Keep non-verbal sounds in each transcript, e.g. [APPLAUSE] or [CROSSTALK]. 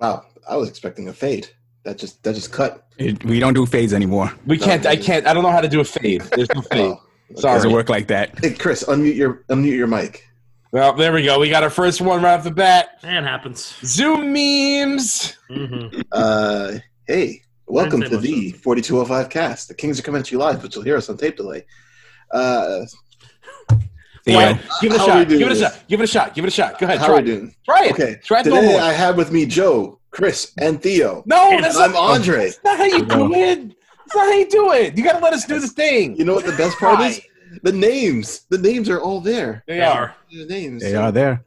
Wow, I was expecting a fade. That just that just cut. It, we don't do fades anymore. We No, can't. I dude. can't. I don't know how to do a fade. There's [LAUGHS] no fade. Oh. It Sorry. doesn't work like that. Hey, Chris, unmute your unmute your mic. Well, there we go. We got our first one right off the bat. It happens. Zoom memes. Mm-hmm. Uh, hey, welcome Wednesday to the 4205 cast. The Kings are coming at you live, but you'll hear us on tape delay. Uh, Theo, Why- Give it a How we shot. do Give it a this? shot. Give it a shot. Give it a shot. Go ahead. how are Try we it. doing? Try it. Okay, Try it. today normal. I have with me Joe, Chris, and Theo. No, And that's I'm not, Andre. that's not how you do it. That's not how you do it. You got to let us do the thing. You know what the best part is? The names. The names are all there. They They are. The names. they are there.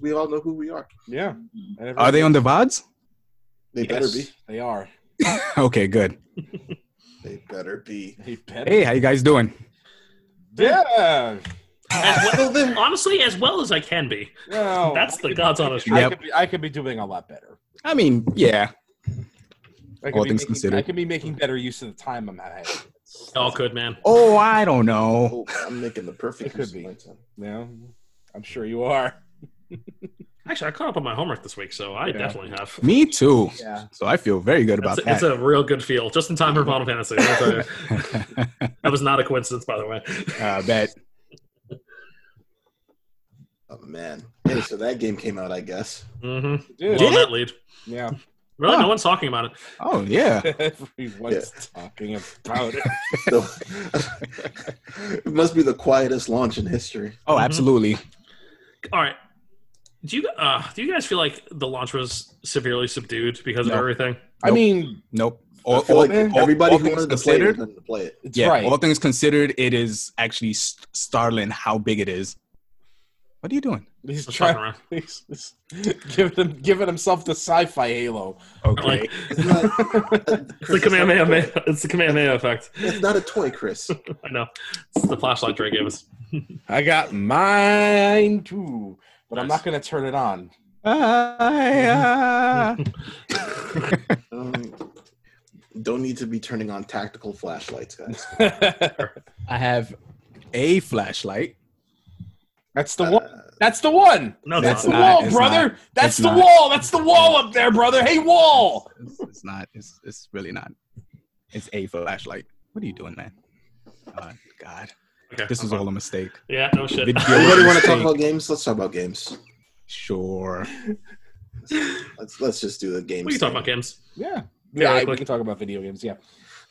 We all know who we are. Yeah. Are they on the VODs? [LAUGHS] They Yes, better be. They are. Okay, good. They better be. They better. Hey, how you guys doing? Yeah. As Still [LAUGHS] well- there. honestly, as well as I can be. Well, That's I the could- God's honest I Yep. could, be, I could be doing a lot better. I mean, yeah, I could All be things making, considered. I could be making better use of the time I'm having. All good, man. Oh, I don't know. Oh, I'm making the perfect It use could of be. my time. Yeah. I'm sure you are. Actually, I caught up on my homework this week, so I Yeah. definitely have. Me too. Yeah. So I feel very good about It's a, it's that. a real good feel, just in time for Final Fantasy. I'll tell you. that was not a coincidence, by the way. I uh, bet. Oh man. Hey, so that game came out, I guess. hmm Dude. Blown that lead. [LAUGHS] Yeah. Really, Huh. no one's talking about it. Oh yeah. Everyone's talking about it. So- [LAUGHS] it must be the quietest launch in history. Oh, Mhm. absolutely. All right. Do you uh, do you guys feel like the launch was severely subdued because No. of everything? I Nope. mean, Nope. I All, feel all- like all- everybody all who things wanted to play it considered, wanted to play it. it's yeah, right. all things considered, it is actually st- startling how big it is. What are you doing? He's Let's talk trying. [LAUGHS] around. He's, he's giving him giving himself the sci-fi halo. Okay. Like, It's not, it's the Chris, not a Kamehameha. toy. man- It's the Kamehameha effect. [LAUGHS] It's not a toy, Chris. I know. It's the flashlight Dre gave us. I got mine too, but I'm Nice. not gonna turn it on. Ah, ah. Um, don't need to be turning on tactical flashlights, guys. I have a flashlight. That's the one. Uh, That's the one. No, it's That's not. the not, wall, it's brother. not, That's it's the not. wall. That's the wall up there, brother. Hey, wall. It's, it's not. It's it's really not. It's a flashlight. What are you doing, man? Oh, God, Okay, this is all a mistake. Yeah, no [LAUGHS] shit. Video anybody want to talk mistake. about games? Let's talk about games. Sure. Let's let's just do the games. we can talk thing. about games. Yeah. Yeah, Yeah, like- we can talk about video games. Yeah.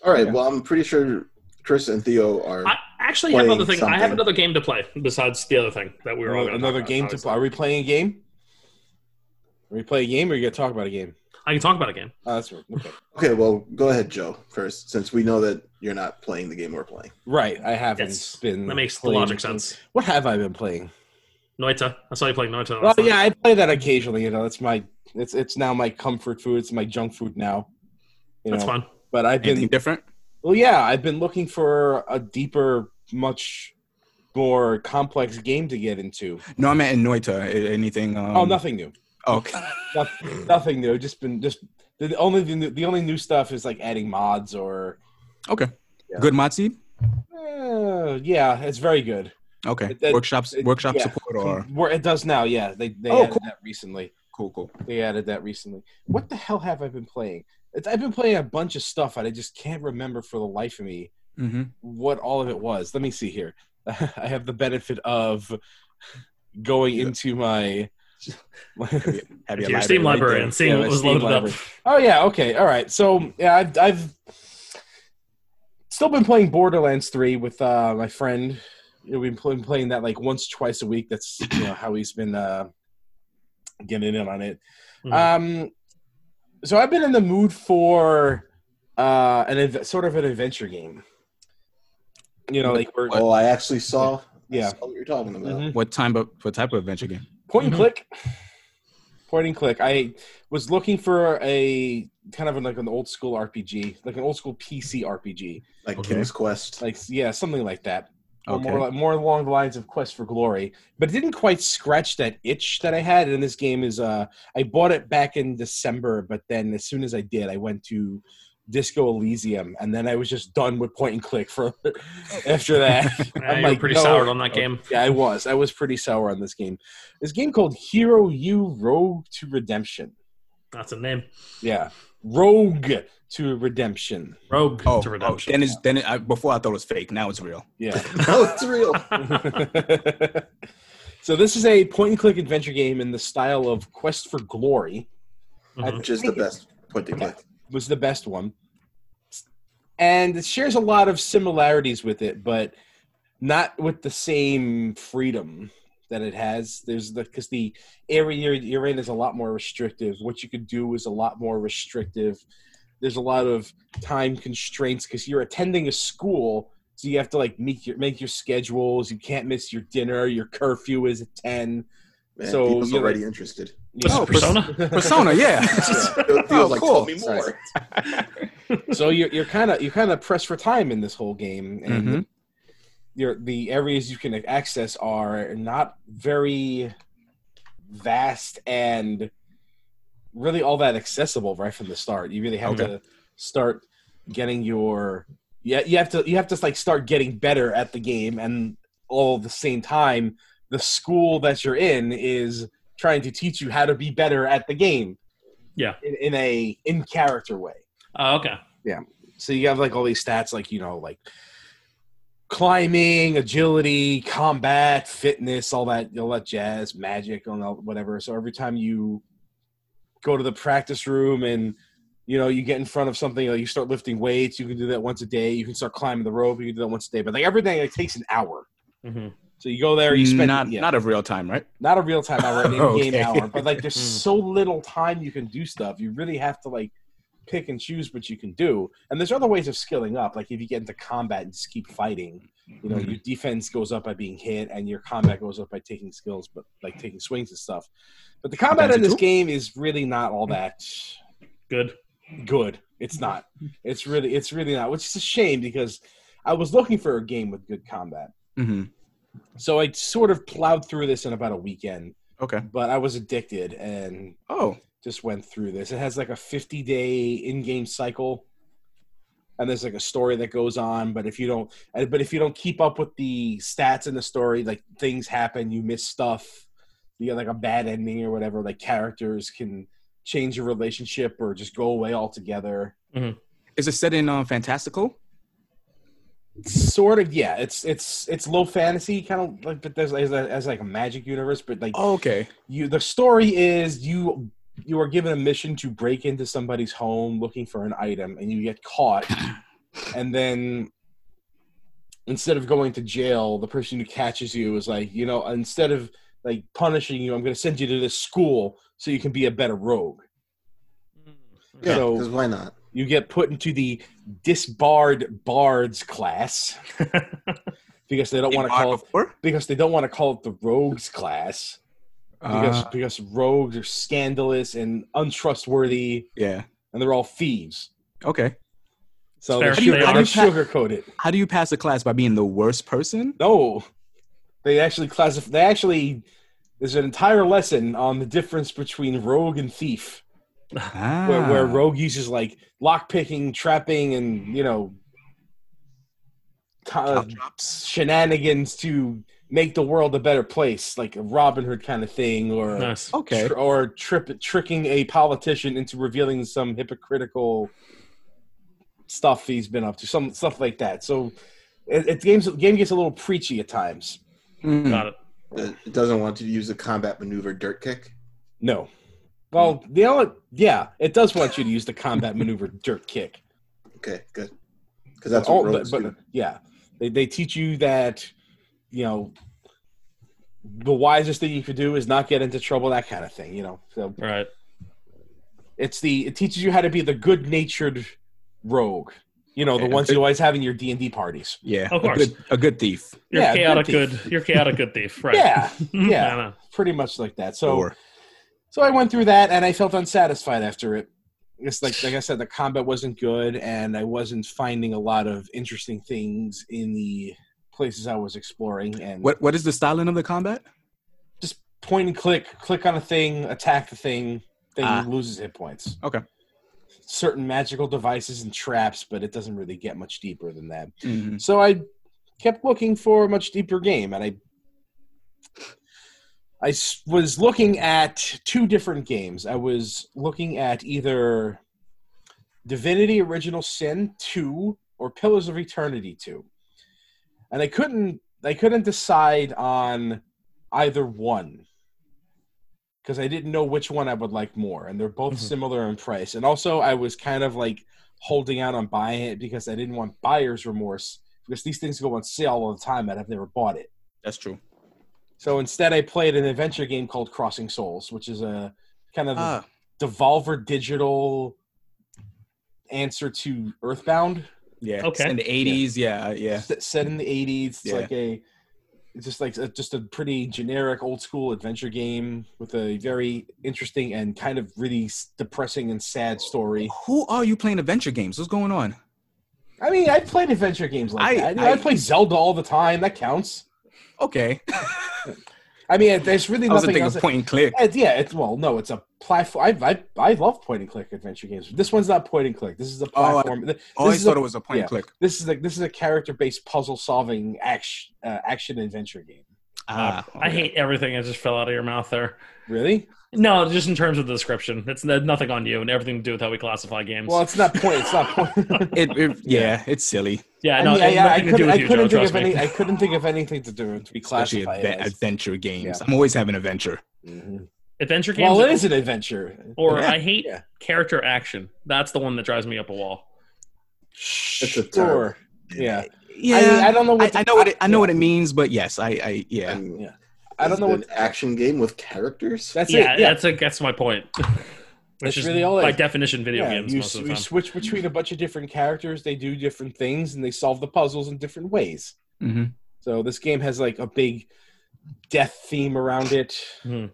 All right. Yeah. Well, I'm pretty sure Chris and Theo are. I actually have Playing other thing. I have something. another game to play besides the other thing that we were all Another, gonna another talk game about, to play. Are we playing a game? Are we playing a game, or are you gonna talk about a game? obviously. I can talk about a game. Oh, that's right. Okay. Okay. Well, go ahead, Joe, first, since we know that you're not playing the game we're playing. Right. I haven't Yes. been. That makes Mm, playing- logic sense. What have I been playing? Noita. I saw you playing Noita. Well, last night. yeah, I play that occasionally. You know, it's my it's it's now my comfort food. It's my junk food now. You that's know, fun. but I've been Anything different? well, yeah, I've been looking for a deeper, much more complex game to get into. No, I'm at Noita. A- Anything? Um, oh, nothing new. Okay. Nothing, nothing new. Just been just the only the, new- the only new stuff is like adding mods or Okay. Yeah. Good mod seed. uh, yeah, it's very good. Okay. That- Workshops. it- workshop yeah. Mm-hmm. support or Where it does now, yeah. They they Oh, added cool. that recently. cool, cool. They added that recently. What the hell have I been playing? It's, I've been playing a bunch of stuff, and I just can't remember for the life of me hmm what all of it was. Let me see here. [LAUGHS] I have the benefit of going Yeah. [LAUGHS] into my. Have Into your Steam library and seeing Yeah, my what was Steam loaded library. oh yeah, okay, all right. So yeah, I've, I've still been playing Borderlands Three with uh, my friend. You know, we've been pl- playing that like once, twice a week. That's you know how he's been uh, getting in on it. up. Mhm. Um, so I've been in the mood for uh, an adve- sort of an adventure game. You know, like we're Oh, I actually saw. Yeah. I saw what you're talking about. Mhm. What time? Of, what type of adventure game? Point and Mhm. click. Point and click. I was looking for a kind of an, like an old school RPG, like an old school PC RPG, Like Okay. King's Quest. like yeah, something like that. Or Okay. Oh, More, li- more along the lines of Quest for Glory, but it didn't quite scratch that itch that I had. And this game is, uh, I bought it back in December, but then as soon as I did, I went to Disco Elysium, and then I was just done with point and click for [LAUGHS] after that. Yeah, I'm you were like, pretty no. Oh, soured on that game. yeah, I was, I was pretty sour on this game. This game called Hero U Road to Redemption. That's a name. Yeah, Rogue to Redemption. Rogue Oh, to oh Redemption. then it's then it, I, before I thought it was fake. Now it's [LAUGHS] real. Yeah. [LAUGHS] Oh, [LAUGHS] it's real. so this is a point and click adventure game in the style of Quest for Glory. Mm-hmm. Mhm. Which is the best point to click. was the best one. And it shares a lot of similarities with it, but not with the same freedom that it has. There's the because the area you're, you're in is a lot more restrictive. What you could do is a lot more restrictive. There's a lot of time constraints because you're attending a school, so you have to like make your make your schedules. You can't miss your dinner. Your curfew is at ten. Man, So, Theo's you're already interested. [LAUGHS] What's Oh, the persona? Persona, yeah. [LAUGHS] Theo- Theo's Oh, like, tell cool. me more. so you're you're kind of you're kind of pressed for time in this whole game, and Mhm. your the areas you can access are not very vast and really all that accessible right from the start. You really have to start getting your yeah you have to you have to like start getting better at the game, and all at the same time, the school that you're in is trying to teach you how to be better at the game. Yeah. in, in a in character way Oh, okay. so you have like all these stats like you know like climbing agility combat fitness all that all that jazz magic and all whatever so every time you go to the practice room and you know you get in front of something like you start lifting weights you can do that once a day you can start climbing the rope you can do that once a day but like everything like, takes an hour hmm so you go there you spend not yeah not of real time, right? not a real time [LAUGHS] hour, an in-game Okay. hour. But like, there's Hmm. so little time you can do stuff. You really have to like pick and choose what you can do. And there's other ways of skilling up. Like if you get into combat and just keep fighting, you know, Mhm. your defense goes up by being hit, and your combat goes up by taking skills, but like taking swings and stuff. But the combat That's Hmm. in a this tool. game is really not all that Good. good. It's not. It's really, it's really not. Which is a shame because I was looking for a game with good combat. Mm-hmm. So I sort of plowed through this in about a weekend, Okay. but I was addicted and Oh, just went through this. It has like a 50 day in game cycle, and there's like a story that goes on. But if you don't, uh, but if you don't keep up with the stats in the story, like things happen, you miss stuff, you get like a bad ending or whatever. Like characters can change your relationship or just go away altogether. is it set in uh, fantastical? Sort of, yeah. It's it's it's low fantasy kind of like, but there's as, a, as like a magic universe, but like Oh, okay. you the story is you you are given a mission to break into somebody's home looking for an item and you get caught and then instead of going to jail the person who catches you is like you know instead of like punishing you i'm going to send you to this school so you can be a better rogue Uh, Yeah, So- because why not? you get put into the disbarred bards class because they don't want to call it before? because they don't want to call it the rogues class because Uh, because rogues are scandalous and untrustworthy, yeah. and they're all thieves. Okay. So Fair. they're How do you- sugar, how do they're you sugarcoated. How do you pass a class by being the worst [SIGHS] person? No, they actually classify. They actually there's an entire lesson on the difference between rogue and thief, Ah. where, where rogue uses like lockpicking, trapping, and you know uh, co- uh, shenanigans to make the world a better place, like a Robin Hood kind of thing, or Nice. Okay. tr- or trip, tricking a politician into revealing some hypocritical stuff he's been up to, some stuff like that. So it, it games game gets a little preachy at times. hmm. Mm. Got it. It Uh, it doesn't want you to use the combat maneuver dirt kick. No, well, the only yeah, it does want you to use the combat maneuver dirt kick. Okay, good. Because that's Oh, what but, rogues but do. yeah, they they teach you that you know the wisest thing you could do is not get into trouble, that kind of thing. You know, so All right. it's the it teaches you how to be the good natured rogue you know the Yeah. ones you always have in your d&d parties Yeah. Of a course. good- A good thief. You're Yeah, good chaotic good, thief. You're chaotic good thief. [LAUGHS] Right. [LAUGHS] yeah I know. pretty much like that so Or- so i went through that and i felt unsatisfied after it it's like like i said the combat wasn't good and i wasn't finding a lot of interesting things in the places i was exploring and what what is the styling of the combat? just point and click click on a thing attack the thing thing Ah. loses hit points Okay. certain magical devices and traps but it doesn't really get much deeper than that Mhm. So I kept looking for a much deeper game, and I I s- was looking at two different games. I was looking at either Divinity Original Sin 2 or Pillars of Eternity 2. And I couldn't I couldn't decide on either one because I didn't know which one I would like more and they're both Mhm. similar in price. And also I was kind of like holding out on buying it because I didn't want buyer's remorse because these things go on sale all the time and I've never bought it. That's true. So instead, I played an adventure game called Crossing Souls, which is a kind of a Ah, Devolver Digital answer to Earthbound, yeah. Okay. In the 80s, yeah, uh, yeah. s- set in the '80s. It's Yeah. like a, it's just like a, just a pretty generic old school adventure game with a very interesting and kind of really s- depressing and sad story. Who are you playing adventure games? What's going on? I mean, I played adventure games like I- that. I, I I- play Zelda all the time. That counts. [LAUGHS] Okay. I mean, there's really I was nothing thinking else. point and [LAUGHS] click. It's, yeah, it's well, no, it's a platform. I, I I love point and click adventure games. This one's not point and click. This is a I- Oh, platform. Th- I always is a- thought it was a point yeah. and click. this is like this is a character based puzzle solving action uh, action adventure game. Ah, I okay. hate everything that just fell out of your mouth there. Really? No, just in terms of the description, it's n- nothing on you and everything to do with how we classify games. Well, it's not point. It's not point. [LAUGHS] it, it- yeah, it's silly. yeah, I, no, mean, I, it- I- I nothing to do couldn't, with I you, couldn't Joe, think trust of any. me. I couldn't think of anything to do to be Especially classified adve- as. adventure games. Yeah. I'm always having adventure. Mhm. Adventure games. Well, it is an adventure. Or Yeah. I hate Yeah. character action. That's the one that drives me up a wall. It's a Sure. Yeah. Yeah, I, mean, I I, don't know I, what to- know what it, I know yeah. what it means, but yes, I, I yeah. And Yeah. I don't is know it what an action game with characters. that's yeah, it. Yeah. that's a, that's [LAUGHS] my point. That's Which is really all it by is. definition video Yeah, games you, most of s- the you time. switch between a bunch of different characters. They do different things, and they solve the puzzles in different ways. Mm-hmm. So this game has like a big death theme around it. Hmm.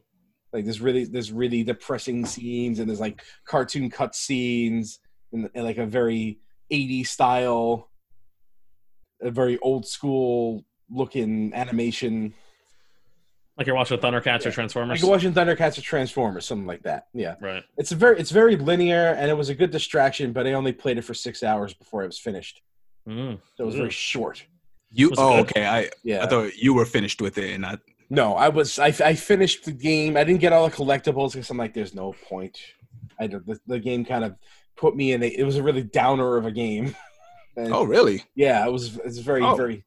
Like there's really there's really depressing scenes and there's like cartoon cut scenes and, and, like a very 80s style, a very old school looking animation. Like you're watching Thundercats Yeah. or Transformers. Like watching Thundercats or Transformers, something like that. Yeah. right. It's a very it's very linear and it was a good distraction, but I only played it for six hours before it was finished. Mm. So it was very Mm. short. You Was it oh good? okay. I Yeah. Mm-hmm. I thought you were finished with it, and I No, I was I, I finished the game. I didn't get all the collectibles because I'm like, there's no point. I don't- the, the game kind of put me in. A, it was a really downer of a game. [LAUGHS] And oh really? yeah, it was. It's very Oh. very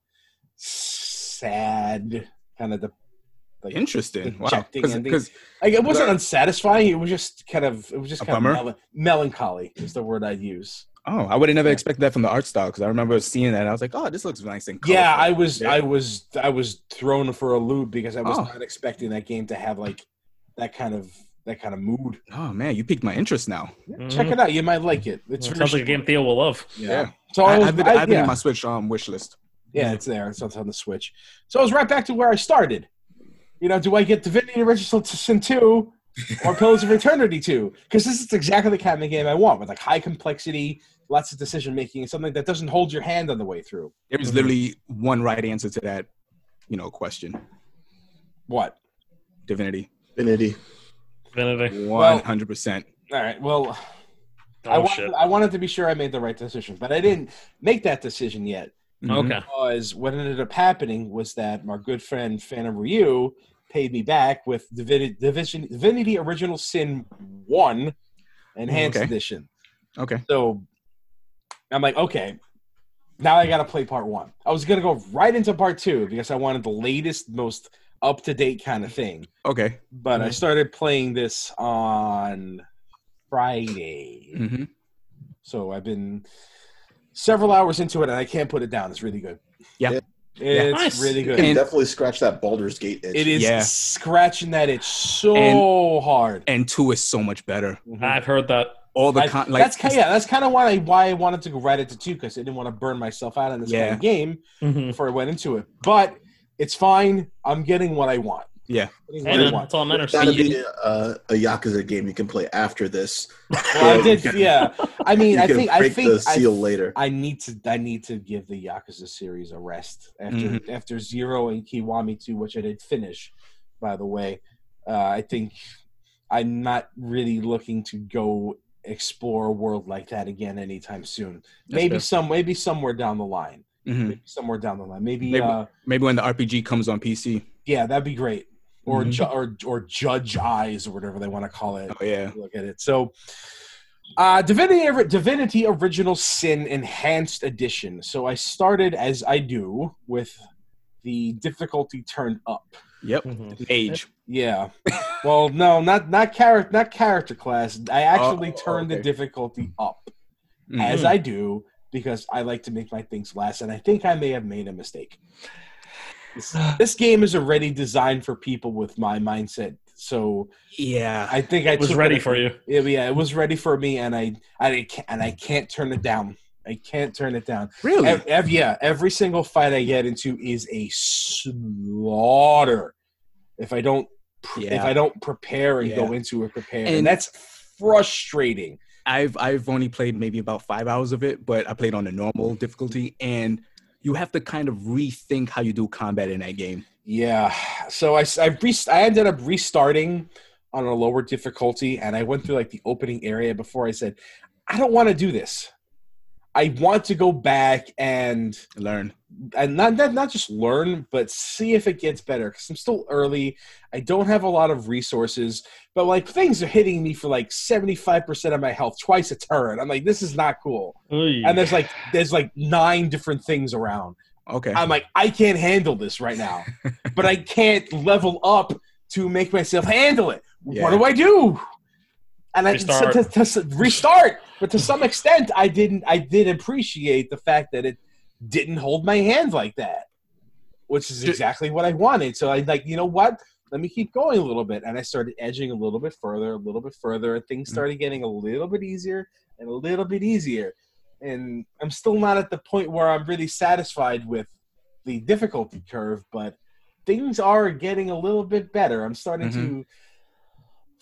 sad kind of the. Like, Interesting. Wow. Injecting ending. Because like, it wasn't Blur. unsatisfying. It was just kind of. It was just A kind bummer? of mel- melancholy is the word I'd use. oh, I would have never expected that from the art style. Because I remember seeing that, and I was like, oh, this looks nice and Yeah, colorful. I was, Yeah. I was, I was thrown for a loop because I was Oh. not expecting that game to have like that kind of that kind of mood. oh man, you piqued my interest now. Check Mhm. it out. You might like it. It's Mm-hmm. Sounds very like a game Theo will love. Yeah. Yeah. So I, I, was, have been, I- I, have been yeah, in my Switch um wish list. yeah, it's there. It's on- it's on the Switch. So I was right back to where I started. You know, do I get Divinity Original Sin 2 or Pillars of Eternity 2? Because this is exactly the kind of game I want with like high complexity, lots of decision making, and something that doesn't hold your hand on the way through. There is Mhm. literally one right answer to that, you know, question. What? Divinity, Divinity. Divinity. one hundred percent. All right. Well, Oh, I, shit. wanted, I wanted to be sure I made the right decision, but I didn't make that decision yet. Mm-hmm. Mm-hmm. Okay. because what ended up happening was that my good friend Phantom Ryu paid me back with Divinity, Division, Divinity Original Sin 1 Enhanced Okay. Edition. Okay. So I'm like, okay, now I got to play part one. I was going to go right into part two because I wanted the latest, most up to date kind of thing. Okay. But Mm-hmm. I started playing this on Friday. hmm So I've been several hours into it, and I can't put it down. It's really good. Yeah. Yeah. it's Nice. really You good. can And- definitely scratch that Baldur's Gate itch. it is Yeah. scratching that itch so hard. And two is so much better. Mhm. I've heard that. All the I- con- like that's kind yeah, that's kind of why I, why I wanted to go right into two because I didn't want to burn myself out in this Yeah. Mm-hmm. kind of game Mhm. before I went into it. But it's fine. I'm getting what I want. Yeah. Getting Hey, what I man, want. that's all that matters. That'd be a, a Yakuza game you can play after this. Well, I You did. can- Yeah, I [LAUGHS] mean, you I can think break I think the I seal later. I need to I need to give the Yakuza series a rest after Mhm. after Zero and Kiwami two, which I did finish, by the way. Uh, I think I'm not really looking to go explore a world like that again anytime soon. maybe fair. some maybe somewhere down the line. Mhm. Maybe somewhere down the line. Maybe, Maybe- uh, Maybe when the RPG comes on PC. yeah, that'd be great. or Mhm. ju- or or judge eyes or whatever they want to call it. Oh yeah. Look at it. So, uh, Divinity Divinity Original Sin Enhanced Edition. So I started as I do with the difficulty turned up. Yep. Mm-hmm. Mhm. Age. Yeah. Well, no, not not character not character class. I actually Oh, turned the okay. difficulty up Hmm. Mhm. as I do because I like to make my things last, and I think I may have made a mistake. This, this game is already designed for people with my mindset, so Yeah. I think I It was took ready for you. It, yeah, it was ready for me, and I I didn't ca- and I can't turn it down. I can't turn it down. Really? Ev- ev- yeah, every single fight I get into is a slaughter. If I don't, pr- if Yeah. I don't prepare and go Yeah. into it prepared, and, And- that's frustrating. I've I've only played maybe about five hours of it, but I played on the normal difficulty, and you have to kind of rethink how you do combat in that game. Yeah. So I, s- I, re- I ended up restarting on a lower difficulty, and I went through like the opening area before I said, I don't want to do this. I want to go back and Learn. and not, not not just learn, but see if it gets better. Because I'm still early, I don't have a lot of resources, but like things are hitting me for like 75 percent of my health twice a turn. I'm like, this is not cool. And there's like there's like nine different things around. Okay. I'm like, I can't handle this right now, [LAUGHS] but I can't level up to make myself handle it. What Yeah. do I do? And I Restart. To, to, to restart, but to some extent, I didn't. I did appreciate the fact that it didn't hold my hand like that, which is Ju- exactly what I wanted. So I like, you know what? Let me keep going a little bit, and I started edging a little bit further, a little bit further, and things Mhm. started getting a little bit easier and a little bit easier. And I'm still not at the point where I'm really satisfied with the difficulty curve, but things are getting a little bit better. I'm starting to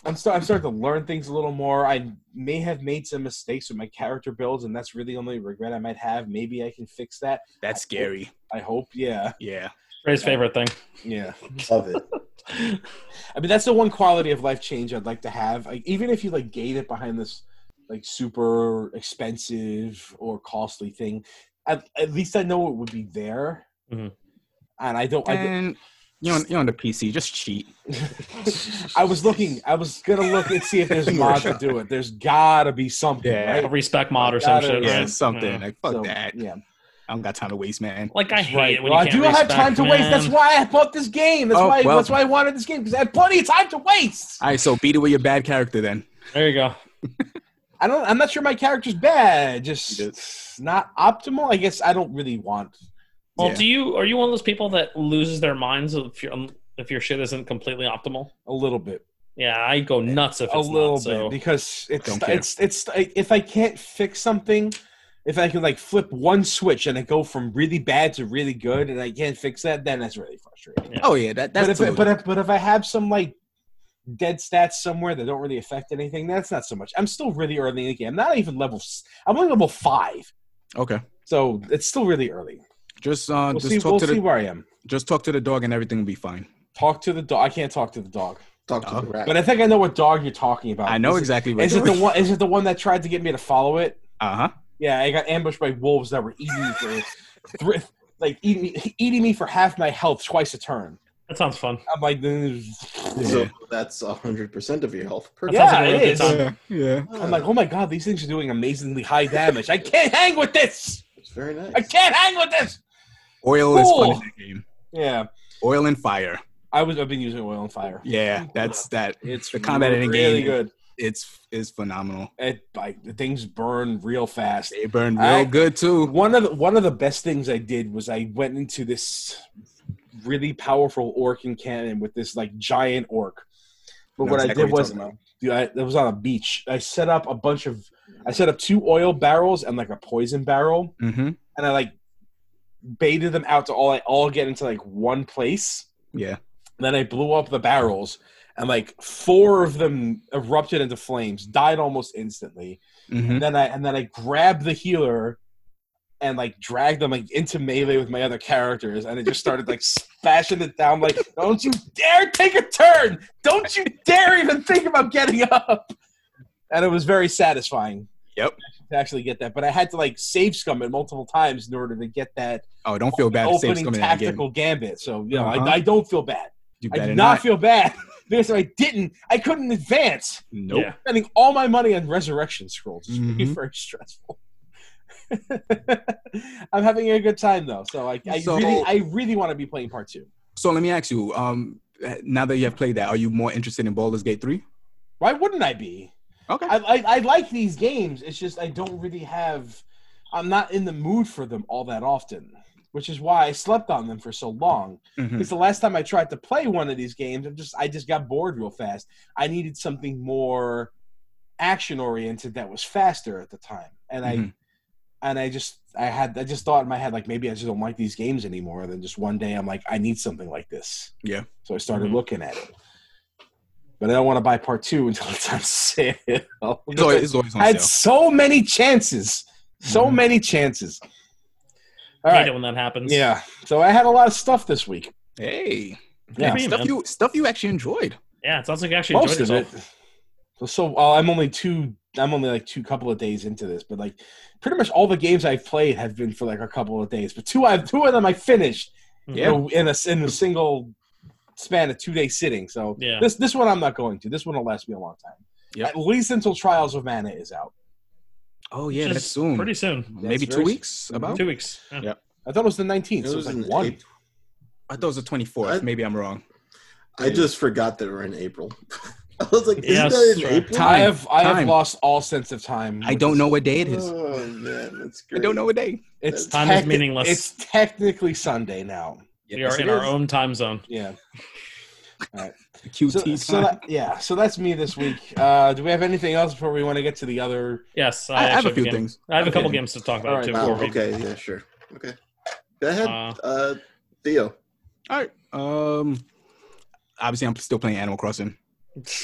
I'm start I'm starting to learn things a little more. I may have made some mistakes with my character builds, and that's really the only regret I might have. Maybe I can fix that. That's scary. I hope. Yeah. Yeah. Ray's favorite thing. Yeah. Love it. I mean, that's the one quality of life change I'd like to have. Like, even if you like gate it behind this like super expensive or costly thing, at, at least I know it would be there. Mm-hmm. Mhm. And I don't. I, don't- And you're on, you're on the PC. Just cheat. [LAUGHS] I was looking. I was gonna look and see [LAUGHS] if there's You were mod to do it. There's gotta be something, Yeah. [LAUGHS] A right? respect mod or some Gotta- shit. Yeah. Mm-hmm. right? Something Yeah. like fuck So, that. Yeah, I don't got time to waste, man. Like I hate right. it when Well, I you can't do not have respect, time to waste. That's man. why I bought this game. That's Oh, why. well. That's why I wanted this game because I had plenty of time to waste. All right, so beat it with your bad character then. There you go. I don't. I'm not sure my character's bad. Just You not optimal. I guess I don't really want. Well, Yeah. do you are you one of those people that loses their minds if your if your shit isn't completely optimal? A little bit, Yeah, I go nuts if it's a little not, so. bit, because it's Don't care. it's it's if I can't fix something, if I can like flip one switch and I go from really bad to really good, and I can't fix that, then that's really frustrating. Oh yeah, that, that's but if, I, totally- but if, but if I have some like dead stats somewhere that don't really affect anything, that's not so much. I'm still really early in the game. I'm not even level. s- I'm only level five, okay. so it's still really early. Just uh, We'll just see. talk We'll to the see where I am. just talk to the dog and everything will be fine. Talk to the dog. I can't talk to the dog, Talk to the rat. but I think I know what dog you're talking about. I know Is it- exactly. [LAUGHS] what Is it the one? Is it the one that tried to get me to follow it? Uh huh. Yeah, I got ambushed by wolves that were eating me for, thr- like eating me, eating me for half my health twice a turn. That sounds fun. I'm like, "Ugh." So that's hundred percent of your health. Perfect. yeah, like a it good is. time. Yeah. yeah. I'm like, oh my god, these things are doing amazingly high damage. I can't hang with this. It's very nice. I can't hang with this. Oil is fun in that game. Yeah, Oil and fire. I was. I've been using oil and fire. Yeah, that's that. It's The combat in the really game. good. It's is phenomenal. It like the things burn real fast. They burn real I- good too. One of the, one of the best things I did was I went into this really powerful orc encampment with this like giant orc. But Know what exactly I did you're was talking about. dude, I, it was on a beach. I set up a bunch of I set up two oil barrels and like a poison barrel, Mhm. and I like baited them out to all I all get into like one place. Yeah. Then I blew up the barrels, and like four of them erupted into flames, died almost instantly. Mhm. And then I and then I grabbed the healer and like dragged them like into melee with my other characters and I just [LAUGHS] started like smashing it down like don't you dare take a turn don't you dare even think about getting up and it was very satisfying Yep. to actually get that but I had to like save scum it multiple times in order to get that Oh, don't feel bad. Saves opening coming in the game. tactical gambit so you know Uh-huh. I, I don't feel bad You I better did not, not. feel bad [LAUGHS] because if I didn't, I couldn't advance. nope. Yeah. Spending all my money on resurrection scrolls is really Mhm. very stressful. [LAUGHS] I'm having a good time though, so I, I So- really, I really want to be playing part two. So let me ask you. Um, now that you have played that, are you more interested in Baldur's Gate three? Why wouldn't I be? Okay. I, I, I like these games. It's just I don't really have. I'm not in the mood for them all that often, which is why I slept on them for so long. Mhm. Because the last time I tried to play one of these games, I'm just I just got bored real fast. I needed something more action oriented that was faster at the time, and Mhm. I and I just I had I just thought in my head like maybe I just don't like these games anymore. And then just one day I'm like I need something like this. Yeah. Mm-hmm. So I started Mhm. looking at it. But I don't want to buy part two [LAUGHS] until it's [LAUGHS] on sale. It's always, it's always on I had sale. so many chances. So Mhm. many chances. All I hate right. it when that happens. Yeah. So I had a lot of stuff this week. Hey, Yeah, Yeah. Hey, stuff man. you stuff you actually enjoyed. yeah. It sounds like you actually Most enjoyed of it. yourself. So well, I'm only two I'm only like two couple of days into this, but like pretty much all the games I've played have been for like a couple of days. But two I've two of them I finished Yeah. Mm-hmm. in, a, in a in a single span of two day sitting. So Yeah. this this one I'm not going to. This one will last me a long time. Yep. At least until Trials of Mana is out. Oh yeah, Which that's is soon. Pretty soon. That's Maybe very two soon. weeks. About. Two weeks. Yeah. Yeah. I thought it was the 19th. so it was in like one. April. I thought it was the twenty fourth. I- Maybe I'm wrong. I just forgot that we're in April. [LAUGHS] I was like, isn't Yes, that in sure. April? Time. I have I have Time. lost all sense of time. I don't know what day it is. Oh man, that's I great. don't know what day. It's Time is techni- meaningless. It's technically Sunday now. we are in our own time zone. Yeah. QT So, time. so that, yeah. So that's me this week. Uh, do we have anything else before we want to get to the other? Yes, I, I have actually a few game. things. I have a couple Okay. games to talk All about right. too. Wow. Before we, Okay. Yeah. Sure. Okay. Go ahead, uh, uh, Theo. All right. Um, obviously, I'm still playing Animal Crossing.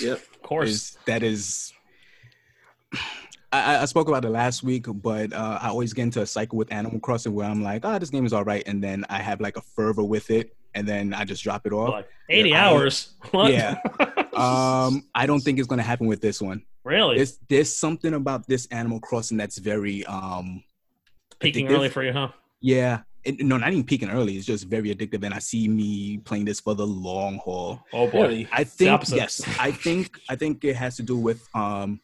Yep. Of course. Is that is. I, I- I spoke about it last week, but uh, I always get into a cycle with Animal Crossing where I'm like, ah, this game is all right, and then I have like a fervor with it, and then I just drop it off. Like, 80 Yeah, I- hours. [LAUGHS] What? Yeah. Um, I don't think it's gonna happen with this one. really? There's there's something about this Animal Crossing that's very um, Peaking addictive. early for you, huh? yeah. It, no, not even peaking early. It's just very addictive, and I see me playing this for the long haul. Oh boy. Really? I think opposite. yes. I think I think it has to do with um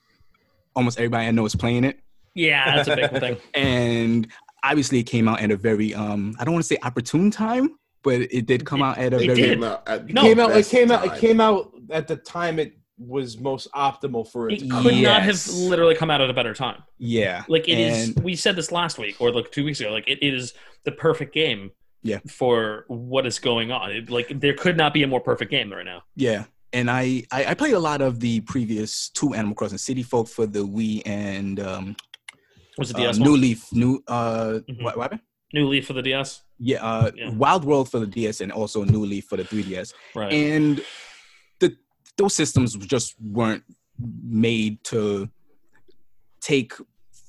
almost everybody I know is playing it. Yeah, that's a big thing. [LAUGHS] And obviously it came out at a very um I don't want to say opportune time, but it did come out at a It very did. out. At It No. came out. It best came out. It time. came out at the time it was most optimal for it. It to could come out. not have Yes. literally come out at a better time. yeah. Like it is. And- we said this last week or like two weeks ago. Like it is the perfect game. Yeah. For what is going on, It- like there could not be a more perfect game right now. Yeah. And I, I I played a lot of the previous two Animal Crossing City Folk for the Wii and um Was it uh, DS? New one? Leaf New uh Mhm. what, what happened? New Leaf for the DS. Yeah, uh Yeah. Wild World for the DS and also New Leaf for the 3DS. Right. and the those systems just weren't made to take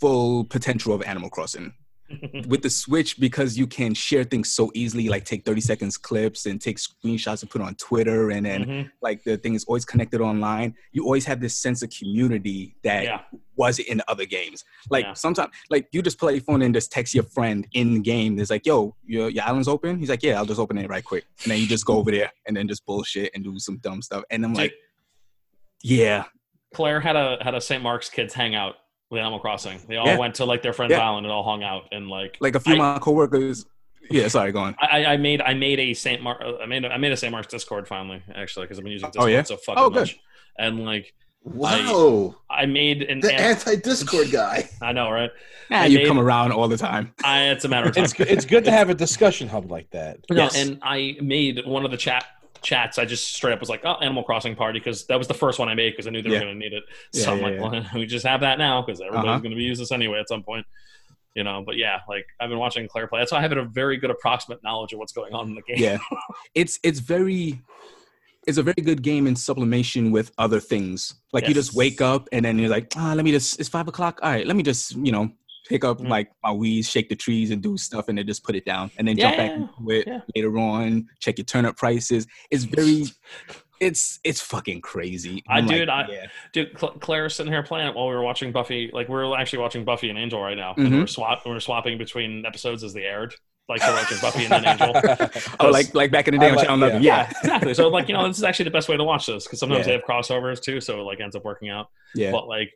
full potential of Animal Crossing. [LAUGHS] Mm-hmm. With the Switch, because you can share things so easily, like take 30 seconds clips and take screenshots and put on Twitter, and then Mhm. like the thing is always connected online. You always have this sense of community that Yeah. was in other games. Like Yeah. sometimes, like you just play your phone and just text your friend in the game. There's like, yo, your, your island's open. He's like, yeah, I'll just open it right quick. And then you just go over there and then just bullshit and do some dumb stuff. And I'm Dude. like, yeah, Claire had a had a St. Mark's kids hang out with Animal Crossing. They all Yeah. went to like their friend's Yeah. island and all hung out and like like a few I- of my coworkers. Yeah, sorry, [LAUGHS] go on. I, I made I made a Saint Mark I made a, I made a Saint Mark's Discord finally actually because I've been using Oh, Discord yeah? so fucking Oh, good. much and like Wow. I made an the an- anti Discord [LAUGHS] guy. I know right Nah, I you made- come around all the time. I, it's a [LAUGHS] matter of time It's it's good to have a discussion hub like that. No, Yes. and I made one of the chat chats. I just straight up was like, "Oh, Animal Crossing party," because that was the first one I made because I knew they Yeah. were going to need it. Yeah, so I'm yeah, like, yeah. well, [LAUGHS] we just have that now because everybody's Uh-huh. going to be using this anyway at some point." You know, but yeah, like I've been watching Claire play. That's why I have a very good approximate knowledge of what's going on in the game. Yeah, [LAUGHS] it's it's very. It's a very good game in sublimation with other things. Like you just Yes. wake up and then you're like, ah, let me just. It's five o'clock. All right, let me just, you know, pick up Mm. like my weeds, shake the trees, and do stuff, and then just put it down, and then jump back Yeah, into it yeah. later on. Check your turnip prices. It's [LAUGHS] very, it's it's fucking crazy. I- I'm dude, I- [LAUGHS] yeah. Dude, Cl- Claire's sitting here playing it while we were watching Buffy. Like we are actually watching Buffy and Angel right now, and Mhm. we we're swap we we're swapping between episodes as they aired. like to watch as Buffy and [LAUGHS] [LAUGHS] then Angel. Oh, like like back in the day I on like- Channel Eleven. yeah, Yeah, exactly. So like you know, this is actually the best way to watch this because sometimes Yeah. they have crossovers too, so it like ends up working out. yeah. But like,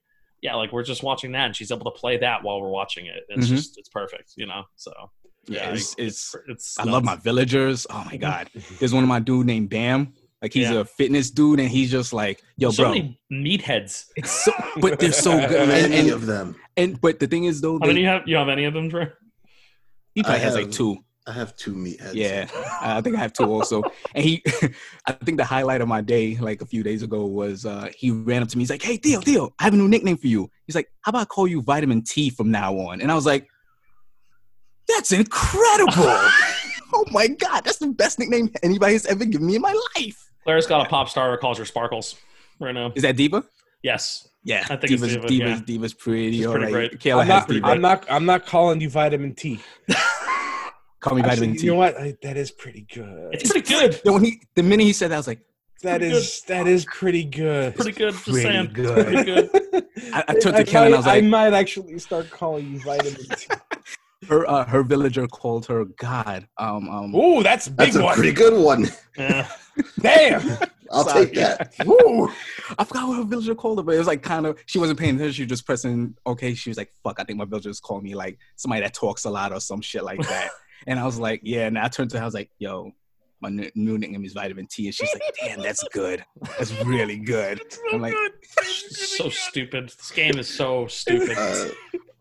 yeah, like we're just watching that, and she's able to play that while we're watching it. It's Mhm. just it's perfect, you know. So yeah, it's, like, it's it's I love my nuts. Mm-hmm. villagers. Oh my god, there's one of my dude named Bam. Like he's Yeah. a fitness dude, and he's just like, yo, so bro. many meatheads. It's so, but they're [LAUGHS] so good. And, Many and, of them. and- but the thing is though, How many they, you have? You have any of them, Drew? he probably I has have- like two. I have two meatheads. Yeah, I think I have two also. And he, [LAUGHS] I think the highlight of my day, like a few days ago, was uh, he ran up to me. He's like, "Hey, Theo, Theo, I have a new nickname for you." He's like, "How about I call you Vitamin T from now on?" And I was like, "That's incredible! [LAUGHS] oh my god, that's the best nickname anybody's ever given me in my life." Claire's got a pop star who calls her Sparkles right now. Is that Diva? Yes, Yeah, I think it's Diva's Diva, Diva's, yeah. Diva's pretty. She's all pretty right. great. Kayla I'm has not, Diva. I'm not. I'm not calling you vitamin T. Call me Actually, Vitamin T. You know what? I, that is pretty good. it's pretty good. Yo, when he, the minute he said that, I was like, That pretty is that is pretty good. Pretty good. Just Pretty saying. good. [LAUGHS] It's pretty good. I- I turned to Ken and I was might- like- might actually start calling you vitamin T. her uh, her villager called her God. Um, um, Ooh, that's a big That's a one. pretty good one. Yeah. Damn. I'll Sorry. take [LAUGHS] that. Ooh. I forgot what her villager called her, but it was like kind of she wasn't paying attention. She was just pressing okay. She was like, "Fuck, I think my villagers called me like somebody that talks a lot or some shit like [LAUGHS] that." and I was like, "Yeah." And I turned to her, I was like, "Yo, my new, new nickname is Vitamin T," and she's like, "Damn, that's good. [LAUGHS] That's really good." I'm like, so stupid. This game is so stupid. Uh,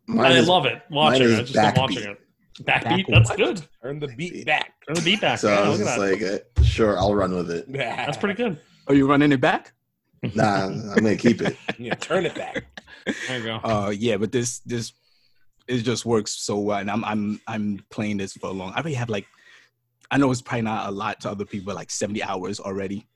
And mine I is- love it. Watching mine it. I is just love backbeat. watching it. Backbeat. Back That's what? good. Earn the beat back. Turn the beat [LAUGHS] back. So Yeah, I look was at just that. like, uh, sure, I'll run with [LAUGHS] it. That's pretty good. "Are you running it back?" Nah, I'm gonna keep [LAUGHS] it. Yeah, turn it back. There you um, go. Uh, yeah, but this this it just works so well, and I'm I'm I'm playing this for long. I already have like I know it's probably not a lot to other people, but like 70 hours already.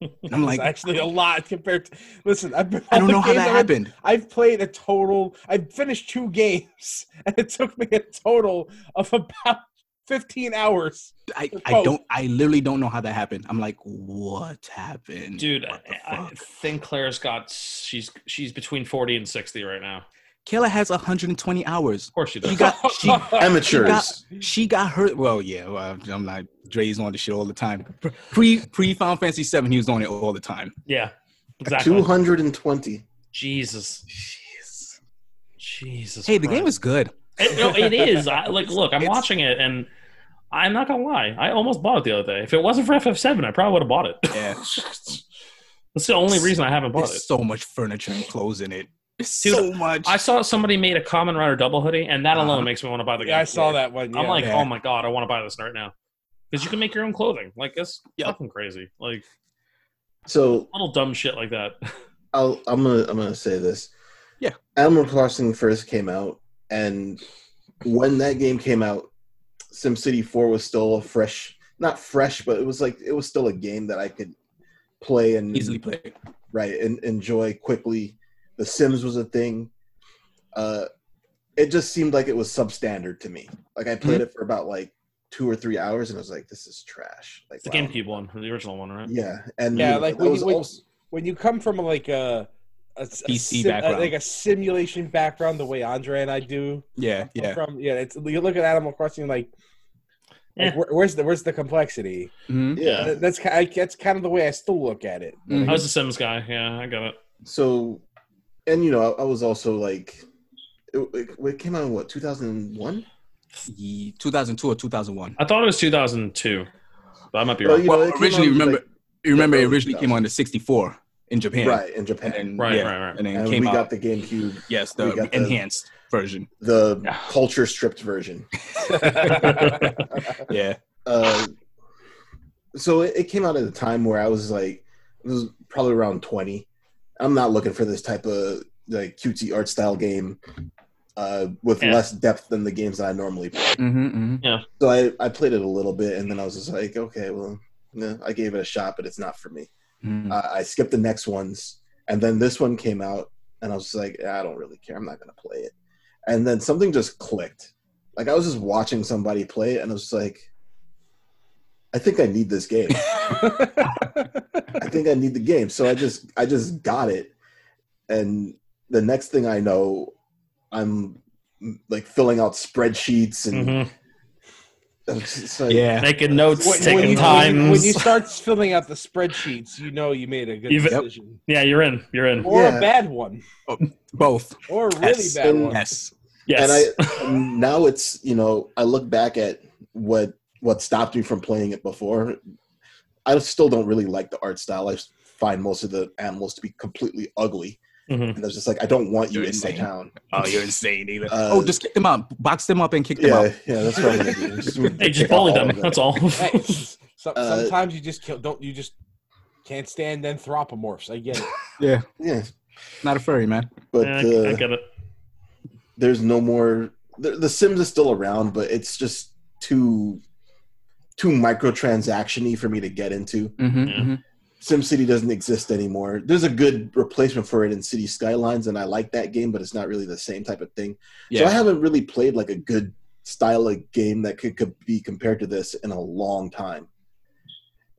And [LAUGHS] I'm It's like, actually a lot compared to. Listen, I've been, I [LAUGHS] don't know how games that I've- happened. I've played a total. I've finished two games, [LAUGHS] and it took me a total of about fifteen hours. I, They're I both. don't I literally don't know how that happened. I'm like, what happened? Dude, I, What the I fuck? think Claire's got she's she's between forty and sixty right now. Of Kayla has 120 hours. course she does. She [LAUGHS] got she, Amateurs. she got hurt. Well, yeah, well, I'm like Dre's on the shit all the time. Pre pre Final Fantasy 7, he was on it all the time. yeah. Exactly. 220. Jesus. Jesus. Hey, the game Christ. is good. It, no, it [LAUGHS] is. I, like, look, I'm It's- watching it, and I'm not gonna lie. I almost bought it the other day. If it wasn't for FF7, I probably would have bought it. Yeah. [LAUGHS] That's the only reason I haven't bought it. There's so much furniture and clothes in it. It's Dude, so much. I saw somebody made a Common Rider double hoodie, and that alone Uh-huh. makes me want to buy the game. Yeah, I saw that one. Yeah. I'm like, Yeah. oh my god, I want to buy this right now because you can make your own clothing. Like that's Yeah. fucking crazy. Like So little dumb shit like that. [LAUGHS] I'll, I'm gonna I'm gonna say this. Yeah. Animal Crossing first came out, and when that game came out, SimCity 4 was still a fresh, not fresh, but it was like it was still a game that I could play and easily play. right and enjoy quickly. The Sims was a thing. Uh, it just seemed like it was substandard to me. Like I Mm-hmm. played it for about like two or three hours, and I was like, "This is trash." Like It's the wow. GameCube one, the original one, right? Yeah, and Yeah, like, that when you- was when- also- when you come from like a, a, a PC sim- a- background. like a simulation background, the way Andre and I do. Yeah, come yeah. From yeah, it's you look at Animal Crossing like. like, Eh. where, where's the where's the complexity? Mhm. yeah. That- That's ki- I- that's kind of the way I still look at it. Mhm. [LAUGHS] I was a Sims guy. Yeah, I got it. so and you know i, I was also like it, it, it came out in what 2001 Ye- 2002 or 2001. I thought it was 2002. But I might be Well, wrong. you know, Well, it came originally, out, like, remember, you remember it early originally came on the 64 in Japan. right in japan And then, Right, yeah, right, right. And then and came we out, got the gamecube yes, we the got the- enhanced version. the [SIGHS] Yeah. culture stripped version Yeah. uh, so it, it came out at a time where i was like it was probably around 20 i'm not looking for this type of like cutesy art style game uh, with Yeah. less depth than the games that i normally play Mm-hmm, mm-hmm. so I, I played it a little bit and then i was just like okay well no, i gave it a shot but it's not for me Hmm. Mm-hmm. Uh, I I skipped the next ones, and then this one came out, and I was just like, I don't really care. I'm not gonna play it. And then something just clicked. Like I was just watching somebody play it, and I was just like, I think I need this game. I think I need the game. So I just I just got it, and the next thing I know, I'm mm, like filling out spreadsheets and Mhm. [LAUGHS] It's just like- Yeah. Mm-hmm. Making notes, When- taking when you, times. When, you start filling out the spreadsheets, you know you made a good You've- decision. yeah, you're in. You're in. Or Yeah. a bad one. Both. Or a really Yes. bad uh, one. Yes. Yes. [LAUGHS] And I now it's you know I look back at what what stopped me from playing it before. I still don't really like the art style. I find most of the animals to be completely ugly, Mhm. and I was just like, I don't want you You're in my insane. town. Oh, you're insane, either. Uh, oh, just kick them out. Box them up and kick them Yeah, out. yeah, that's what I'm gonna [LAUGHS] do. Just Hey, kick just out bully all them. of That's all. [LAUGHS] Hey, so, Uh, sometimes you just kill, don't you just can't stand anthropomorphs. I get it. [LAUGHS] Yeah. Yeah, Not a furry, man. but Yeah, I, uh, I get it. there's no more. The, the Sims is still around, but it's just too too microtransaction-y for me to get into. Mm-hmm, Yeah. mm-hmm. SimCity doesn't exist anymore. There's a good replacement for it in City Skylines, and I like that game, but it's not really the same type of thing. So I yeah. haven't really played like a good style of game that could, could be compared to this in a long time.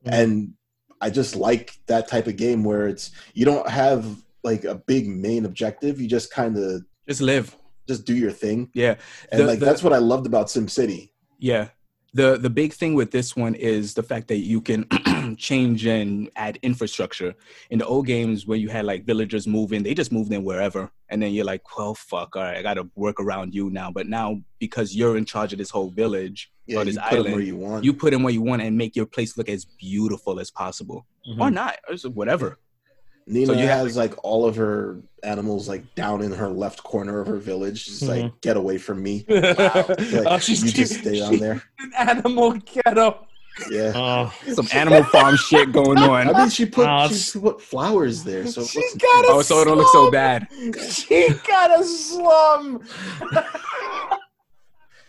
Mhm. And I just like that type of game where it's you don't have like a big main objective. You just kind of Just live. just do your thing, Yeah. and The- like the- that's what I loved about SimCity. Yeah. The the big thing with this one is the fact that you can [CLEARS THROAT] change and add infrastructure. In the old games where you had like villagers move in, they just moved in wherever. And then you're like, well fuck, all right, I gotta work around you now. But now because you're in charge of this whole village, Yeah, Or you this put 'em where island. you want. you put in what you want and make your place look as beautiful as possible. Mm-hmm. Or not. Or just whatever. Nina So you have, has like, all of her animals like down in her left corner of her village. She's like, get away from me. [LAUGHS] Like, oh, she's you cute. just stay on She's there. an animal ghetto. Yeah. Oh, Some animal farm [LAUGHS] shit going I on. mean, she put Oh, it's- she put flowers there, so it She's wasn't- got a Oh, so it don't look so bad. She got a slum.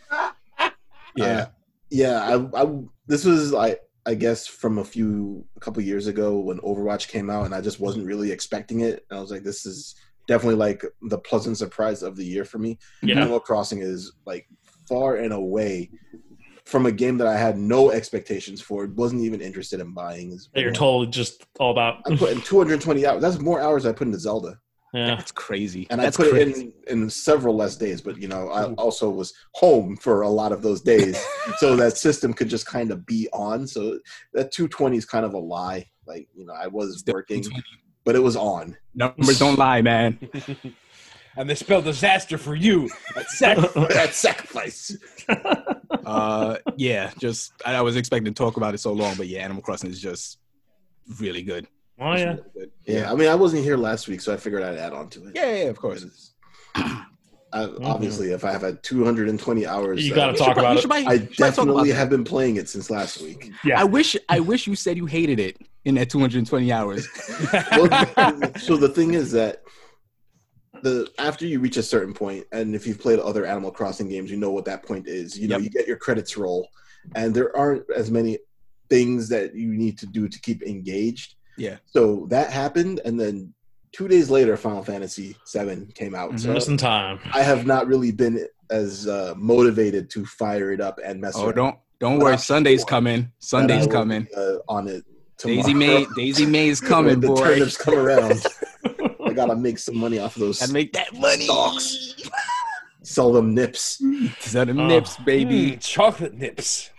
[LAUGHS] Yeah. Uh, yeah. I, I this was like I guess from a few a couple years ago when Overwatch came out, and I just wasn't really expecting it. And I was like, this is definitely like the pleasant surprise of the year for me. yeah. Animal Crossing is like far and away from a game that I had no expectations for, wasn't even interested in buying. It's- That you're totally just all about. I'm putting 220 hours. That's more hours I put into Zelda, Yeah. That's crazy. and That's I put crazy. Mm-hmm. it in in several less days. But you know, I also was home for a lot of those [LAUGHS] days, so that system could just kind of be on. So that 220 is kind of a lie. Like you know, I was working, but it was on. Numbers don't lie, man. and they spell disaster for you. [LAUGHS] Exactly. that sacrifice. uh yeah just I, I was expecting to talk about it so long but yeah animal crossing is just really good Oh It's yeah. really good. Yeah, I mean, I wasn't here last week, so I figured I'd add on to it. yeah yeah of course [CLEARS THROAT] I, obviously, if I have had 220 hours, Mm-hmm. You uh, gotta We talk should- about we it. should probably- I we should probably talk about definitely that. have been playing it since last week. Yeah. i wish i wish you said you hated it in that 220 hours [LAUGHS] well, so the thing is that the after you reach a certain point, and if you've played other Animal Crossing games, you know what that point is. You know, Yep. you get your credits roll, and there aren't as many things that you need to do to keep engaged. Yeah. So that happened, and then two days later, Final Fantasy VII came out. Mhm. Just So in time. I have not really been as uh, motivated to fire it up and mess oh around. don't don't But worry I'm sunday's sure coming But I sunday's will be, coming uh, on it. Tomorrow. daisy may [LAUGHS] daisy may is coming When the boy [LAUGHS] turnips come around. I gotta make some money off of those. and make that money Stalks. Sell them nips. Sell them Oh. nips baby Mm, chocolate nips.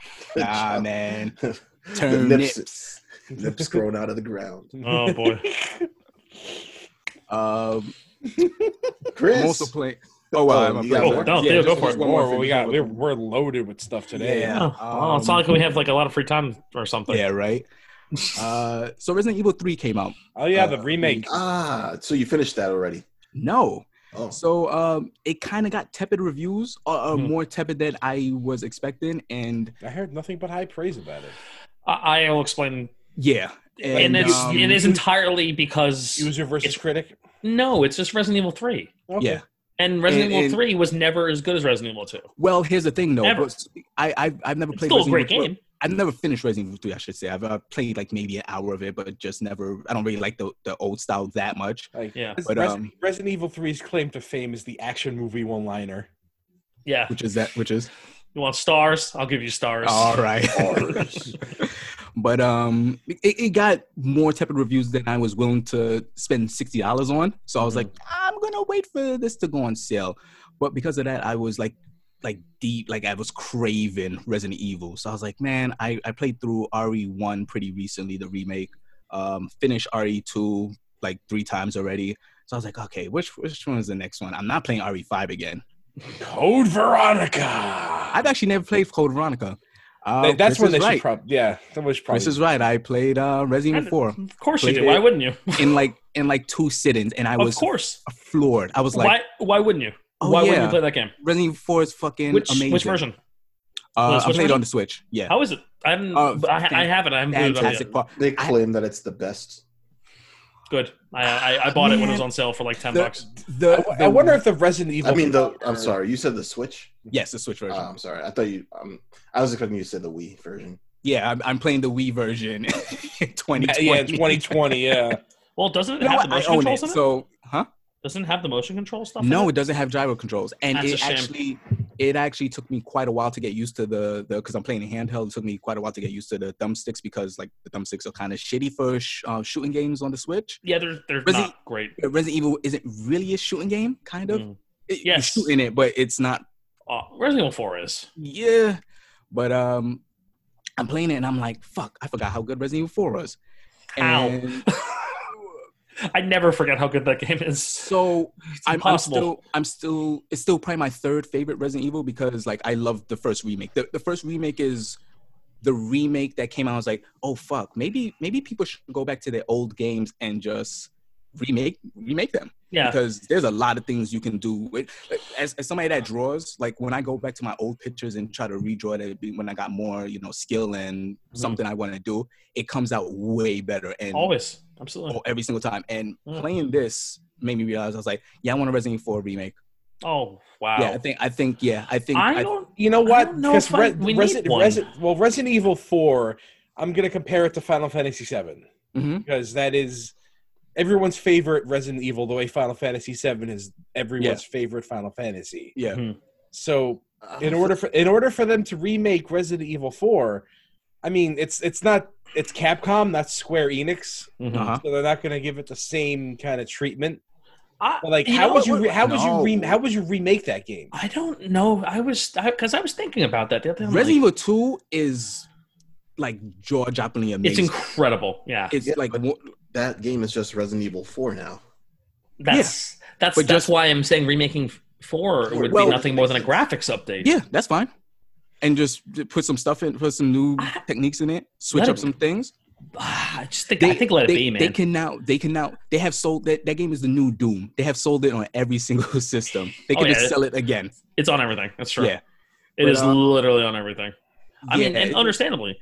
ah man Hmm. [LAUGHS] the turn nips, nips nips. [LAUGHS] growing out of the ground. [LAUGHS] Oh boy. um Chris, i'm also playing oh well Oh, i'm a you got player. more? No, Theo, go just- for just it. one more More, we thing. got, we're, we're loaded with stuff today. Yeah. Um, Oh, well, it's not like we have like a lot of free time or something. Yeah, right. [LAUGHS] uh, so Resident Evil 3 came out. Oh, yeah, the Uh, remake. ah, so you finished that already? No. Oh, So um, it kind of got tepid reviews, uh, uh Hmm. more tepid than I was expecting. And I heard nothing but high praise about it. I, I will explain. yeah. And, it's um, it is entirely because User versus It's- critic. no, it's just Resident Evil Three, Okay. Yeah. and And- Resident Evil and- Three was never as good as Resident Evil Two. Well, here's the thing, though. Ever. but I, I've, I've never It's played still a Resident great Evil. game. I've never finished Resident Evil 3, I should say. I've uh, played like maybe an hour of it, but just never. I don't really like the, the old style that much. Like, Yeah. Res- But, Res- um, Resident Evil 3's claim to fame is the action movie one liner. Yeah, Which is that? Which is you want stars? I'll give you stars. all right. [LAUGHS] Ours. but um it, it got more tepid reviews than i was willing to spend Mm-hmm. $60 on so i was like i'm gonna wait for this to go on sale but because of that i was like like deep like I was craving Resident Evil. So I was like, man, I, I played through RE1 pretty recently, the remake. Um, finished RE2 like three times already. So I was like, okay, which which one is the next one? I'm not playing RE5 again. Code Veronica. I've actually never played Code Veronica. Uh, That- that's Chris when is they right. should probably. Yeah, that was probably. Chris is right. I played uh, Resident Evil 4 Of course you Played did. Why it. wouldn't you? in like in like two sit-ins, and I Of was course. floored. I was like, why? Why wouldn't you? Oh, why wouldn't yeah. you play that game? Resident Evil 4 is fucking Which amazing. which version? On the Uh, I Switch played version? on the Switch. Yeah, How is it? I haven't. Oh, but I, I haven't. I haven't played it up yet. fantastic part. They I- claim that it's the best. Good. I, I I bought it when it was Man. on sale for like ten The- bucks. the- I, w- I the- wonder if the Resident Evil. Uh, I mean, the I'm sorry, you said the Switch. Yes, the Switch version. Uh, I'm sorry, I thought you. Um, I was expecting you to say the Wii version. yeah, I'm, I'm playing the Wee version. [LAUGHS] in 2020. Yeah, 2020. [LAUGHS] Yeah. Well, doesn't it No, have the I motion own it. controls in it? So, huh? doesn't it have the motion control stuff? in No, it? it doesn't have gyro controls, and That's a it shame. actually it actually took me quite a while to get used to the the because I'm playing in handheld. It took me quite a while to get used to the thumbsticks because like the thumbsticks are kind of shitty for sh- uh, shooting games on the Switch. Yeah, they're they're Resi- not great. But Resident Evil isn't really a shooting game, kind of. Mm. It- Yes. you're shooting it, but it's not Uh, Resident Evil Four is. yeah. But um, I'm playing it and I'm like, fuck, I forgot how good Resident Evil 4 was. How? And I never forget how good that game is. so It's I'm, I'm impossible. still, I'm still, it's still probably my third favorite Resident Evil because like I love the first remake. The, the first remake is the remake that came out. I was like, oh fuck, maybe, maybe people should go back to their old games and just remake, remake them yeah. because there's a lot of things you can do with like, as, as somebody that draws like when i go back to my old pictures and try to redraw it be- when i got more you know skill and Mm-hmm. something i want to do it comes out way better and Always. Absolutely. oh, every single time and Mm. playing this made me realize i was like yeah i want a resident evil 4 remake Oh wow. yeah i think i think yeah i think I I- don't. You know I what? don't know Because if I- we need Resident, one. Resident, well, Resident Evil Four. I'm gonna compare it to Final Fantasy Seven Mm-hmm. Mhm. because that is everyone's favorite Resident Evil. The way Final Fantasy Seven is everyone's favorite Final Fantasy. yeah So Uh, in order for in order for them to remake Resident Evil Four, I mean it's it's not it's Capcom, not Square Enix, Mhm. uh-huh. so they're not gonna give it the same kind of treatment. I, But like, you how know would you what- re- how would you re- No. how would you remake that game? I don't know. I was because I, was thinking about that the other day. I'm resident like, evil 2 is like jaw-droppingly amazing it's incredible. Yeah. it's Yeah, like but- wo- that game is just Resident Evil Four now. That's that's But that's just- why I'm saying remaking four would Well- be nothing more than a graphics update. Yeah, that's fine. And just put some stuff in, put some new techniques in it, switch Let up it- some things. Ah, I just think I think let they, it be, man. They can now, they can now, they have sold that that game is the new Doom. They have sold it on every [LAUGHS] single system. They Oh, can yeah. just sell it again. it's on everything. That's true. Yeah. It But, is uh, literally on everything. I mean, Yeah, and understandably.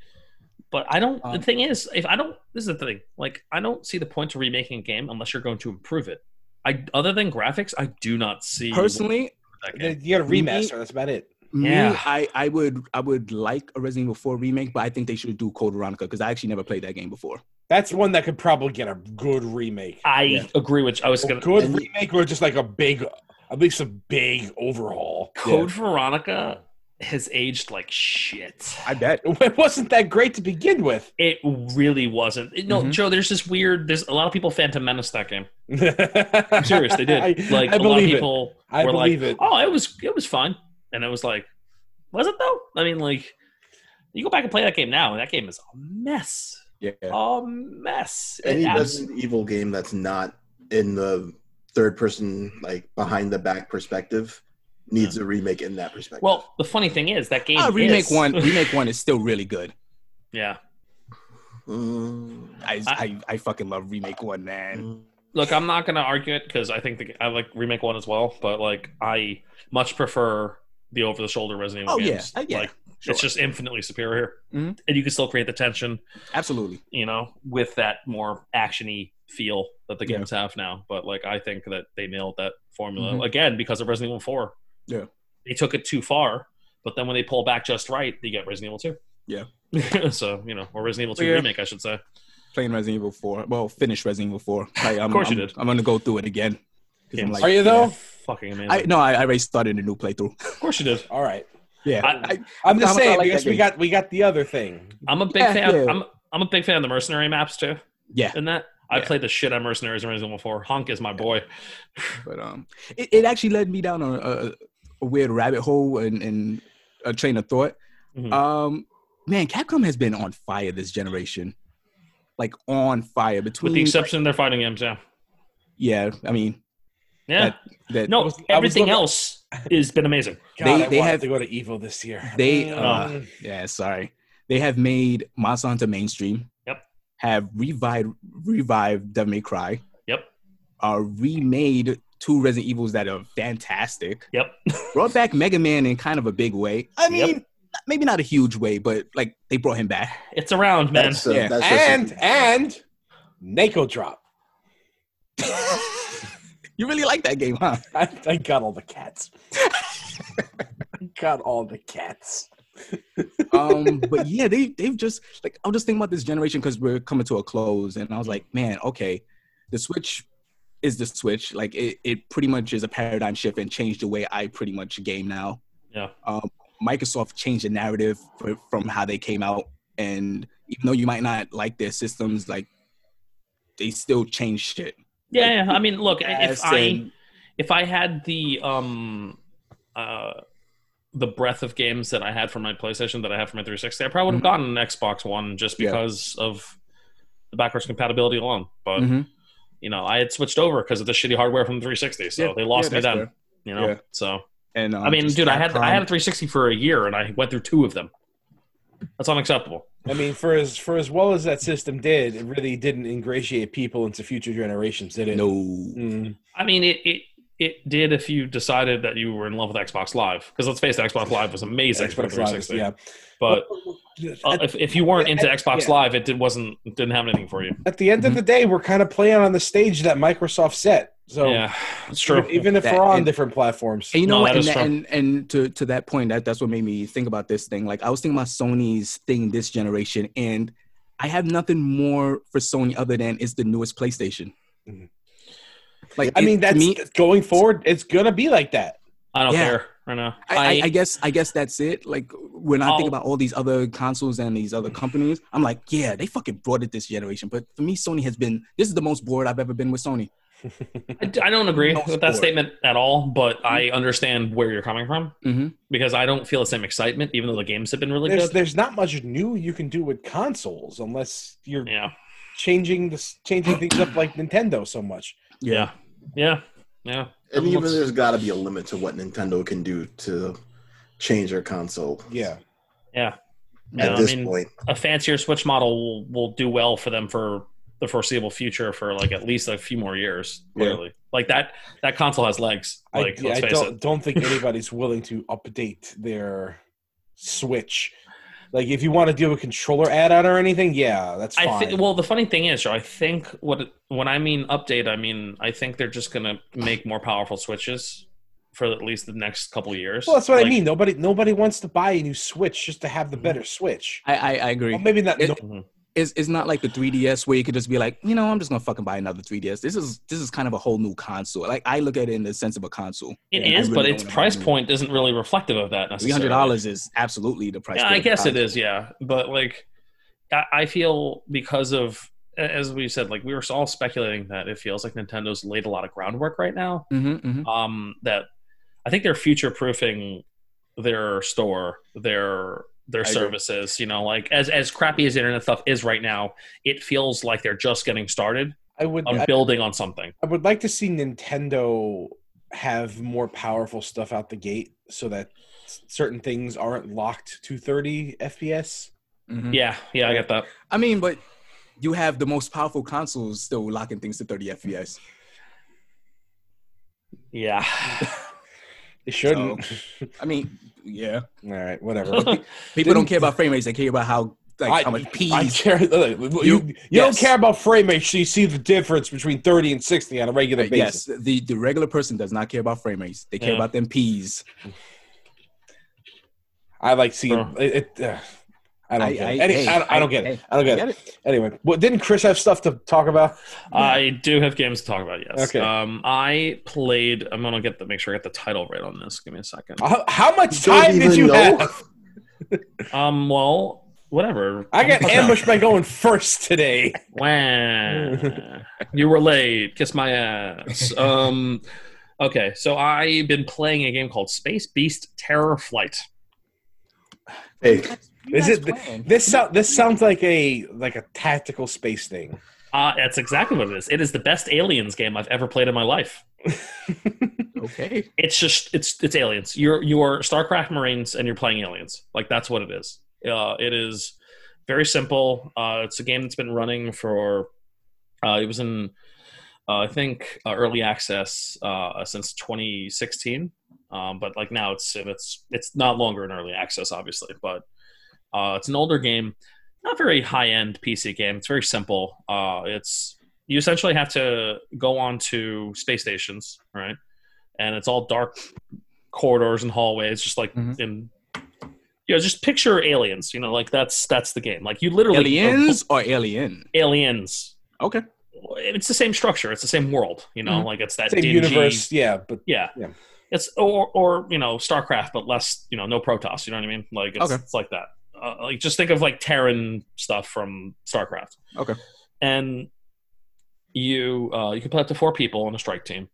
But I don't. Um, the thing is, if I don't, this is the thing. Like, I don't see the point to remaking a game unless you're going to improve it. I, other than graphics, I do not see personally, that They- game. You got a Me- remaster. That's about it. me, Yeah. I, I would, I would like a Resident Evil 4 remake, but I think they should do Code Veronica because I actually never played that game before. That's one that could probably get a good remake. I Yeah. agree with. I was A gonna good and- remake or just like a big, at least a big overhaul. Code Veronica has aged like shit. I bet. It wasn't that great to begin with. It really wasn't. It- no, Mhm. Joe. There's this weird. There's a lot of people Phantom Menace [LAUGHS] that game. I'm I'm serious. [LAUGHS] They did. like a lot of people I were like, believe it. "Oh, it was it was fun," and it was like, "Was it though?" I mean, like, you go back and play that game now, and that game is a mess. Yeah. A mess. It Any abs- Resident Evil game that's not in the third person, like behind the back perspective, needs a remake in that perspective. well, the funny thing is that game. Ah, remake is- [LAUGHS] one, remake one is still really good. yeah. Mm, I, I- I, I fucking love remake one, man. mm. Look, I'm not gonna argue it because I think the, I like remake one as well, but like I much prefer the over the shoulder Resident Oh Evil yeah, games. Uh, yeah, Like, sure. it's just infinitely superior, Mhm. and you can still create the tension. absolutely. you know, with that more actiony feel that the Yeah. games have now. But like, I think that they nailed that formula Mhm. again because of Resident Evil Four. Yeah. they took it too far, but then when they pull back just right, they get Resident Evil Two. Yeah. [LAUGHS] so you know, or Resident Evil Two Yeah. remake, I should say. playing Resident Evil 4. Well, finished Resident Evil [LAUGHS] 4. Like, I'm, Of course I'm, you did. I'm gonna go through it again. 'Cause I'm Games. like, Are you though? Fucking amazing. I no, I, I already started a new playthrough. of course you did. All right. Yeah, I- I, I'm I'm- I just saying like because that we game. got we got the other thing. I'm a big Yeah, fan. yeah. I'm I'm a big fan of the mercenary maps too. yeah. In that, I Yeah. played the shit on mercenaries in Resident Evil Four. Honk is my boy. But um, it, it actually led me down a, a a weird rabbit hole and, and a train of thought. Mhm. Um, man, Capcom has been on fire this generation, like on fire. Between with the exception of their fighting games. Yeah, yeah, I mean yeah. that no, I was- I was everything looking- else has been amazing. God, They- I they wanted have- to go to Evo this year. they Mm. uh, yeah sorry they have made Monster Hunter mainstream. Yep. Have revived revived Devil May Cry. Yep. Are remade two Resident Evils that are fantastic. Yep. [LAUGHS] brought back Mega Man in kind of a big way. I mean, not- maybe not a huge way, but like they brought him back. It's around, man. That's, uh, Yeah. that's just- and and Nako drop. [LAUGHS] [LAUGHS] you really like that game, huh? I, I got all the cats. [LAUGHS] got all the cats. Um, but yeah, they they've just like I'm just thinking about this generation because we're coming to a close, and I was like, man, okay, the Switch is the Switch. Like it, it pretty much is a paradigm shift and changed the way I pretty much game now. Yeah. Um, Microsoft changed the narrative for, from how they came out, and even though you might not like their systems, like they still change shit. yeah, yeah. I mean, look, if Yes, I and- if I had the um uh the breadth of games that I had from my PlayStation that I had from my 360, I probably would have Mhm. gotten an Xbox One just Yeah. because of the backwards compatibility alone. But Mhm. you know, I had switched over because of the shitty hardware from the 360, so Yeah, they lost yeah, me that's then. fair. You know, Yeah. so And um, I mean, just dude, I had I had a Capcom. 360 for a year and I went through two of them. That's unacceptable. I mean, for as for as well as that system did, it really didn't ingratiate people into future generations, did it? no. Mm. I mean, it it it did if you decided that you were in love with Xbox Live because let's face it, Xbox Live was amazing for the Xbox Live, 360. yeah. But uh, at, if, if you weren't into I- Xbox yeah. Live, it did, wasn't didn't have anything for you. at the end Mm-hmm. of the day, we're kind of playing on the stage that Microsoft set. So yeah, it's true. even, even if That- we're on and- different platforms, And you know No, what? that And, is that, true. and and to to that point, that that's what made me think about this thing. Like I was thinking about Sony's thing this generation, and I have nothing more for Sony other than it's the newest PlayStation. Mm-hmm. Mhm. Like I it- mean, to that's me, going forward. It's gonna be like that. I don't Yeah. care. I Oh. know. I, I, I guess I guess that's it. Like when I I'll- think about all these other consoles and these other companies, I'm like, yeah, they fucking brought it this generation. But for me, Sony has been this is the most bored I've ever been with Sony. I, I don't agree No with that sport. statement at all, but Mm-hmm. I understand where you're coming from Mhm. because I don't feel the same excitement, even though the games have been really There's good. there's not much new you can do with consoles unless you're Yeah, changing this changing things up like Nintendo so much. yeah, yeah, yeah. and even Looks- there's got to be a limit to what Nintendo can do to change their console. Yeah. Yeah, At I this mean, point, a fancier Switch model will, will do well for them for the foreseeable future for like at least a few more years. Yeah. Clearly, like that that console has legs. Like I, let's I face don't, it. don't [LAUGHS] think anybody's willing to update their Switch. Like, if you want to do a controller add-on or anything, yeah, that's fine. I think. Well, the funny thing is, Joe, I think what when I mean update, I mean I think they're just gonna make more powerful Switches for at least the next couple of years. Well, that's what I Like, Mm-hmm. mean. Nobody, nobody wants to buy a new Switch just to have the better Switch. I I, I agree. Well, maybe not. It- no- it's, it's not like the 3DS where you could just be like, you know, I'm just gonna fucking buy another 3DS. This is this is kind of a whole new console. Like I look at it in the sense of a console. It is, Yeah, I really but don't its wanna price buy it. point isn't really reflective of that Three necessarily. hundred dollars is absolutely the price. Yeah, I guess it is. Yeah, but like, I, I feel because of a- as we said, like we were all speculating that it feels like Nintendo's laid a lot of groundwork right now. Mm-hmm, mm-hmm. Um, that I think they're future proofing their store, their their agree. services. You know, like as as crappy as internet stuff is right now, it feels like they're just getting started I would. on I, building on something. I would like to see Nintendo have more powerful stuff out the gate, so that s- certain things aren't locked to 30 FPS. Yeah, yeah, I get that. mm-hmm, I mean, but you have the most powerful consoles still locking things to 30 FPS. [LAUGHS] Yeah, They shouldn't. [LAUGHS] I mean, yeah, All right, [LAUGHS] whatever. people don't care about frame rates. They care about how like I- how much I P's. care. You, you yes. don't care about frame rate, so you see the difference between 30 and 60 on a regular basis. Uh, yes, the the regular person does not care about frame rates. They care Yeah. about them P's. I like seeing Sure. it. it uh, I don't I- get I- it. Any- hey, I, don't- I don't I- get it. hey, I don't get, get it. Anyway, well, didn't Chris have stuff to talk about? I do have games to talk about. Yes. Okay. Um, I played. I'm gonna get the make sure I get the title right on this. Give me a second. How, how much don't time did even you know. have? Um. Well, whatever. Ah. I got [LAUGHS] Okay. ambushed by going first today. Wah. you were late. Kiss my ass. Um. Okay, so I've been playing a game called Space Beast Terror Flight. Hey, Uh, Is it- This sound, this sounds like a like a tactical space thing. Uh, that's exactly what it is. It is the best aliens game I've ever played in my life. okay? It's just it's it's aliens. You're you're StarCraft Marines and you're playing aliens. Like that's what it is. Uh, it is very simple. Uh, it's a game that's been running for uh, it was in uh, I think uh, early access uh, since 2016. Um, but like now it's in it's it's not longer in early access obviously, but uh, it's an older game, not very high end PC game. It's very simple. Uh, it's you essentially have to go on to space stations, right? And it's all dark corridors and hallways, just like Mhm. in you know, just picture aliens. You know, like that's that's the game. Like you literally Aliens or alien? aliens Okay. it's the same structure. It's the same world. You know, Mhm. like it's that Mm-hmm. Same dingy, universe, yeah, but Yeah. Yeah. It's or or you know StarCraft, but less you know no Protoss. You know what I mean? Like it's, Okay. it's like that. Uh, like just think of like Terran stuff from StarCraft. Okay. And you uh, you can play up to four people on a strike team,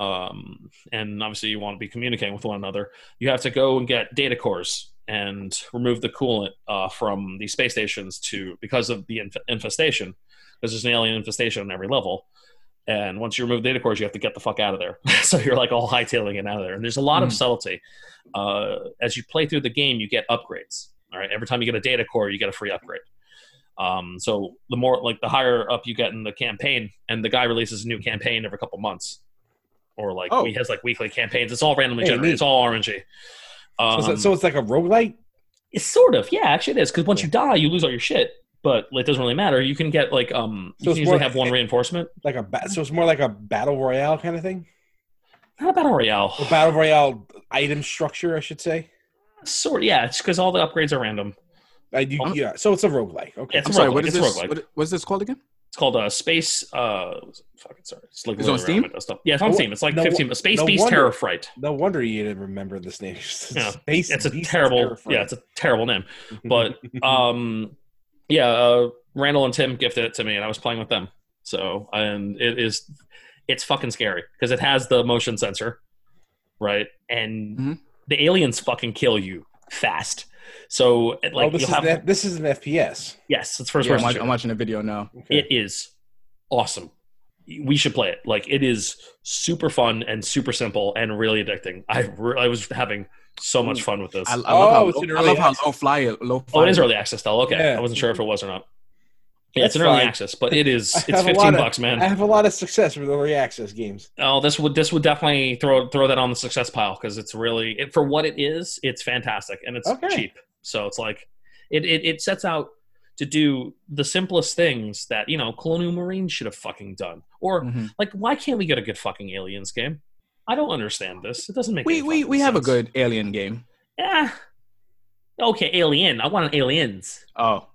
um, and obviously you want to be communicating with one another. You have to go and get data cores and remove the coolant uh, from the space stations to because of the inf- infestation. Because there's an alien infestation on every level. And once you remove data cores, you have to get the fuck out of there. [LAUGHS] so you're like all hightailing it out of there. And there's a lot Hmm. Mm. of subtlety. Uh, as you play through the game, you get upgrades. All right. Every time you get a data core, you get a free upgrade. Um, so the more like the higher up you get in the campaign, and the guy releases a new campaign every couple months, or like Oh. he has like weekly campaigns. It's all randomly Hey, generated. neat. It's all RNG. so, Um, it's, so it's like a roguelite? it's sort of yeah, actually it is because once you die, you lose all your shit. But like, it doesn't really matter. You can get like um, So you it's can usually more- have one reinforcement. Like a ba- so it's more like a battle royale kind of thing? Not a battle royale. Or battle royale item structure, I should say. Sort yeah, it's because all the upgrades are random. I you, Huh? yeah, so it's a roguelike. Okay. Yeah, it's I'm a sorry. roguelike. What is It's a this? roguelike. What, what's this called again? It's called uh, Space. Uh, fucking sorry, it's like It's on literally Steam? around my desktop. Yeah, it's on No- Steam. It's like no fifteen. wo- But Space no Beast wonder- Terror Fright. No wonder you didn't remember this name. [LAUGHS] Yeah. Space It's a Beast terrible. Terrifier. Yeah, it's a terrible name. [LAUGHS] But um, yeah, uh, Randall and Tim gifted it to me, and I was playing with them. So and it is, it's fucking scary because it has the motion sensor, right? And Mhm. the aliens fucking kill you fast. So like well, Mm-hmm. Oh, this, you'll is have an, this is an FPS. yes, it's first Yeah, I'm, person. watch- shooter. I'm watching a video now. Okay. It is awesome. We should play it. Like it is super fun and super simple and really addicting. I re- I was having so much fun with this. I, I love, Oh, how, it's low, an I early love how access. low flyer. Low oh, flyer. it is early access though. Okay, Yeah. I wasn't sure if it was or not. Yeah, That's it's an early fine. access, but it is. [LAUGHS] I It's have a lot fifteen of- bucks, man. I have a lot of success with early access games. oh, this would this would definitely throw throw that on the success pile because it's really it, for what it is. It's fantastic and it's Okay. cheap. So it's like it, it it sets out to do the simplest things that you know Colonial Marines should have fucking done or Mm. Mhm. Like, why can't we get a good fucking aliens game? I don't understand this. It doesn't make. We any we fucking we have a sense. good alien game. Eh. Okay, alien. I want an aliens. Oh,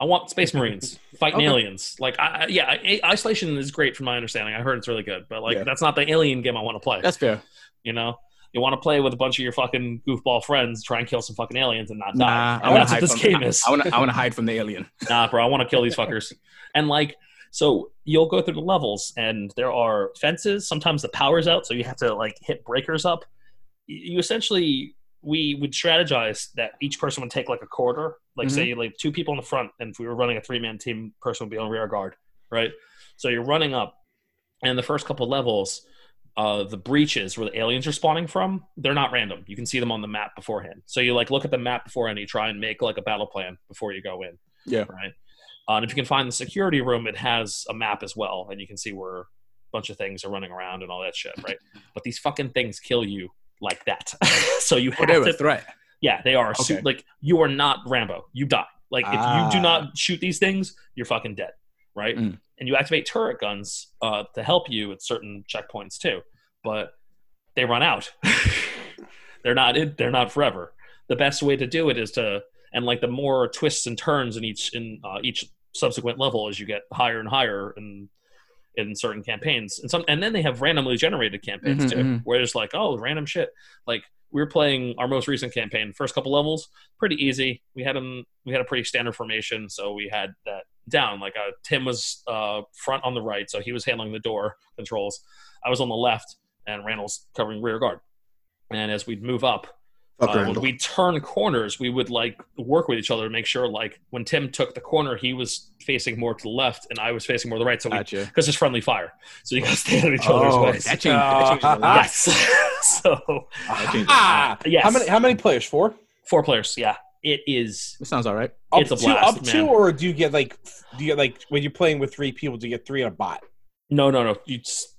I want space marines fighting Okay. aliens. Like, I, I- yeah, I, isolation is great from my understanding. I heard it's really good, but like, Yeah. that's not the alien game I want to play. that's fair. you know, you want to play with a bunch of your fucking goofball friends, try and kill some fucking aliens and not die. Nah, I And want that's to hide what this from. game I- is. I want to I want [LAUGHS] to hide from the alien. nah, bro, I want to kill these fuckers. And like, so you'll go through the levels, and there are fences. Sometimes the power's out, so you have to like hit breakers up. Y- You essentially we would strategize that each person would take like a quarter. Like Mm-hmm. say like two people in the front, and if we were running a three man team, person would be on rear guard, right? So you're running up, and the first couple levels. Uh, the breaches where the aliens are spawning from they're not random you can see them on the map beforehand so you like look at the map beforehand you try and make like a battle plan before you go in right? Uh, and if you can find the security room, it has a map as well, and you can see where a bunch of things are running around and all that shit, right? But these fucking things kill you like that, [LAUGHS] so you have Whatever to. [LAUGHS] threat. yeah, they are su- Okay. like you are not Rambo. You die. Like if you Ah. do not shoot these things, you're fucking dead, right? Mm. And you activate turret guns uh, to help you at certain checkpoints too, but they run out. [LAUGHS] they're not. In, they're not forever. The best way to do it is to and like the more twists and turns in each in uh, each subsequent level as you get higher and higher in in certain campaigns and some and then they have randomly generated campaigns Mhm, too mhm. where it's like oh random shit like we were playing our most recent campaign first couple levels pretty easy we had them we had a pretty standard formation so we had that down like uh, tim was uh, front on the right so he was handling the door controls i was on the left and Randall's covering rear guard. And as we'd move up, Fuck uh, when Randall. we turn corners, we would like work with each other to make sure, like when Tim took the corner, he was facing more to the left and I was facing more to the right. So we, Gotcha. because Oh, there's friendly fire, so you got to stay out of each other's Oh, ah. that ways. changed, that [LAUGHS] changed a lot. yes. so [LAUGHS] changed Ah! yes, How many? How many players? Four. four players. Yeah, it is. That sounds all right. Up It's a two, blast, up two, man. or do you get like? Do you get like when you're playing with three people? Do you get three on a [LAUGHS] bot? [LAUGHS] No, no, no. You just,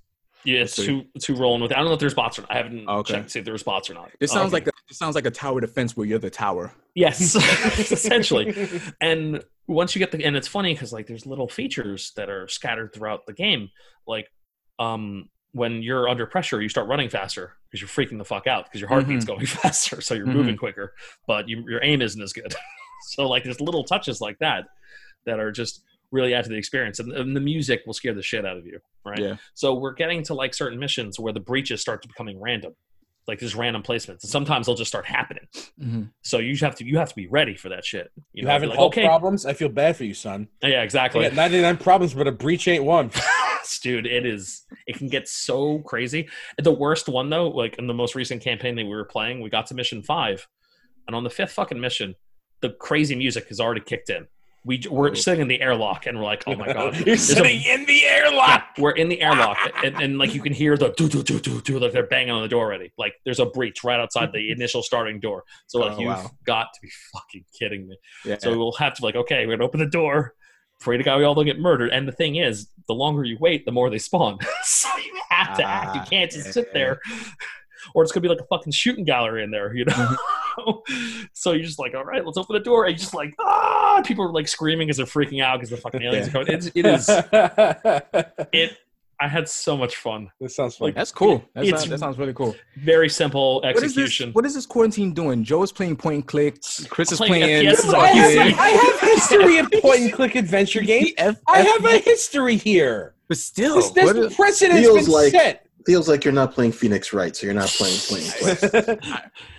yeah, it's Let's two two rolling with. I don't know if there's bots or not. I haven't Okay. checked to see if there's bots or not. This Um, sounds like a, this sounds like a tower defense where you're the tower. [LAUGHS] yes, [LAUGHS] essentially. And once you get the and it's funny because like there's little features that are scattered throughout the game. Like, um, when you're under pressure, you start running faster because you're freaking the fuck out because your heartbeat's going [LAUGHS] faster, so you're Mhm. moving quicker, but you, your aim isn't as good. [LAUGHS] so like there's little touches like that that are just really add to the experience, and, and the music will scare the shit out of you, right? Yeah. So we're getting to like certain missions where the breaches start to becoming random, like just random placements, and sometimes they'll just start happening. Mm-hmm. So you have to you have to be ready for that shit. You, You know, having like, health okay, problems? I feel bad for you, son. yeah, I got [LAUGHS] exactly, 99 problems, but a breach ain't one. dude. It is it can get so crazy. The worst one though, like in the most recent campaign that we were playing, we got to mission five, and on the fifth fucking mission, the crazy music has already kicked in. We we're Oh. sitting in the airlock and we're like, [LAUGHS] oh my [LAUGHS] god, You're There's a- sitting in the airlock. Yeah, we're in the airlock, and, and like you can hear the do do do do do like they're banging on the door already. Like there's a breach right outside [LAUGHS] the initial starting door. So like Oh, you've wow. got to be fucking kidding me. Yeah. So we'll have to like okay, we're gonna open the door. Pray to God we all don't get murdered. And the thing is, the longer you wait, the more they spawn. [LAUGHS] so you have to act. You Ah, can't just yeah. sit there. Or it's gonna be like a fucking shooting gallery in there, you know. Mm-hmm. [LAUGHS] so you're just like, all right, let's open the door. And you're just like, ah, people are like screaming because they're freaking out because the fucking aliens Yeah. are coming. It's, [LAUGHS] [LAUGHS] it is that it i had so much fun sounds funny. That's cool. That It's- sounds, that sounds really cool. very simple What is this? execution What is this quarantine doing? Joe is playing point and click. Chris is I'm playing playing. FPS on I Yeah. have, I have history of point and click adventure games. F- I have a history here. but still, This, what this is- precedent's Feels been like- set. Feels like you're not playing Phoenix right, so you're not playing Phoenix. Wright.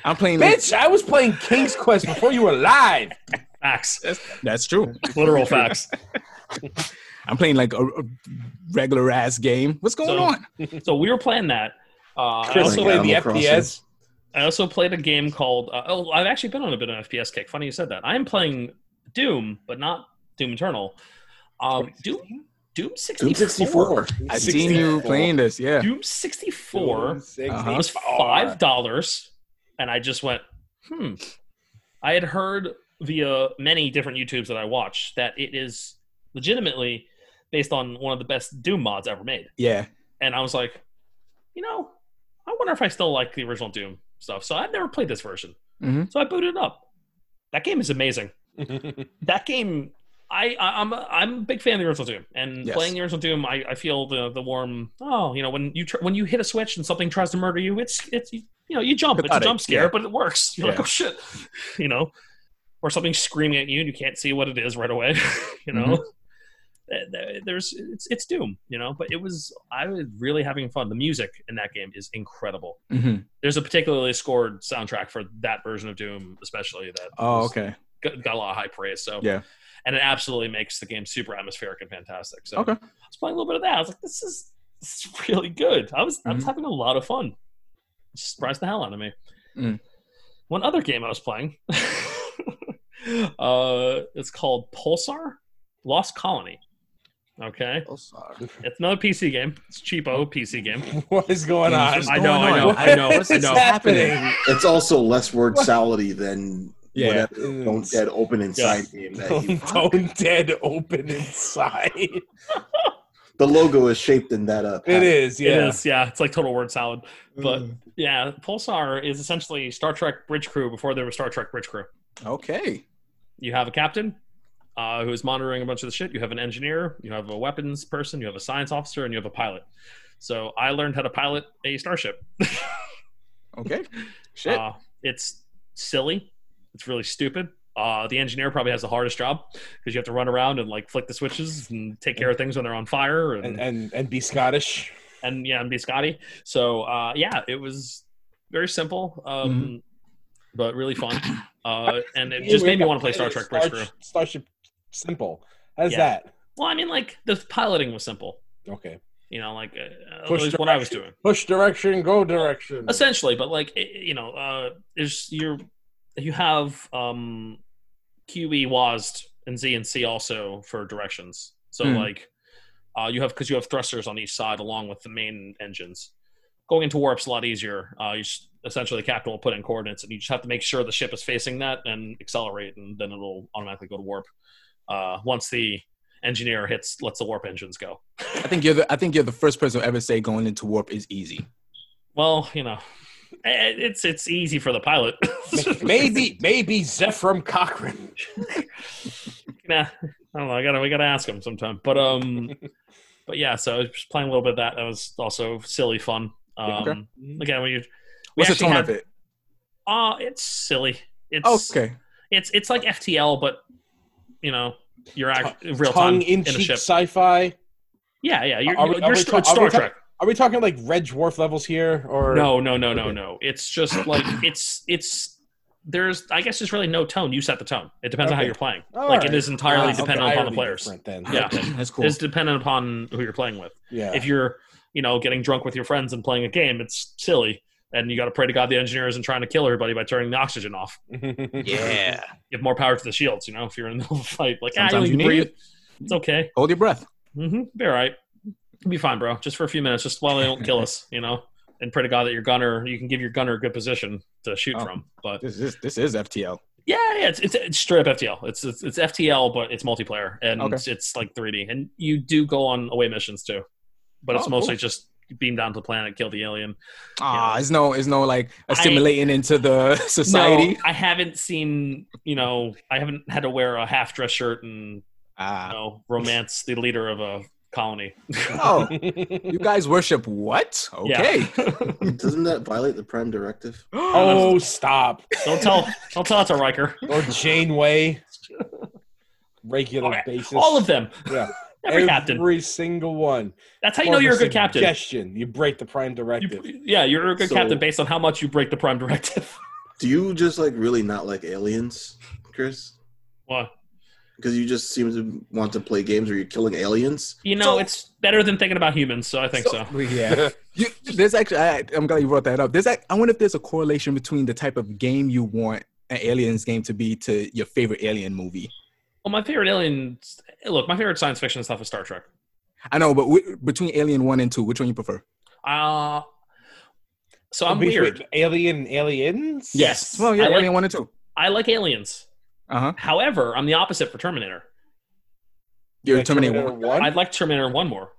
I'm playing. Bitch, I was playing King's Quest before you were alive. facts That's true. literal facts I'm playing like a, a regular ass game. What's going So- on? so we were playing that uh, I, Chris like also, played the Animal Crossing. FPS. I also played a game called uh, oh i've actually been on a bit of an fps kick funny you said that i'm playing doom but not doom eternal um doom doom 64 Doom 64. I've seen you playing this. Yeah. Doom 64 Uh-huh. It was five dollars, and I just went, hmm. I had heard via many different YouTubes that I watched that it is legitimately based on one of the best Doom mods ever made, Yeah. and I was like, you know, I wonder if I still like the original Doom stuff. So I've never played this version, Mhm. so I booted it up. That game is amazing. That game. I, I, I'm a, I'm a big fan of the original Doom, and Yes. playing the original Doom, I, I feel the the warm. Oh, you know when you tr- when you hit a switch and something tries to murder you, it's it's you know you jump. It's Cathartic, a jump scare, yeah. but it works. [LAUGHS] You're like Yeah. oh shit, you know, or something's screaming at you and you can't see what it is right away. [LAUGHS] you know, Mm-hmm. Th- th- there's it's it's Doom, you know. But it was I was really having fun. The music in that game is incredible. Mhm. There's a particularly scored soundtrack for that version of Doom, especially that. Oh, was- okay. got, got a lot of high praise. So Yeah. and it absolutely makes the game super atmospheric and fantastic. So Okay. I was playing a little bit of that. I was like, this is this is really good. I was I was Mhm. having a lot of fun. It surprised the hell out of me. Mm. One other game I was playing, [LAUGHS] uh, it's called Pulsar Lost Colony. Okay, Oh, sorry. it's another PC game. It's a Mm. cheapo PC game. [LAUGHS] What is going on? What's uh, I know, going I know, on? I know, What I is know. happening? It's also less word salady than Yeah. whatever Don't [LAUGHS] Dead Open Inside game. That he, Bone dead open inside. It the logo is shaped in that uh, up. is, yeah. It is, yeah. It's like total word salad. But Mm. yeah, Pulsar is essentially Star Trek Bridge Crew before there was Star Trek Bridge Crew. Okay. you have a captain uh, who is monitoring a bunch of the shit. You have an engineer, you have a weapons person, you have a science officer, and you have a pilot. So I learned how to pilot a starship. [LAUGHS] Okay. Shit. uh, it's silly. It's really stupid. Uh, the engineer probably has the hardest job because you have to run around and like flick the switches and take care of things when they're on fire and And, and, and and be Scottish. yeah and be Scotty. So uh, yeah, it was very simple, um, but really fun. Uh, and it just made me want to play Star Trek Bridge Crew. Starship Simple. How's Yeah. that? Well, I mean, like the piloting was simple. Okay. You know, like uh, Push at least what I was doing. Push direction, go direction. essentially but like it- you know uh there's you're you have um E qe wasd and z and c also for directions so Hmm. like uh you have because you have thrusters on each side along with the main engines going into warp's a lot easier uh you just, essentially the captain will put in coordinates and you just have to make sure the ship is facing that and accelerate and then it'll automatically go to warp uh once the engineer hits lets the warp engines go I think you're the I think you're the first person to ever say going into warp is easy. well you know it- it's it's easy for the pilot [LAUGHS] maybe, maybe Zephram Cochrane. nah, I don't know. I gotta, we gotta ask him sometime. [LAUGHS] But um, but yeah. So I was just playing a little bit of that. That was also silly fun. Um, Yeah, okay. again, when you we What's the actually tone had- of it? Oh, Uh, it's silly. It's okay. It's it's like FTL, but you know, you're act- real time Tongue in in a cheek ship. sci-fi. Yeah, yeah. You're, Are we- you're, are we st- ta- it's are we Star ta- Trek. Are we talking like Red Dwarf levels here, or No, no, no, no, Okay. no. It's [CLEARS THROAT] just like it's it's there's I guess there's really no tone. You set the tone. It depends on how Okay. you're playing. All like right. it is entirely Ah, dependent okay. upon the Entirely players. different Then. Yeah. That's cool. It's dependent upon who you're playing with. yeah. if you're you know getting drunk with your friends and playing a game it's silly and you got to pray to god the engineer isn't trying to kill everybody by turning the oxygen off Yeah. give more power to the shields you know if you're in the middle of a fight like ah, Sometimes you, you need need to breathe it's okay Hold your breath. mm-hmm. be all right You'll be fine bro just for a few minutes just while they don't kill us you know and pray to god that your gunner you can give your gunner a good position to shoot Oh. from but This is this is FTL. yeah, yeah, it's, it's it's straight up FTL. It's it's, it's FTL, but it's multiplayer and Okay. it's, it's like 3D. And you do go on away missions too, but it's Oh, mostly cool. just beam down to the planet, kill the alien. Ah, it's no it's no like I- assimilating into the [LAUGHS] society. No, I haven't seen you know I haven't had to wear a half dress shirt and you Ah. know romance the leader of a colony. Oh, you guys worship what? [GASPS] Okay. Mm. Doesn't that violate the prime directive? [LAUGHS] oh, stop. [LAUGHS] don't tell don't tell it to [LAUGHS] Riker. Or Janeway. Regular Okay. basis. All of them, Yeah. [LAUGHS] every, captain. Every single one. That's how you know you're a good captain. Suggestion. You break the prime You- directive. yeah, you're a good So- captain based on how much you break the prime directive. [LAUGHS] Do you just like really not like aliens, Chris? What? Because you just seem to want to play games where you're killing aliens. You know, So- it's better than thinking about humans, so I think so. Yeah. [LAUGHS] You, there's actually, I, I'm glad you brought that up. There's, ac- I wonder if there's a correlation between the type of game you want an aliens game to be to your favorite alien movie. Well, my favorite alien, look, my favorite science fiction stuff is Star Trek. I know, but w- between Alien One and Two, which one you prefer? Uh, so I'm Wait, wait, weird. Alien aliens? Yes. Well, yeah, I like- Alien One and Two. I like aliens. Uh huh. However, I'm the opposite for Terminator. You're Yeah, Terminator One. one. I'd like Terminator 1 more.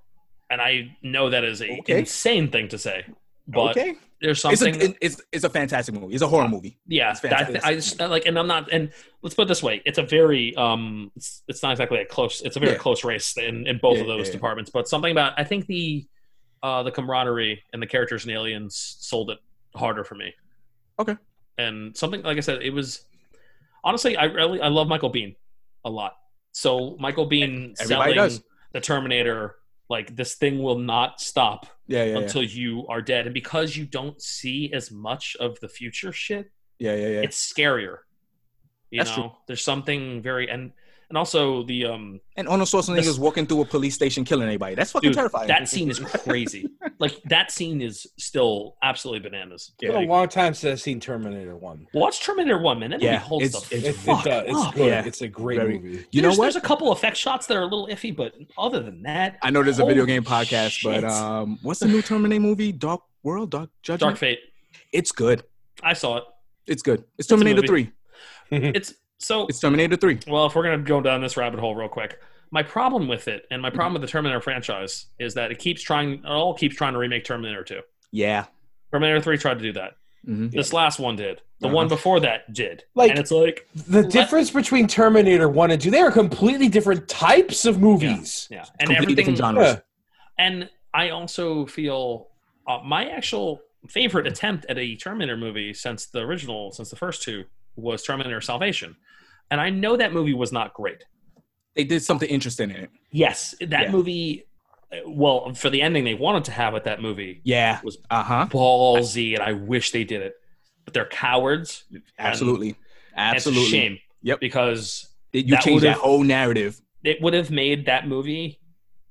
And I know that is a Okay. insane thing to say. But okay. there's It's a, something. it- it's it's a fantastic movie. It's a horror movie. yeah, it's that, I just I like, and I'm not. And let's put it this way: it's a very, um, it's, it's not exactly a close. It's a very Yeah. close race in, in both Yeah, of those yeah, yeah. departments. But something about I think the, uh, the camaraderie and the characters and aliens sold it harder for me. Okay. And something like I said, it was honestly I really I love Michael Bean a lot. So Michael Bean Everybody selling does. the Terminator like this thing will not stop Yeah, yeah, yeah, until you are dead, and because you don't see as much of the future shit yeah, yeah. yeah. it's scarier. You That's know, there's something very and and also the um And Arnold Schwarzenegger This- is walking through a police station killing anybody. That's fucking dude, terrifying. that scene is crazy. like that scene is still absolutely bananas. It's been a Like, long time since I've seen Terminator 1. watch Terminator One, man. That movie Yeah, holds it's- the it's- It, it fuck does. It's up. good. Yeah. It's a great Very- movie. you know there's, what? There's a couple effect shots that are a little iffy, but other than that, I know there's a video Holy game podcast, shit. but um, what's the new Terminator movie? Dark World, Dark Judgment. Dark Fate. It's good. I saw it. It's good. It's a Terminator movie. Three. It's so It's Terminator Three. Well, if we're going to go down this rabbit hole real quick, my problem with it and my Mm-hmm. problem with the Terminator franchise is that it keeps trying, it all keeps trying to remake Terminator 2. Yeah. Terminator 3 tried to do that. Mhm. This last one did. The Uh-huh. one before that did. Like- and it's like, The difference between Terminator 1 and 2, they are completely different types of movies. yeah. And Completely everything. different genres. Yeah. And I also feel uh, my actual favorite attempt at a Terminator movie since the original, since the first two, was Terminator Salvation. And I know that movie was not great. They did something interesting in it. Yes, that Yeah. movie. uh, Well, for the ending they wanted to have with that movie, Yeah. Was- Uh huh. ballsy, and I wish they did it. But they're cowards. Absolutely. and it's a Absolutely. shame. Yep. Because That you That changed that would've- whole narrative. it would have made that movie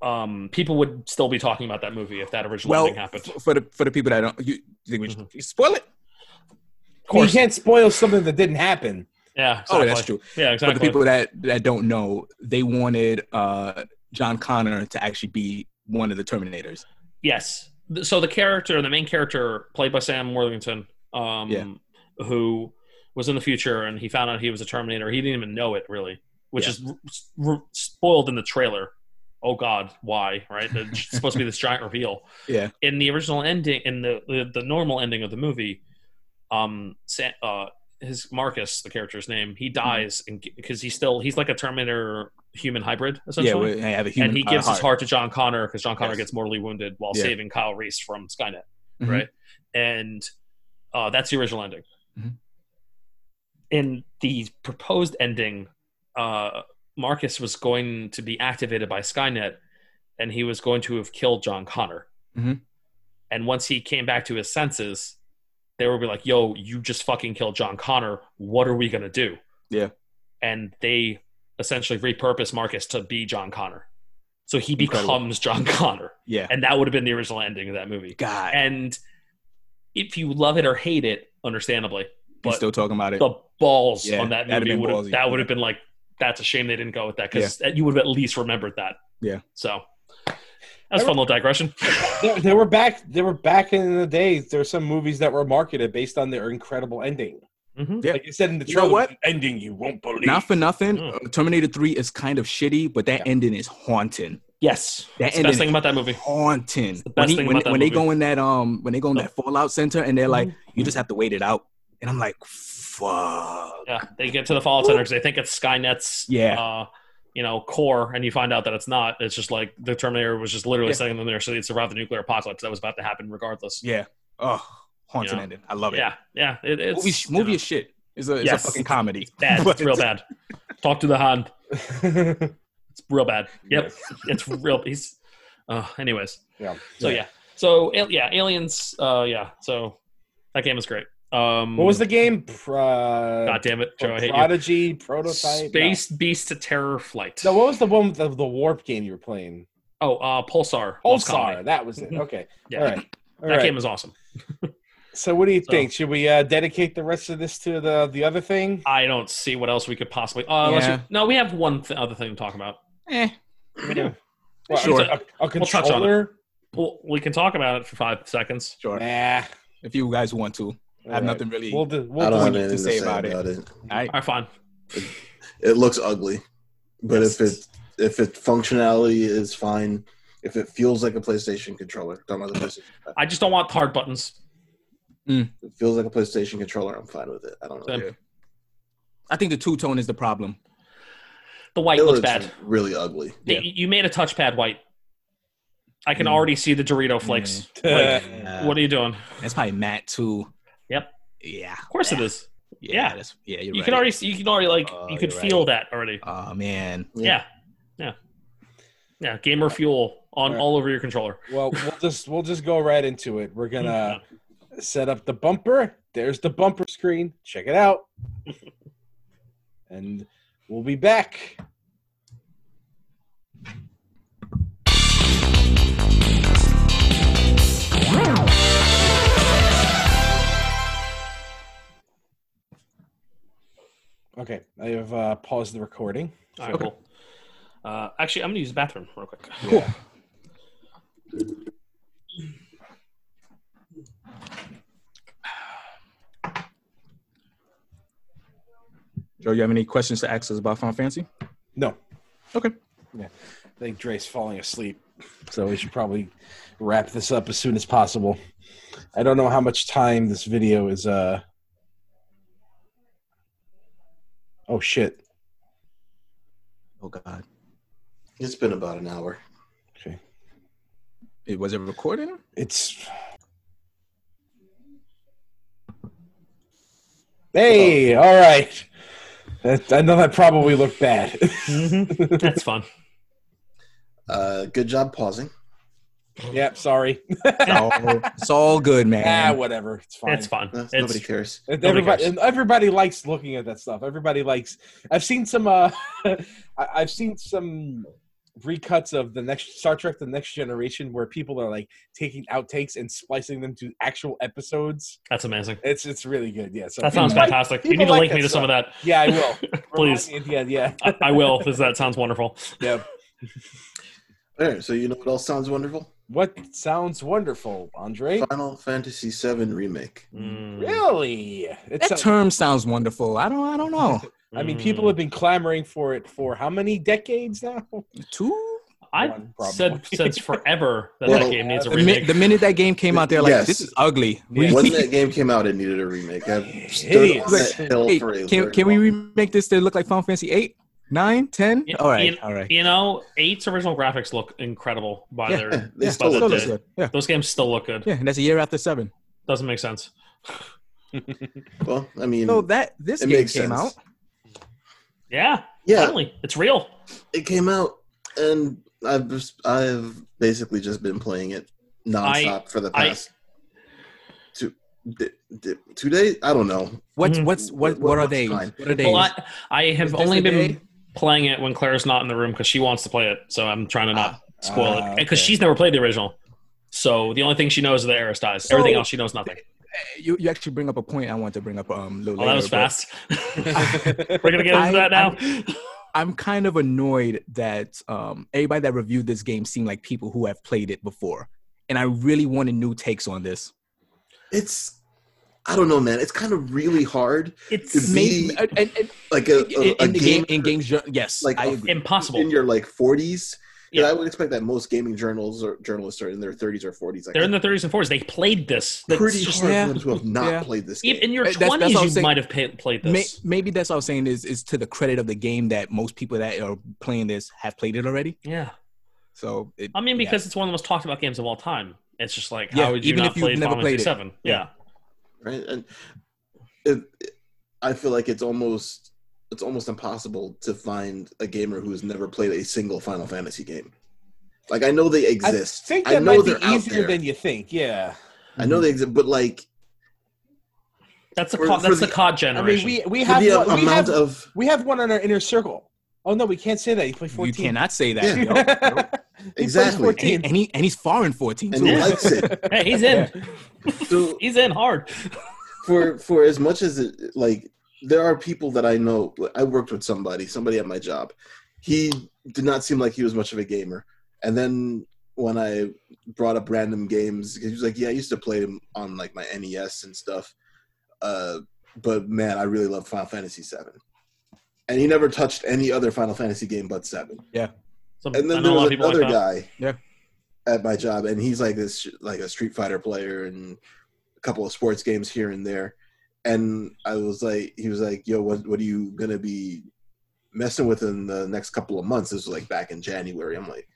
um, people would still be talking about that movie if that original Well, thing happened. Mm-hmm. f- for the for the people that don't, you, you think we should spoil it? Of You course, can't spoil something that didn't happen. yeah. Oh, exactly. that's true. Yeah, For exactly. the people that that don't know, they wanted uh, John Connor to actually be one of the Terminators. Yes. Th- So the character, the main character, played by Sam Worthington, um, Yeah. who was in the future, and he found out he was a Terminator. He didn't even know it really, which Yeah. is r- s- r- spoiled in the trailer. Oh God, why? Right? [LAUGHS] It's supposed to be this giant reveal. Yeah. In the original ending, in the the, the normal ending of the movie, um, Sam, uh, his Marcus, the character's name, Mm-hmm. he dies because he's still he's like a Terminator human hybrid essentially Yeah, we- they have a human. and he uh, gives his heart to John Connor because John Connor Yes. gets mortally wounded while Yeah. saving Kyle Reese from Skynet, Mhm. right? And uh, that's the original ending. Mhm. In the proposed ending, uh, Marcus was going to be activated by Skynet, and he was going to have killed John Connor. Mhm. And once he came back to his senses, they would be like, "Yo, you just fucking killed John Connor. What are we gonna do?" Yeah. And they essentially repurpose Marcus to be John Connor. So he Incredible. becomes John [LAUGHS] Connor. Yeah. And that would have been the original ending of that movie. God, And if you love it or hate it, understandably, he's but still talking about it. the balls Yeah, on that that'd have movie been would have, ballsy. that would have been like, that's a shame they didn't go with that because you would have at least remembered that. Yeah. So that's a fun little digression. There, there were back. There were back in the days. There were some movies that were marketed based on their incredible ending. Mhm. Yeah. Like you said in the You know trailer, what? "An ending you won't believe. [LAUGHS] Not for nothing. Mm. uh, Terminator Three is kind of shitty, but that ending is haunting. Yes. That That's the ending- best thing about that movie. Haunting. the best when he- thing when, about that when they movie. Mm-hmm. go in that um when they go in that Fallout Center and they're like, you just have to wait it out, and I'm like, fuck. Yeah. They get to the Fallout Center because they think it's Skynet's. Yeah. Uh, you know, core, and you find out that it's not. It's just like the Terminator was just literally Yeah. sending them there so they'd survive the nuclear apocalypse that was about to happen, regardless. Yeah. Oh, haunting Yeah. ending. I love it. Yeah, yeah. It, it's movie you movie know, is shit. It's a, it's Yes. a fucking comedy. [LAUGHS] bad. But It's real bad. Talk to the hand. It's real bad. Yep, Yes. it's real. He's. Uh, anyways, Yeah. so yeah, so al- yeah, aliens. Uh, yeah, so that game is great. Um, What was the game? uh, Pro- God damn it, Joe! I hate you. Prodigy prototype. Space Beast to Terror Flight. No. no, what was the one with the, the warp game you were playing? Oh, uh, Pulsar. Lost Colony. Pulsar. That [LAUGHS] was it. Okay. Yeah, All right. All that right. game is awesome. So, what do you So- think? Should we uh, dedicate the rest of this to the the other thing? I don't see what else we could possibly. Uh, unless Yeah. you- no, we have one th- other thing to talk about. Eh. We do. Well, Sure. A, a We'll touch on it. controller. Well, we can talk about it for five seconds. Sure. Nah. If you guys want to, I have All right. nothing really. We'll do. I We'll don't do have you have anything to say about, it? it. I, All right, fine. It looks ugly, but Yes. if it if it functionality is fine, if it feels like a PlayStation controller, don't know the PlayStation. I just don't want hard buttons. If it feels like a PlayStation controller. I'm fine with it. I Oh, don't know. Same. I think the two tone is the [LAUGHS] problem. The white It looks bad. really ugly. They- Yeah. You made a touchpad white. I can Mm. already see the Dorito flakes. [LAUGHS] Like, Uh, what are you doing? That's probably matte too. Yep. Yeah. Of course it is. Yeah. Yeah. That's, yeah you're You right. can already see. You can already like. Oh, you could you're feel that already. Oh man. Yeah. Yeah. Yeah. Gamer fuel on Alright. all over your controller. Well, we'll just we'll just go right into it. We're gonna set up the bumper. There's the bumper screen. Check it out. and we'll be back. Okay, I have uh, paused the recording. All right, cool. Uh, actually, I'm gonna use the bathroom real quick. Cool. Joe, you have any questions to ask us about Final Fantasy? No. Okay. Yeah. I think Dre's falling asleep. So we should probably wrap this up as soon as possible. I don't know how much time this video is uh Oh shit. Oh God. It's been about an hour. Okay. It was it [LAUGHS] recording? It's Hey, all right. That, I know that probably looked bad. [LAUGHS] Mm-hmm. That's fun. Uh, good job pausing. yep, sorry. No. it's all good, ah, man. whatever. It's fine. It's fun. No, It's Uh, nobody cares. And Nobody everybody, cares. and everybody likes [LAUGHS] looking at that stuff. Everybody likes. I've seen some. Uh, I- I've seen some recuts of the next Star Trek: The Next Generation, where people are like taking outtakes and splicing them to actual episodes. That's amazing. It's it's really good. Yeah, so That sounds people like- fantastic. You people need to like link me that to some of that. Yeah, I [LAUGHS] will. Please. Remind me at the end, yeah, I, I will. 'cause That sounds wonderful. yeah. All right, so you know what else sounds wonderful? What sounds wonderful, Andre? Final Fantasy VII remake. Mm. Really? It That sounds- term sounds wonderful. I don't. I don't [LAUGHS] know. I mean, people have been clamoring for it for how many decades now? [LAUGHS] Two. I One, probably. said since forever that Well, that game needs a The, mi- remake. the minute that game came out, they're like, Yes. "This is [LAUGHS] ugly." Yeah. When [LAUGHS] that game came out, it needed a remake. I've stood on that Hideous. hill Hey, for a can, very can we long- remake this to look like Final Fantasy 8, 9, 10? Yeah, all right, yeah. all right. you know, eight's original graphics look incredible Yeah, by Yeah, their. they Yeah, still so look that's good. good. Yeah, Those games still look good. yeah, and that's a year after seven. Doesn't make sense. Well, I mean, So that this it game came makes sense. out. Yeah, yeah, finally, it's real. it came out, and I've just, I've basically just been playing it nonstop for the I- past two di- di- two days. I don't know. What's Mhm. what's what? What are What's they? fine? What are they? Well, I, I have Is this only the been day? playing it when Claire's not in the room because she wants to play it. So I'm trying to not spoil ah, it because okay. she's never played the original. So the only thing she knows is the Eris dies. So- Everything else she knows nothing. you you actually bring up a point I want to bring up. Um, a little Oh, later, that was but fast. [LAUGHS] We're gonna get into I- that now. I'm kind of annoyed that um everybody that reviewed this game seemed like people who have played it before, and I really wanted new takes on this. It's I don't know, man. It's kind of really hard. it's Maybe- Maybe- uh, and- and- and- Like a, in, a, a in the game, game, in games, gen- yes, like I a- agree. impossible. in your like 40s. Yeah. Yeah. I would expect that most gaming journals or journalists are in their 30s or 40s. Like, They're in their 30s and 40s. They played this. That's pretty just- hard Yeah. for them to have not Yeah. played this game. even in your That's- that's what I was 20s, you saying. might have pa- played May, this. maybe that's what I'm saying is is to the credit of the game that most people that are playing this have played it already. yeah. So it, I mean, yeah. because it's one of the most talked about games of all time. It's just like, Yeah, how would you even not if you've play never Final Fantasy played it. Seven? Yeah. right? And it, it- I feel like it's almost it's almost impossible to find a gamer who has never played a single Final Fantasy game. Like I know they I exist. I, think that know might be they're out easier there. than you think. Yeah. I know they exist, but like That's the For- COD, for that's the the- COD I generation. mean, we we for have the one, we amount have of we have one on our inner circle. Oh no, we can't say that. He played you fourteen. [LAUGHS] cannot say that. Yeah. yo. [LAUGHS] Nope. He plays exactly, 14. And, he, and he and he's foreign 14 and too. he Yeah. likes it. [LAUGHS] hey, he's in. So he's in hard. for for as much as it, like there are people that I know. I worked with somebody, somebody at my job. He did not seem like he was much of a gamer. And then when I brought up random games, he was like, "Yeah, I used to play them on like my NES and stuff." Uh, but man, I really love Final Fantasy VII. And he never touched any other Final Fantasy game but Seven. Some, And I then know there a lot of was people another like that. guy Yeah. at my job, and he's like this, like a Street Fighter player and a couple of sports games here and there. And I was like, he was like, "Yo, what what are you gonna be messing with in the next couple of months?" This was like back in January. I'm like,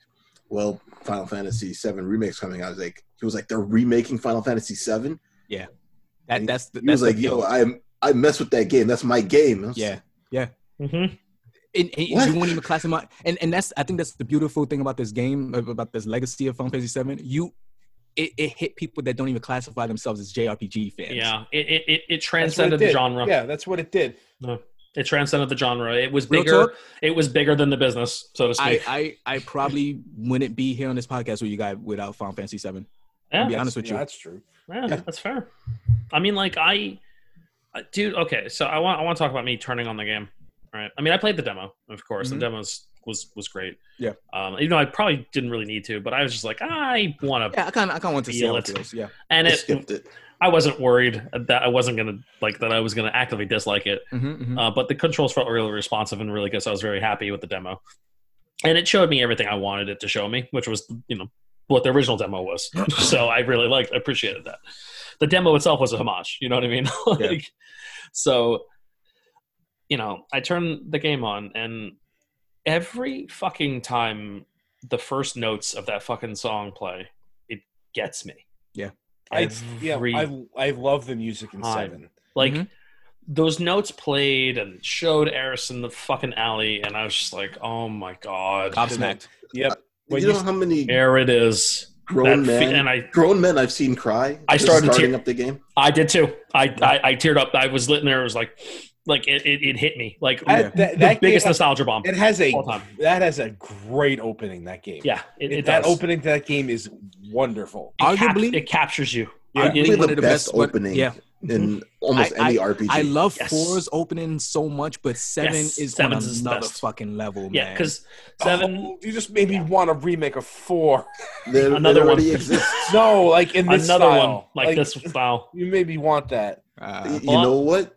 "Well, Final Fantasy VII remake's coming." I was like, he was like, "They're remaking Final Fantasy VII." That, that's the, He was that's the like, deal. "Yo, I I mess with that game. That's my game." I was yeah. like, Mhm. And, and you What? won't even class him out. And and that's I think that's the beautiful thing about this game, about this legacy of Final Fantasy Seven. You, it, it hit people that don't even classify themselves as JRPG fans. Yeah, it it, it, it That's what it transcended the did. genre. Yeah, that's what it did. It transcended the genre. It was Real bigger. talk, It was bigger than the business, so to speak. I, I I probably wouldn't be here on this podcast with you guys without Final Fantasy Seven. yeah, be That's- honest with yeah, you. that's true. yeah, Yeah. that's fair. I mean, like I, I- dude. Okay, so I want I want to talk about me turning on the game. Right. I mean, I played the demo, of course. Mhm. The demo was was great. Yeah. Um, even though I probably didn't really need to, but I was just like, I want to, Yeah, I kind of I kind of want to see Feel how it it. feels. Yeah. and I it. skipped it. I wasn't worried that I wasn't gonna like that. I was gonna actively dislike it. Mhm, Mm-hmm. mhm. Uh, but the controls felt really responsive and really good, so I was very happy with the demo. And it showed me everything I wanted it to show me, which was, you know, what the original [LAUGHS] demo was. so I really liked, appreciated that. The demo itself was a homage, you know what I mean? [LAUGHS] like, Yeah. So, you know, I turned the game on, and every fucking time the first notes of that fucking song play, it gets me. Yeah. I yeah, Every I I love the music in time. Seven. like Mhm. those notes played and showed Eris in the fucking alley, and I was just like, oh my god, Gobsmacked. Yep. Do When you you- know how many there it is. Grown That fe- men, and I grown men I've seen cry. I just started to starting tear- up the game. I did too. I, I I teared up. I was lit in there. It was like, like it, it, it hit me. Like That, Yeah. that, the that biggest game, nostalgia bomb it has a of all time. that has a great opening. That game. Yeah, it, it that does. opening to that game is wonderful. it cap- Arguably- it captures you. Yeah. It- it- Probably one the of the best, best, but- opening yeah. in almost I- any RPG. I love Yes. four's opening so much, but seven Yes, is on seven's is the another best. fucking level, man. yeah, because seven. Oh, you just made me want a remake of four. [LAUGHS] There- another there one. already exists. No, like in Oh, this another style. one like, this. Wow. You made me want that. Uh, you well- know what?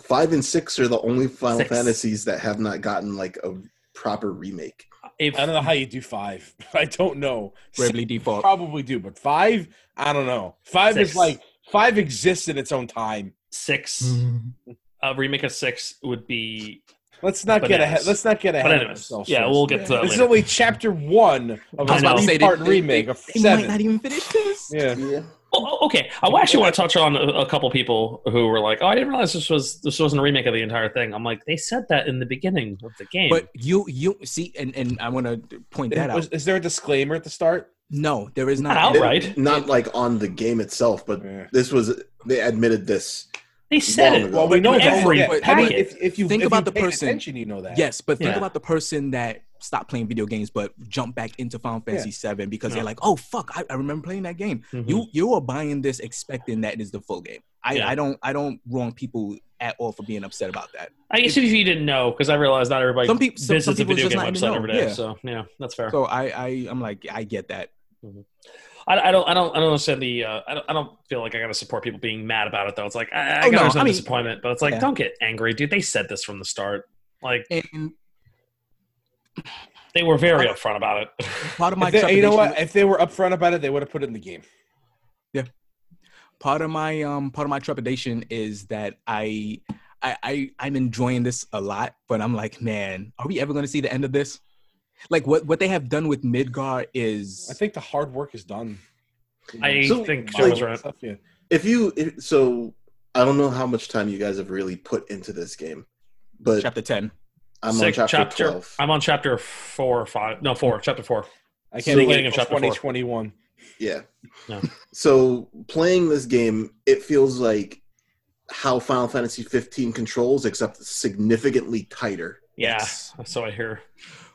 Five and six are the only Final Six. Fantasies that have not gotten like a proper remake. If, I don't know how you do five. [LAUGHS] I don't know. Bravely Six Default. Probably do, but five, I don't know. Five Six. is like five exists in its own time. six, Mm-hmm. a remake of six would be. Let's not get Bananas. ahead. Let's not get ahead But of anyways, ourselves. yeah, first. we'll get to that This is later. only chapter one of I a was about to say, three-part they- they- remake of They might not seven. even finish this. Yeah, Yeah. Oh, oh, okay, I actually want to touch on a, a couple people who were like, "Oh, I didn't realize this was this wasn't a remake of the entire thing." I'm like, they said that in the beginning of the game. But you, you see, and, and I want to point that Was- out. is there a disclaimer at the start? No, there is Not not. out. They- Alright. Not like on the game itself, but Yeah. this was they admitted this. they said long it. ago. Well, we know that. every yeah, I mean, packet. if, if you Think if about you the paid person. Attention, you know that. Yes, but think Yeah. about the person that stopped playing video games but jumped back into Final Fantasy VII because No. they're like, "Oh fuck, I, I remember playing that game." Mhm. You you are buying this expecting that is the full game. I, Yeah. I don't I don't wrong people at all for being upset about that. I guess if you didn't know, because I realized not everybody Some peop- some- visits some a video people just game not even website know, every day. yeah. So yeah, that's fair. So I I I'm like I get that. I, I don't, I don't, I don't understand the. Uh, I, don't, I don't feel like I gotta support people being mad about it though. It's like I, I Oh, got no, understand I the mean- disappointment, but it's like Yeah. don't get angry, dude. They said this from the start. Like And they were very upfront about it. part of my If they, you know trepidation- what? If they were upfront about it, they would have put it in the game. part of my um part of my trepidation is that I I, I I'm enjoying this a lot, but I'm like, man, are we ever going to see the end of this? Like what what they have done with Midgar is I think the hard work is done. I So, think like- Joe was right. Stuff, yeah. If you if, so, I don't know how much time you guys have really put into this game, but chapter ten. I'm [LAUGHS] Sick on chapter, twelve. I'm on chapter four or five. No, four. Chapter four. I So, can't like, wait of until chapter four. 2021. Yeah. No. So playing this game, it feels like how Final Fantasy 15 controls, except significantly tighter. Yeah. Yes. So I hear.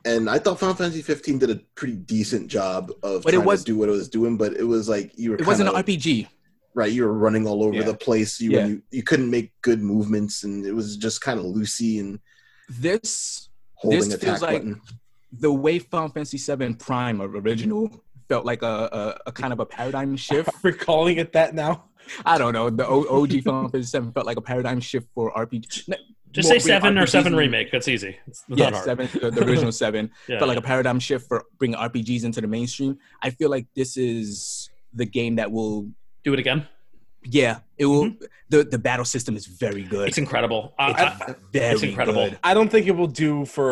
And I thought Final Fantasy 15 did a pretty decent job of But it trying was- to do what it was doing, but it was like you were It wasn't an kinda- RPG. right. You were running all over Yeah. the place. You, Yeah. you you couldn't make good movements, and it was just kind of loosey and This holding feels attack like- button. the way Final Fantasy VII Prime or original felt like a, a, a kind of a paradigm [LAUGHS] shift. [LAUGHS] We're calling it that now. I don't know. The O- OG Final Fantasy VII felt like a paradigm shift for RPG. No, Just More say seven or RPGs seven and- remake. That's easy. It's not yeah, hard. seven, the, the original seven Yeah. felt like a paradigm shift for bringing RPGs into the mainstream. I feel like this is the game that will, Do it again. yeah, it will. The the battle system is very good. Mm-hmm. It's incredible. Uh, I- It's I- very it's incredible. good. I don't think it will do for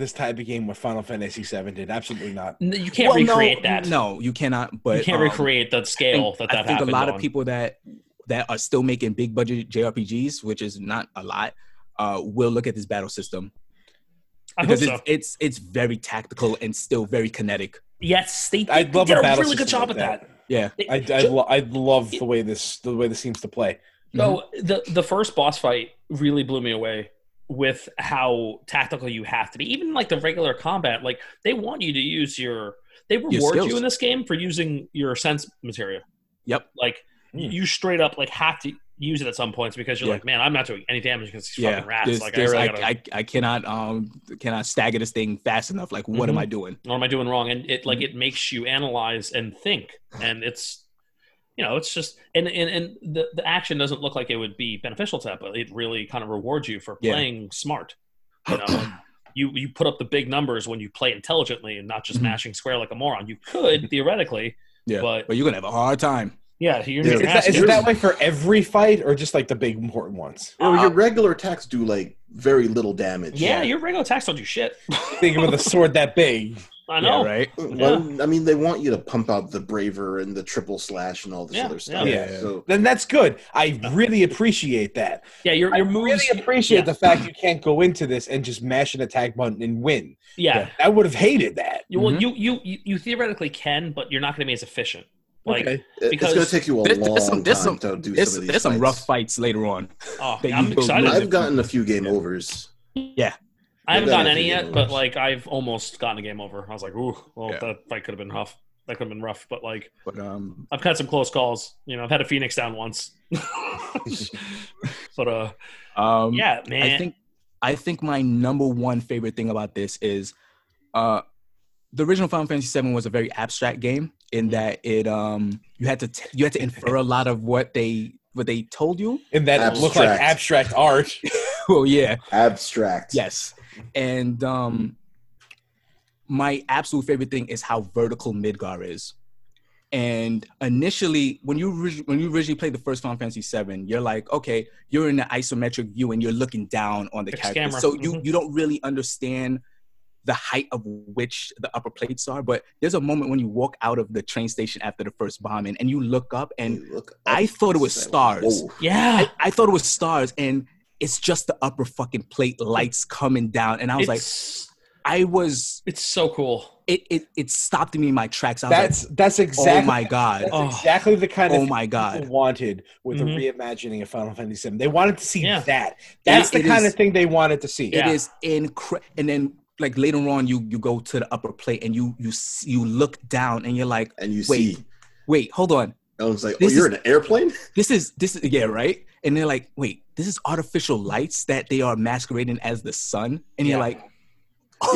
this type of game what Final Fantasy VII did. Absolutely not. n- you can't Well, no, recreate that. No, you cannot. But you can't um, recreate that I scale think, that I that think happened a lot on. of people that that are still making big budget JRPGs, which is not a lot, uh, will look at this battle system I hope because so. it's, it's it's very tactical and still very kinetic. Yes, they, they I'd love did a a battle really good system job like at that. Yeah, They- I'd, I'd, lo- I'd love the way this the way this seems to play. So the the first boss fight really blew me away with how tactical you have to be. Even like the regular combat, like they want you to use your they reward you skills. in this game for using your sense material. Yep. Like Hmm. you straight up like have to use it at some points because you're Yeah. like, man, I'm not doing any damage against these yeah. fucking rats. There's- like I there's- really I, gotta, I, I cannot um cannot stagger this thing fast enough. Like, what am Mhm. I doing? what am I doing wrong? And it Hmm. like it makes you analyze and think, and it's you know it's just and and, and the the action doesn't look like it would be beneficial to that, but it really kind of rewards you for Yeah. playing smart. You know, And you you put up the big numbers when you play intelligently and not just Mhm. mashing square like a moron. You [LAUGHS] could theoretically, [CLEARS THROAT] Yeah, but but you're gonna have a hard time. yeah, you're Yeah. Is, you're that, is asking- it that way for every fight or just like the big important ones? Well, your Uh, regular attacks do like very little damage. Yeah, your regular attacks don't do shit. Thinking with a sword that big. I know. Yeah, right? Well, I mean, they want you to pump out the braver and the triple slash and all this Yeah, other stuff. yeah. Yeah. So Then that's good. I really appreciate that. Yeah, your your I moves. really appreciate yeah. the fact you can't go into this and just mash an attack button and win. yeah. I would have hated that. You, Mm-hmm. well, you, you you you theoretically can, but you're not going to be as efficient. Like, okay. it- Because it's going to take you a there's- there's long some- there's time to do There's, some of these there's some fights. rough fights later on. oh, That I'm you will excited. lose. I've gotten a few game overs. I haven't I've gotten gotten a any few yet, game but overs. like I've almost gotten a game over. I was like, ooh, well, Yeah. that fight could have been rough. That could have been rough, but like But um, I've had some close calls. You know, I've had a phoenix down [LAUGHS] once. [LAUGHS] but uh, um, yeah, man. I think I think my number one favorite thing about this is uh the original Final Fantasy VII was a very abstract game Mm-hmm. in that it um you had to t- you had to infer [LAUGHS] a lot of what they what they told you. [LAUGHS] And that it looked like abstract art. Oh yeah, Abstract. yes. And um my absolute favorite thing is how vertical Midgar is. And initially, when you orig- when you originally played the first Final Fantasy VII, you're like, okay, you're in the isometric view and you're looking down on the Mm-hmm. Fixed character, camera. so you Mhm. you don't really understand the height of which the upper plates are. But there's a moment when you walk out of the train station after the first bombing and you look up, and You look up I thought it was and say, stars. "Whoa." yeah, I, I thought it was stars, and it's just the upper fucking plate lights coming down, and I was like, it's I was it's so cool. it it, it stopped me in my tracks. I was That's that's like, exactly oh my god, [LAUGHS] that's Oh. exactly the kind of oh thing my people god. wanted with Mhm. the reimagining of Final Fantasy VII. They wanted to see Yeah. that. [LAUGHS] That's It- the it kind is- of thing they wanted to see. Yeah. It is incredible. And then like later on, you you go to the upper plate and you you s- you look down and you're like, And you Wait. see, wait, hold on, I was like, oh, This you're is- in an airplane? [LAUGHS] this is this is yeah right. And they're like, wait, this is artificial lights that they are masquerading as the sun. And you're Yeah. like,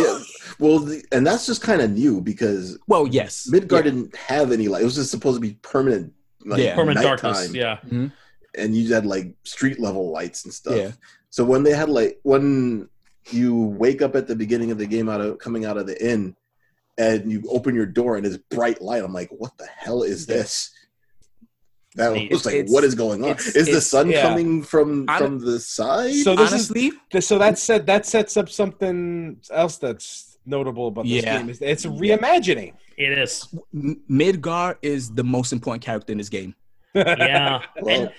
yeah. Well, the, and that's just kind of new because [LAUGHS] well, yes, Midgar didn't have any light. It was just supposed to be permanent, like Yeah. Permanent nighttime, darkness. Yeah, And you had like street level lights and stuff. Yeah. So when they had like when you wake up at the beginning of the game out of coming out of the inn, and you open your door and it's bright light. I'm like, what the hell is this? That It's- was like, it's- what is going on? it's- is the it's- sun yeah. coming from I from the side? So this is honestly, Th- so that said that sets up something else that's notable about this Yeah. game is it's a reimagining it is. M- Midgar is the most important character in this game. [LAUGHS] Yeah, [LAUGHS] Well,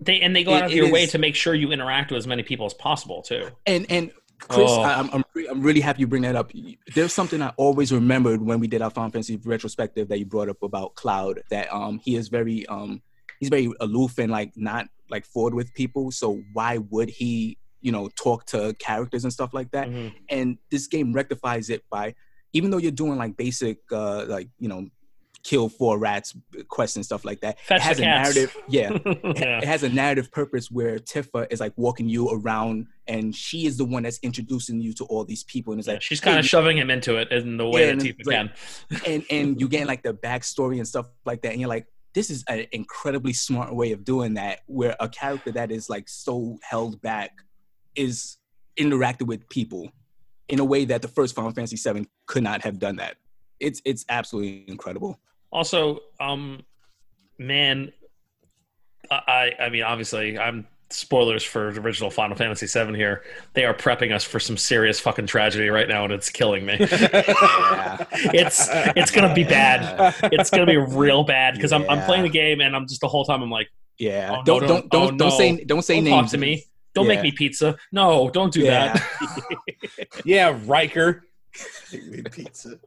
they and they go It- out of it your way is- to make sure you interact with as many people as possible too. And and Chris, Oh. I, I'm I'm, re- I'm really happy you bring that up. There's something I always remembered when we did our Final Fantasy retrospective that you brought up about Cloud. That um he is very um he's very aloof and like not like forward with people. So why would he you know talk to characters and stuff like that? Mhm. And this game rectifies it by even though you're doing like basic uh like you know kill four rats quests and stuff like that. Fetch it the has a cats. narrative. Yeah [LAUGHS] yeah. it has a narrative purpose where Tifa is like walking you around, and she is the one that's introducing you to all these people, and it's Yeah, like she's [LAUGHS] kind hey, of shoving him into it in the way Yeah, that and Tifa it's like- can. and and you get like the backstory and stuff like that, and you're like, this is an incredibly smart way of doing that, where a character that is like so held back is interacted with people in a way that the first Final Fantasy VII could not have done that. It's it's absolutely incredible. Also, um, man, I I I mean, obviously, I'm spoilers for the original Final Fantasy VII here. They are prepping us for some serious fucking tragedy right now, and it's [LAUGHS] killing me. it's it's gonna be bad. It's gonna be real bad because I'm I'm Yeah. playing the game and I'm just the whole time I'm like, Yeah, Oh, no, don't no. don't don't Oh, don't say no. don't say don't names. talk to me. Don't make Yeah. me pizza. No, don't do Yeah. that. yeah riker pizza.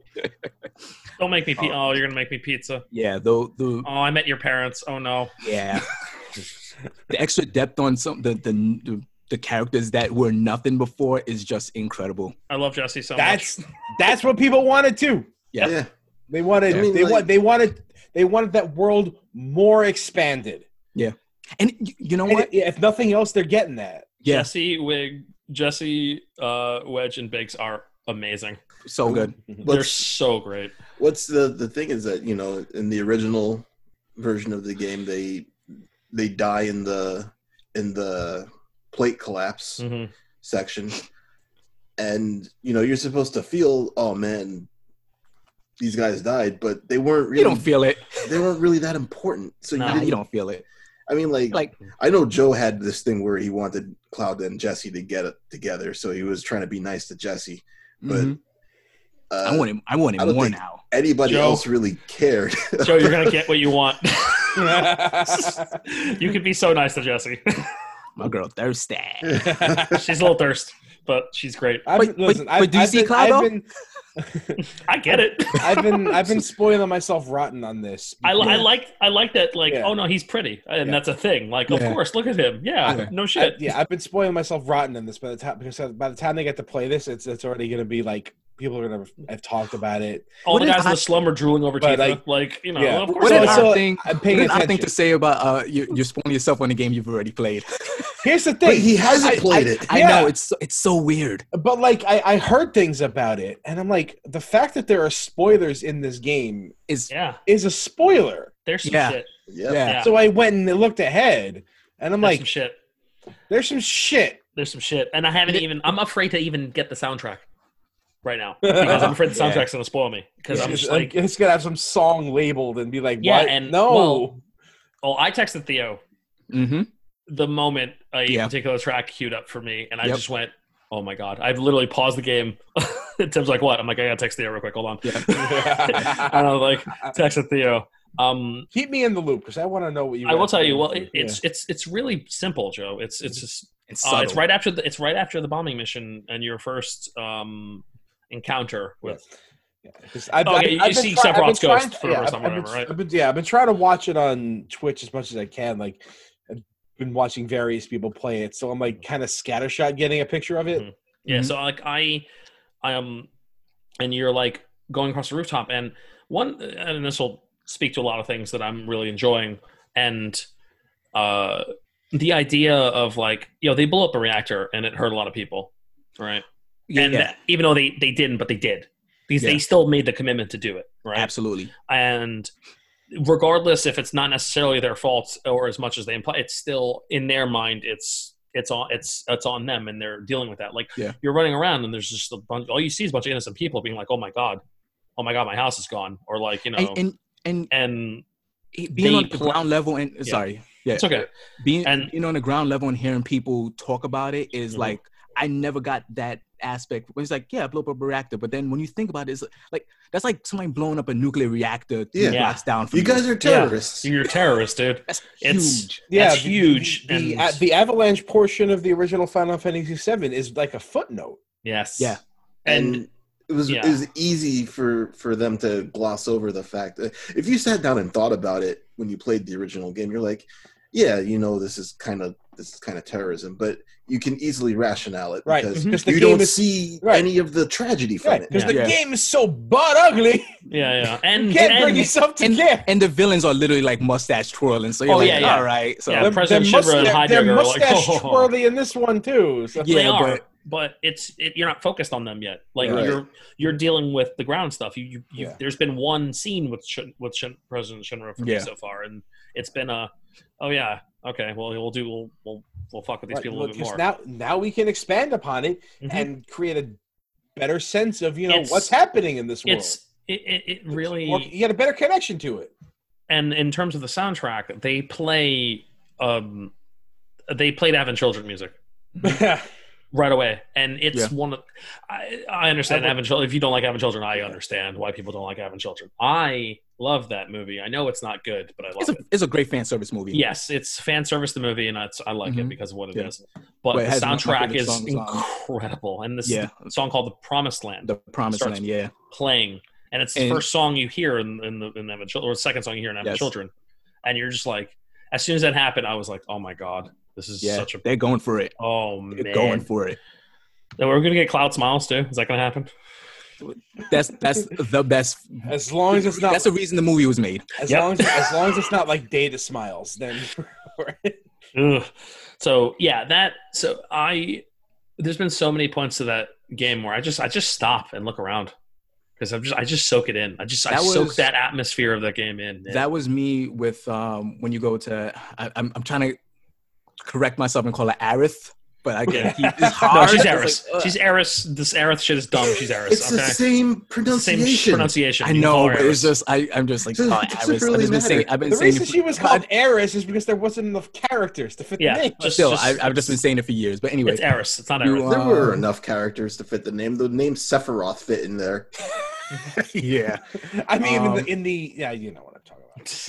don't make me pizza. Oh. Oh, you're gonna make me pizza. Yeah, though the Oh, I met your parents. Oh no. Yeah. [LAUGHS] the extra depth on some the, the the the characters that were nothing before is just incredible. I love Jesse so much. that's that's what people wanted too Yeah. Yeah. they wanted I mean, they like- want they wanted they wanted that world more expanded And you, you know And what? if nothing else they're getting that Yeah, Jesse Wig, Jesse uh, Wedge, and Biggs are amazing. so good. They're What's so great. what's the the thing is that you know in the original version of the game they they die in the in the plate Mm-hmm. collapse Mhm. section and you know you're supposed to feel oh man these guys died but they weren't You really don't feel it. they weren't really that important so No. you, Nah, didn't, you don't feel it. i mean like, Like i know joe had this thing where he wanted cloud and jesse to get it together so he was trying to be nice to jesse but mhm. Uh, I want it. I want I it don't more think- now. anybody Joe. else really [LAUGHS] cared. [LAUGHS] Joe, you're gonna get what you want. [LAUGHS] [LAUGHS] yeah, you could be so nice to Jesse. [LAUGHS] My girl thirsty. she's a little thirst, but she's great. I've, But- but- listen, but I've, do you I've see been, Cloud, I've though? been, I get it. I've been, I've been spoiling myself rotten on this. I, li- I because- like I like that like Yeah. oh no he's pretty and Yeah. that's a thing like of Yeah. course look at him yeah Yeah. no I- shit yeah, I've been spoiling myself rotten in this by the time because by the time they get to play this, it's it's already gonna be like people are gonna have talked about it. all What the did guys in I- the slum are drooling over But, Tifa like, like, you know yeah. of course What an they also- are. odd thing. I'm paying What an odd attention. thing to say about uh, you, you're spoiling yourself on a game you've already played. Here's the but thing, he hasn't I- played it. I Yeah. know it's so- it's so weird. but like I, I heard things about it, and I'm like, the fact that there are spoilers in this game Is yeah is a spoiler. there's some Yeah. shit Yep. yeah. Yeah. So I went and looked ahead, and I'm there's like, some shit there's some shit. there's some shit and I haven't Yeah. even I'm afraid to even get the soundtrack right [LAUGHS] now because I'm afraid the Yeah. soundtrack's gonna spoil me because I'm It's- uh, just like it's gonna have some song labeled and be like, Yeah, what? and- no, well- oh I texted Theo hmm the moment a Yeah. particular track queued up for me, and I Yep. just went, "Oh my god!" I've literally paused the game. [LAUGHS] Tim's like, "What?" I'm like, "I gotta text Theo real quick. [LAUGHS] Hold on." [LAUGHS] Yeah. Uh, and I was like, "Text Theo." Um, keep me in the loop because I want to know what you. I will guys tell you. think. Well, it, Yeah. it's it's it's really simple, Joe. It's it's just It's uh, it's subtle. right after the it's right after the bombing mission and your first um encounter with. Because I've, Okay, I've- you I've been see try- I've Sephiroth's been ghost trying- for the yeah, first I've- time or I've been- whatever, I've been- yeah, I've been trying to watch it on Twitch as much as I can. Like, I've been watching various people play it, so I'm like kind of scattershot getting a picture of it. Mhm. Yeah. Mm-hmm. So like I, I um, and you're like going across the rooftop, and one, and this will speak to a lot of things that I'm really enjoying, and uh, the idea of like, you know, they blew up a reactor and it hurt a lot of people, right? Yeah, And that- even though they they didn't, but they did because they Yeah. still made the commitment to do it, right? absolutely. and regardless if it's not necessarily their fault or as much as they imply it's still in their mind it's it's on it's it's on them and they're dealing with that like Yeah. you're running around and there's just a bunch all you see is a bunch of innocent people being like oh my god oh my god my house is gone or like you know and, And, and and it being they on the pla- ground level and sorry, yeah, it's okay being And- being on the ground level and hearing people talk about it is Mhm. like I never got that aspect. It's like yeah, blow up a reactor, but then when you think about it, it's like that's like somebody blowing up a nuclear reactor two Yeah. blocks down from You guys are terrorists. you're a terrorist dude That's It's- huge. That's the- huge, The, the, and- a- the avalanche portion of the original Final Fantasy VII is like a footnote. yes Yeah. and, and it was yeah. it was easy for for them to gloss over the fact that if you sat down and thought about it when you played the original game you're like yeah you know this is kind of this is kind of terrorism but you can easily rationale it Right, Mm-hmm. because because the you game don't is see right. any of the tragedy from right it because the Yeah. game is so butt ugly. yeah yeah You and, can't bring and- yourself to and- care. And the villains are literally like mustache twirling. So you're Oh, like, yeah, yeah. all right. So Yeah. President they're Shivra and musta- Heidegger they're are like, mustache "Oh." twirly in this one too. So they Yeah, are, but- but, it's it, you're not focused on them yet. Like Right. you're you're dealing with the ground stuff. You, you, you Yeah. there's been one scene with Shin, with Shin, President Shinra for me Yeah. so far, and it's been a oh yeah okay well we'll do we'll we'll, we'll fuck with these Right, people a well, little bit 'cause more. now now we can expand upon it Mhm. and create a better sense of you know It's- what's happening in this world. it's it, it, it Or really you get a better connection to [LAUGHS] it. and in terms of the soundtrack they play um they played Avon Children music. Mm-hmm. right away and it's Yeah. one of i, I understand I would- avon children if you don't like avon children i Yeah. understand why people don't like avon children i love that movie i know it's not good but i love It's a, it it's a great fan service movie. yes it's fan service the movie and it's, i like it Mhm. because of what it is. Yeah. but But it the has one of my soundtrack favorite is songs on- incredible and this Yeah. is a song called the promised land The Promised Starts- Land. Yeah. playing and it's the And- first song you hear in, in the in Avon children or the second song you hear in avon Yes. children and you're just like as soon as that happened i was like oh my god this is Yeah. such a They're going for it. oh They're man going for it. we're gonna get cloud smiles too is that gonna happen That's that's the best. [LAUGHS] [LAUGHS] As long as it's not that's the reason the movie was made. as Yep. long as, as long as it's not like data smiles, then [LAUGHS] Ugh. So yeah, that so I there's been so many points to that game where I just I just stop and look around because I'm just I just soak it in. I just I That soak was- that atmosphere of that game in. man. That was me with um when you go to I, I'm I'm trying to correct myself and call it Arith. but I can't [LAUGHS] keep this No, hard. she's It's Eris. like, uh, ugh. she's Eris. This Eris shit is dumb. She's Eris. It's the okay. same same pronunciation. sh- pronunciation. I You know, call but her it's Eris. just I. I'm just like, Does it- oh, does it I've been- I've really just been saying, matter? I've been The saying reason it she for- was God, [LAUGHS] called Eris is because there wasn't enough characters to fit the Yeah, name. just- Still, I, I've just been saying it for years. But anyway, It's Eris. It's not You Eris. are- There were Um, enough characters to fit the name. The name Sephiroth fit in there. yeah. I mean, in, Um, the, in the yeah, you know what I'm talking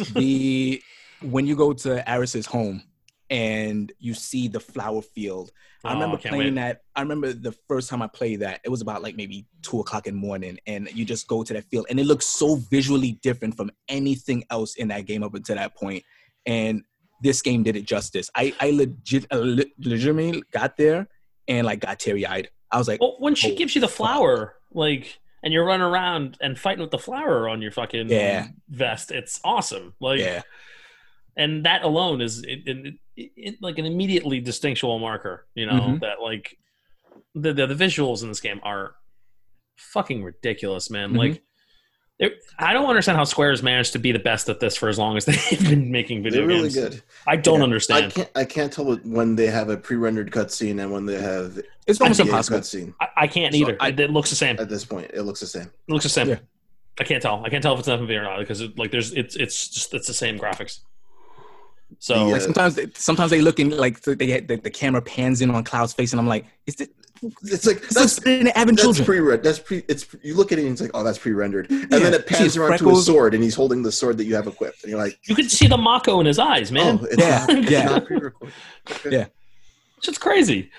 about. The when you go to Aris's home and you see the flower field Oh, I remember playing that. I remember the first time I played that. It was about like maybe two o'clock in the morning, and you just go to that field, and it looks so visually different from anything else in that game up until that point. And this game did it justice. I I legit uh, le- legitimately got there and like got teary eyed. I was like, Well, when she Oh, gives you the flower, like, and you're running around and fighting with the flower on your fucking Yeah. vest, it's awesome. Like, yeah, and that alone is it, it, it, it- like an immediately distinctual marker. You know Mhm. that like the, the the visuals in this game are fucking ridiculous, man. Mhm. Like. It, I don't understand how Square has managed to be the best at this for as long as [LAUGHS] they've been making video They're really games. good. I don't Yeah. I understand. can't. I can't tell what- when they have a pre-rendered cutscene and when they have it's [LAUGHS] almost a impossible. cutscene. I, I can't So either. I- it, it looks the same. At this point, it looks the same. It looks the same. Yeah. I can't tell. I can't tell if it's FMV or not because it, like there's it's it's just it's the same graphics. So The, uh, Like sometimes, they, sometimes they look in like they get the, the camera pans in on Cloud's face, and I'm like, is this? It's like This looks that's better than Advent that's Children. pre-rendered. That's pre. It's you look at it and it's like, oh, that's pre-rendered, and then Yeah. it pans Jeez, around to a freckles. sword, and he's holding the sword that you have equipped, and you're like, you can see the Mako in his eyes, man. oh, it's Yeah, not, it's yeah. not pre-recorded. Okay. Yeah. It's just crazy.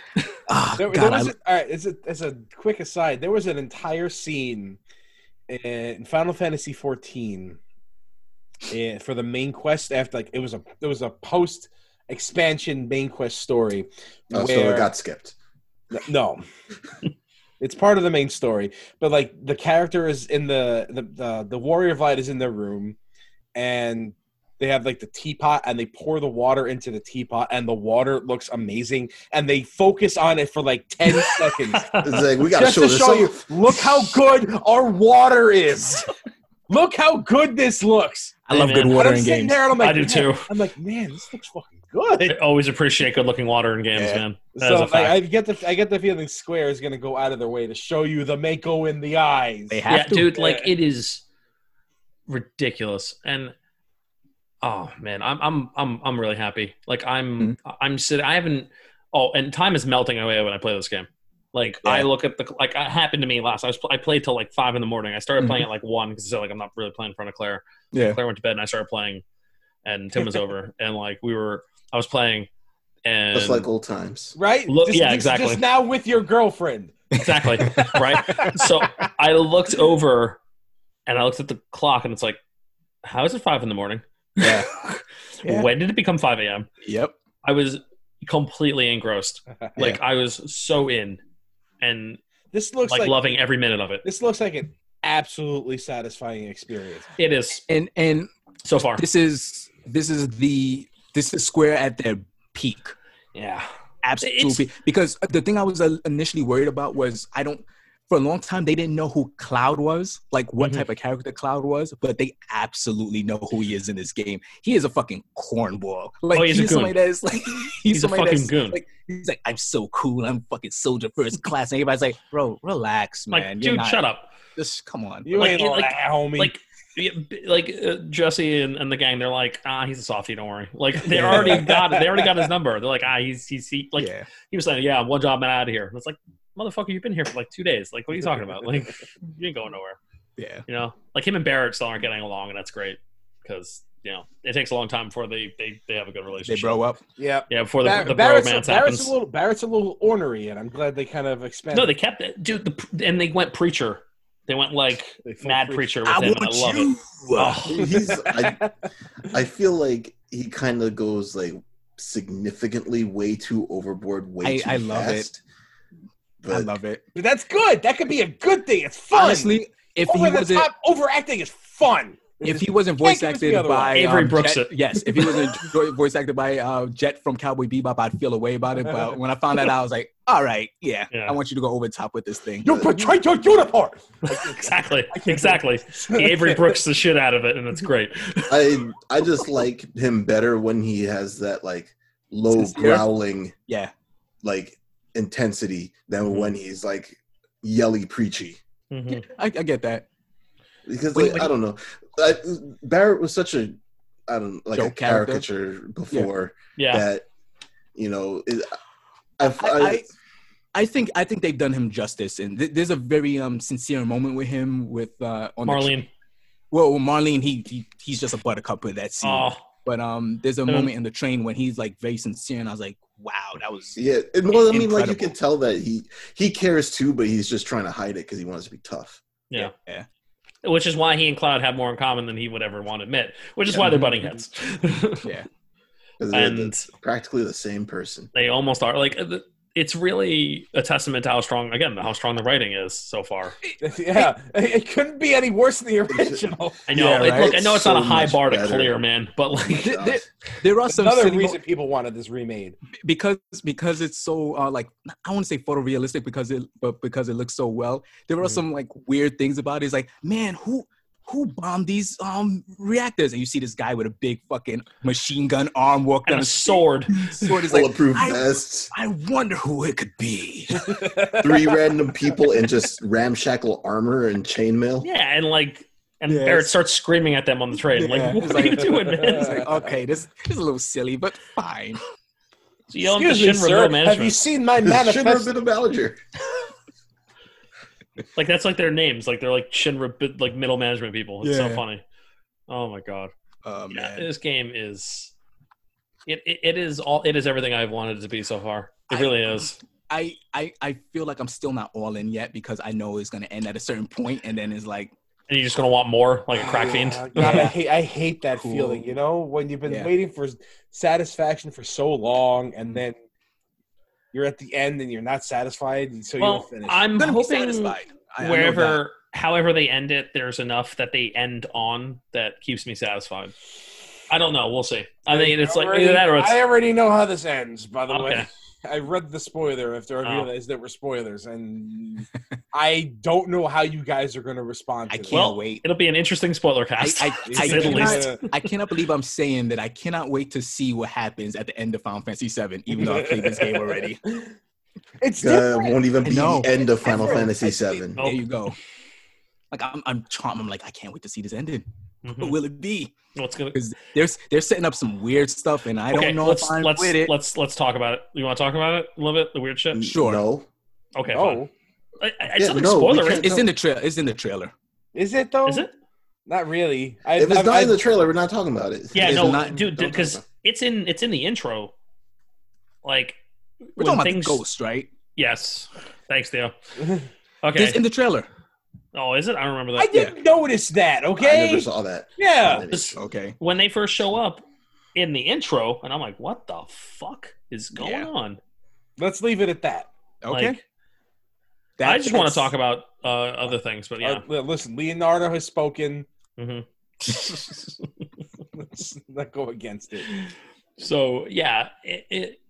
Ah, There, there God, I- was a- all right, as a, as a quick aside, there was an entire scene in Final Fantasy 14 eh, for the main quest after like it was a it was a post expansion main quest story Oh, so where- it got skipped. No. it's part of the main story. But like the character is in the the, the the warrior of light is in their room and they have like the teapot and they pour the water into the teapot and the water looks amazing and they focus on it for [LAUGHS] like 10 seconds. It's like we gotta Just show to this. show off. you, look how good our water is. look how good this looks. I love Hey, good man. water and I'm in sitting games. there and I'm like, I do "Man," too. I'm like, man, this looks fucking good. I always appreciate good looking water in games, Yeah. man. That is So a like, fact. I get the I get the feeling Square is gonna go out of their way to show you the Mako in the eyes. They have yeah, to. dude, like it is ridiculous. And oh man, I'm I'm I'm I'm really happy. Like I'm Mm-hmm. I'm sitting I haven't oh and time is melting away when I play this game. Like I Yeah. look at the like it happened to me last. I was I played till like five in the morning. I started playing at like one because like I'm not really playing in front of Claire. Mm-hmm. Yeah. Claire went to bed and I started playing, and Tim [LAUGHS] was over and like we were I was playing and Just like old times. right? Look- yeah, exactly. Just now with your girlfriend. exactly right so i looked over and i looked at the clock and it's like how is it five in the morning Yeah. Yeah. when did it become 5 a.m Yep. i was completely [LAUGHS] engrossed like i was so in and This looks like, like, loving every minute of it this looks like an absolutely satisfying experience. it is And and so far this is this is the this is Square at their peak, yeah absolute It's- peak. Because the thing I was uh, initially worried about was I don't. For a long time, they didn't know who Cloud was, like what Mhm. type of character Cloud was, but they absolutely know who he is in this game. He is a fucking cornball. Like Oh, he's a goon. somebody that is like [LAUGHS] he's, He's a somebody fucking that's, goon. Like, he's like I'm so cool. I'm fucking soldier first class. And everybody's like, bro, relax, man. like You're dude not- shut up Just come on. You Like, ain't it- all like- that, homie. like yeah, b- like uh, Jesse and, and the gang, they're like, ah, he's a softie. Don't worry. Like they Yeah. already got it. They already got his number. They're like, ah, he's he's he, like yeah. he was saying, "Yeah, one job and out of here." And it's like, motherfucker, you've been here for like two days. Like, what are you talking about? Like, you ain't going nowhere. Yeah. You know, like him and Barrett still aren't getting along, and that's great because you know it takes a long time before they they, they have a good They relationship. bro up. yeah. Yeah, before the Barrett's, the Barrett's, bromance Barrett's happens. a little Barrett's a little ornery, and I'm glad they kind of expanded. no, they kept it, dude. The, and they went preacher. They went like They full mad preacher. preacher with him, and I love it. Oh, [LAUGHS] He's. I, [LAUGHS] I feel like he kind of goes like significantly way too overboard. Way I- too I love it. fast. Oh, I But love it. But that's good. That could be a good thing. It's fun. Honestly, if Oh Over he the wasn't top overacting is fun. if he wasn't voice Can't give us the acted other one. by Avery um, Brooks Jet, it. yes, if he [LAUGHS] wasn't jo- voice acted by uh, Jet from Cowboy Bebop, I'd feel away about it. But when I found that out, I was like, all right, yeah, Yeah. I want you to go over the top with this thing. You betrayed your unicorn. exactly, exactly. He Avery Brooks the shit out of it, and it's great. I I just like him better when he has that like low Sincere? growling Yeah, like intensity than Mm-hmm. when he's like yelly preachy. Mhm. I, I get that. Because When- like, when- I don't know, I, Barrett was such a I don't like a Joke character. caricature before Yeah. that you know. It, I, I, I, I, I think I think they've done him justice, and th- there's a very um sincere moment with him with uh on the- Marlene. well, Marlene, he, he he's just a buttercup with that scene. Oh, But um, there's a Mm. moment in the train when he's like very sincere, and I was like, wow, that was yeah, and, well, I mean, like you Incredible. can tell that he he cares too, but he's just trying to hide it because he wants to be tough. yeah. Yeah. Which is why he and Cloud have more in common than he would ever want to admit, which is why they're butting heads. yeah. 'Cause they're the- and practically the same [LAUGHS] person. they almost are. Like, th- it's really a testament to how strong, again, how strong the writing is so far. [LAUGHS] yeah, it couldn't be any worse than the original. I know. Yeah, like, right? Look, I know it's So not a high much bar to better. clear, man, [LAUGHS] but like, Th- Gosh. th- there are some Another silly mo- reason people wanted this remade. because because it's so uh, like I want to say photorealistic because it but because it looks so well. There are Mhm. some like weird things about it. It's like man, who who bombed these um reactors? And you see this guy with a big fucking machine gun arm walk and down a the sword. sword. Is like Bulletproof I- vests, I wonder who it could [LAUGHS] be. three random people in just ramshackle armor and chainmail. Yeah, and like, and Yes. Barrett starts screaming at them on the train. Yeah, Like, what it's are like- you doing, man? [LAUGHS] It's like okay, this this is a little silly, but fine. So you own the Excuse me, sir. Shinra Middle Have you Management. [LAUGHS] seen my This should have manifest? been a manager. Like that's like their names. Like they're like Shinra, bi- like middle management people. It's so Yeah. funny. Oh my god, Oh [LAUGHS] yeah, man, this game is. It, it, it is all it is everything I've wanted it to be so far. It I- really is. I, I I feel like I'm still not all in yet because I know it's gonna end at a certain point, and then it's like And you're just gonna want more, like a crack fiend. Yeah, [LAUGHS] God, I hate, I hate that Cool. feeling. You know, when you've been Yeah. waiting for satisfaction for so long, and then you're at the end and you're not satisfied, and so you Well, don't finish. I'm gonna be hoping satisfied. I- I know that. wherever, however they end it, there's enough that they end on that keeps me satisfied. I don't know. We'll see. I think it's like Already- either that or it's I already know how this ends. By the okay. way, I read the spoiler after I Oh. realized there were spoilers, and I don't know how you guys are going to respond. To I can't This. Well, wait. It'll be an interesting spoiler I, cast. I, to I, say the cannot, least. I cannot believe I'm saying that. I cannot wait to see what happens at the end of Final Fantasy VII, even though I played this game already. [LAUGHS] It's Uh, different. won't even be I know. the end of [LAUGHS] Final Ever. Fantasy That's it. VII. Nope. There you go. Like I'm, I'm charmed. I'm like, I can't wait to see this ended. What [LAUGHS] Mhm. will it be? What's gonna? Because there's they're setting up some weird stuff, and I don't know let's if I'm let's with it. Mm, let's let's talk about it. You want to talk about it a little bit? The weird shit. Sure. No. Okay. Fine. Oh, I, I- I Yeah, still think no, we spoiler can't- it. it's in the trail. It's in the trailer. is it though? Is it? Not really. I, If I- it's not I- in the trailer, we're not talking about it. Yeah. It's No, not- don't dude. talk Because about it's in it's in the intro. Like We're when talking about things- the ghost, right? Yes. Thanks, Theo. It's Okay. in the trailer. oh, is it? I don't [LAUGHS] remember I that. didn't notice that. I Okay. never saw that. Yeah. Just- Okay. when they first show up in the intro, and I'm like, what the fuck is going Yeah. on? Let's leave it at that. Okay. Like, That- I just want that's- to talk about uh, other things, but yeah. Uh, li- listen, Leonardo has spoken. [LAUGHS] hmm [LAUGHS] Mm-hmm. Let's not go against it. so yeah, it, it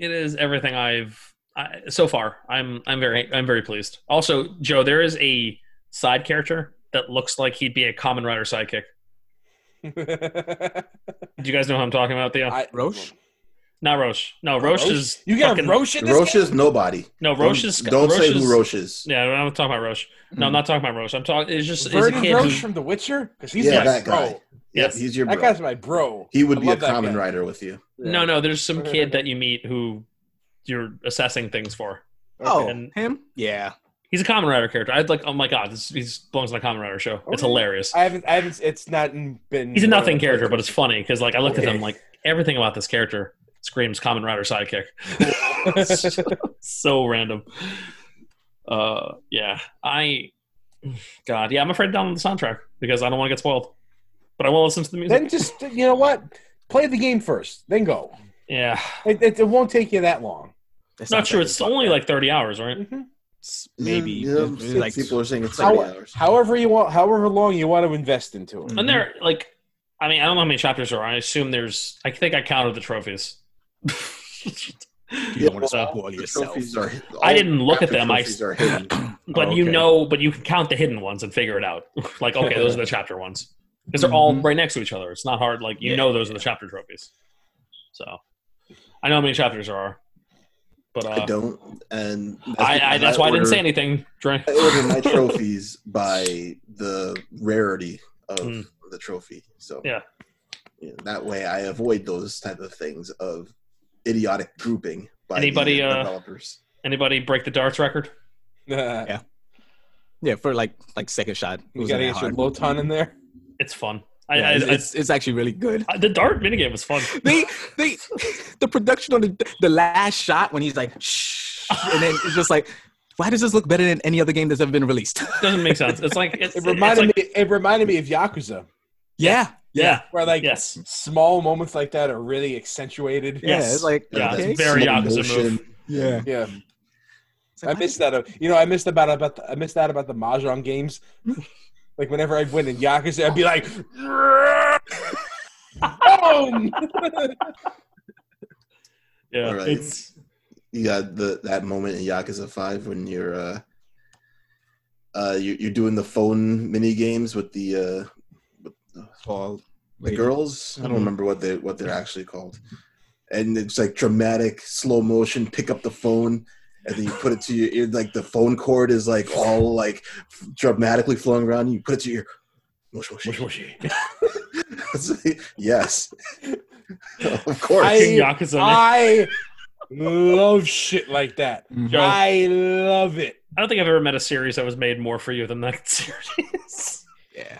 it is everything I've I, so far. I'm I'm very I'm very pleased. Also, Joe, there is a side character that looks like he'd be a common writer sidekick. Do you guys know who I'm talking about, [LAUGHS] Theo? I- Roche? Not Roche. No, Roche, Roche? is You got fucking- Roche in this Roche game? is nobody. no Don't- Roche is Don't say is- who Roche is. Yeah, I'm not talking about Roche. No, Hmm. I'm not talking about Roche. I'm talking. It's just it's a Vernon kid who- Roche from The Witcher? Because he's Yeah, my that bro. guy. Yes. He's your That bro. guy's my bro. He would I be a love that common guy. writer with you. No, no. There's some kid that you meet who you're assessing things for. Oh, And- him? Yeah. He's a common writer character. I'd like. Oh my god, this he's belongs in a common writer show. It's Okay. hilarious. I haven't. I haven't. It's not been. he's a nothing character, but it's funny because like I looked at Okay. him like everything about this character screams common writer sidekick. [LAUGHS] so random. Uh, yeah. I. God, yeah. I'm afraid to download the soundtrack because I don't want to get spoiled. But I will listen to the [LAUGHS] music. then just you know what? Play the game first, then go. yeah. It, it, it won't take you that long. That Not sounds sure. like It's only like 30 hours, right? Mhm. it's maybe You know, it's like people are saying it's How- 30 hours. However you want, however long you want to invest into it. Mhm. And there, like, I mean, I don't know how many chapters there are. I assume there's. I think I counted the trophies. [LAUGHS] you don't want to Yeah. spoil The yourself. trophies are- I all didn't look at chapter them. I- trophies are hidden. but Oh, you okay. know, but you can count the hidden ones and figure it out. [LAUGHS] like, okay, those are [LAUGHS] the chapter ones because they're all Mhm. right next to each other. It's not hard. Like, you Yeah, know, those are the chapter trophies. So, I know how many chapters there are. But uh, I don't, and that's, I, I, that's why I didn't say anything. anything. Dre. I order [LAUGHS] my trophies by the rarity of Mm. the trophy. So Yeah. Yeah, that way I avoid those type of things of idiotic grouping by Anybody, the uh, developers. Anybody break the darts record? [LAUGHS] yeah, Yeah, for like like second shot. It you wasn't gotta that get your hard. Loton in there. It's fun. I, Yeah, I, it's, I, it's, it's actually really good. I- the dart minigame was fun. [LAUGHS] They they the production on the the last shot when he's like shh, and then it's just like. Why does this look better than any other game that's ever been released? [LAUGHS] Doesn't make sense. It's like it's, It reminded it's like, me. It reminded me of Yakuza, yeah, Yeah. where like Yes. small moments like that are really accentuated. yeah. Yes. It's like Yeah, okay. it's very slow Yakuza motion. yeah. Yeah, It's I like, missed that. uh, You know, I missed about about the, I missed that about the mahjong [LAUGHS] games. like whenever I win in Yakuza, I'd be like, boom. [LAUGHS] Yeah, All right. it's You got the that moment in Yakuza Five when you're uh, uh, you, you're doing the phone mini games with the uh, Paul, the Lady. girls. I don't Mhm. remember what they what they're actually called. And it's like dramatic slow motion. Pick up the phone, and then you put it to your ear. Like the phone cord is like all like dramatically flowing around. And you put it to your ear. Mush, mush, mush. [LAUGHS] It's like, yes, [LAUGHS] of course. I- King [LAUGHS] Yakuza. I, I love shit like that. Mhm. Yo. I love it. don't think I've ever met a series that was made more for you than that [LAUGHS] series. Yeah.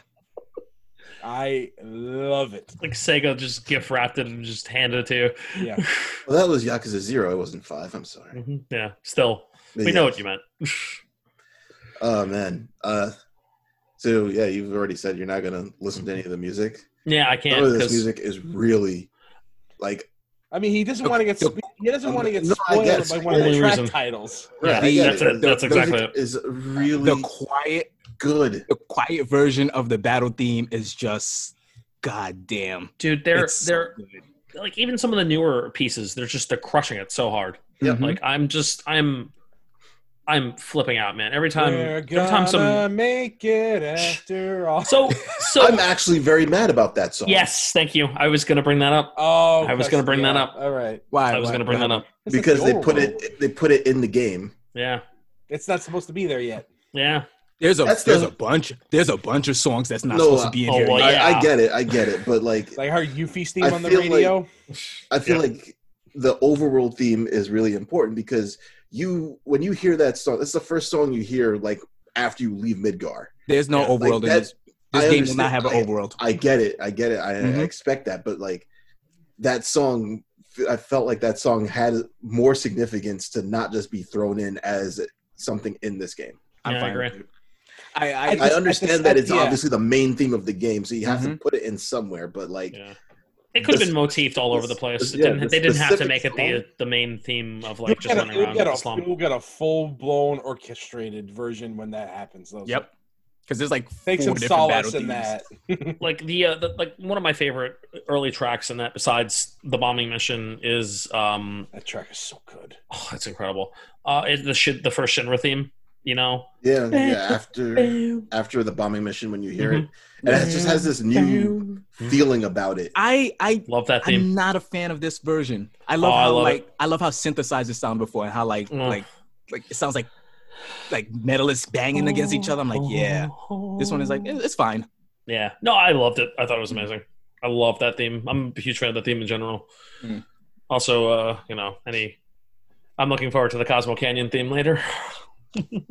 I love it. like Sega just gift wrapped it and just handed it to you. Yeah. well, that was Yakuza Zero. It wasn't five. I'm sorry. Mm-hmm. Mhm. Yeah, still But we yeah. know what you meant. Oh man. Uh, so yeah, you've already said you're not gonna listen to any of the music. Yeah, I Yeah, can't this because music is really like I mean, he doesn't want to get sp- he doesn't want to get No, I spoiled guess. by one of the Only track reason. titles. Yeah, yeah, I get that's it. it. That's The- exactly music it. is The really quiet good. the quiet version of the battle theme is just goddamn. Dude, they're It's so they're good. like even some of the newer pieces, they're just they're crushing it so hard. Mm-hmm. Yep. Mhm. Like I'm just I'm I'm flipping out, man. Every time We're every gonna time some make it after all. so [LAUGHS] so I'm actually very mad about that song. yes, thank you. I was gonna bring that up. oh, I was Christ, gonna bring yeah. that up. All right, Why? I was why- gonna bring why- that up. It's like because the they old put one. it they put it in the game. Yeah, It's not supposed to be there yet. yeah. There's a That's there's the- a bunch there's a bunch of songs that's not No, supposed to be in oh, here. well, yet. yeah. I, I get it. I get it. But like, Like I heard Yuffie's theme I on the feel like- radio. I feel like the overworld theme is really important because you when you hear that song, that's the first song you hear like after you leave Midgar. There's no Yeah, like overworld in that- this. This I game will not understand- have an I- overworld. I get it. I get it. I, Mhm. I expect that, but like that song, I felt like that song had more significance to not just be thrown in as something in this game. I'm Yeah, I fine. agree. with it. I, I, I- I just- understand just- that it's Mm-hmm. yeah. obviously the main theme of the game, so you have to put it in somewhere. But like, Yeah. It could have This- been motifed all over the place. this- It yeah, didn't, this they didn't have to make specific it the the main theme of You'll like just get, a, running you'll around get with a- the slum. you'll get a full blown orchestrated version when that happens. Those yep. Because there's like Take four some different solace battle in themes. [LAUGHS] that. [LAUGHS] Like the, uh, the like one of my favorite early tracks in that besides the bombing mission is um That track is so good. oh it's incredible. Uh it, the shit the first Shinra theme, you know. yeah, yeah, [LAUGHS] after after the bombing mission, when you hear it, and it just has this new feeling about it. I I Love that theme. I'm not a fan of this version. I love Oh, I how love like I love how synthesizers sound before and how like Mm. like like it sounds like like metalists banging against each other. I'm like, yeah. This one is like it- it's [LAUGHS] fine. Yeah. No, I loved it. I thought it was amazing. I love that theme. I'm a huge fan of that theme in general. Mm. Also, uh, you know, any I'm looking forward to the Cosmo Canyon theme later. [LAUGHS]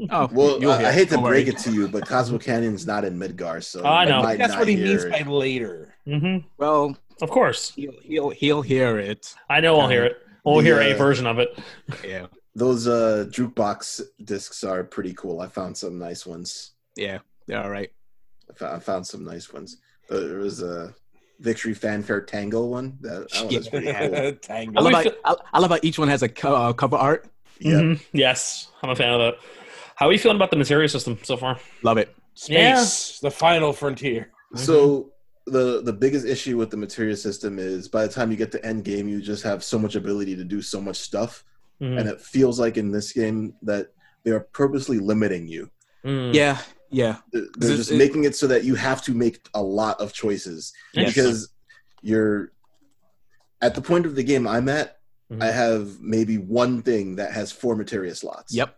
Oh Well, you'll I, hear I hate to Don't worry. break it to you, but Cosmo Canyon's not in Midgar, so Oh, I you know. might That's not what he hear means it. by later. hmm Well, Of course. he'll he'll he'll hear it. I know I'll hear it. We'll hear a Yeah. version of it. Yeah, Those uh, jukebox discs are pretty cool. I found some nice ones. yeah, they're all right. I fo- I found some nice ones. Uh, there was a Victory Fanfare Tango one. That, that one was Yeah. pretty cool. I [LAUGHS] Tango. love we how, feel- I, I love how each one has a co- uh, cover art. Yeah. Mhm. Yes, I'm a fan of that. How are you feeling about the material system so far? Love it. Space, the final frontier. So the the biggest issue with the material system is by the time you get to end game, you just have so much ability to do so much stuff, Mhm. Hmm. and it feels like in this game that they are purposely limiting you. Mm. Yeah, yeah. They're This they're just is- making it so that you have to make a lot of choices Yes. because you're at the point of the game I'm at. Mhm. I have maybe one thing that has four materia slots. Yep.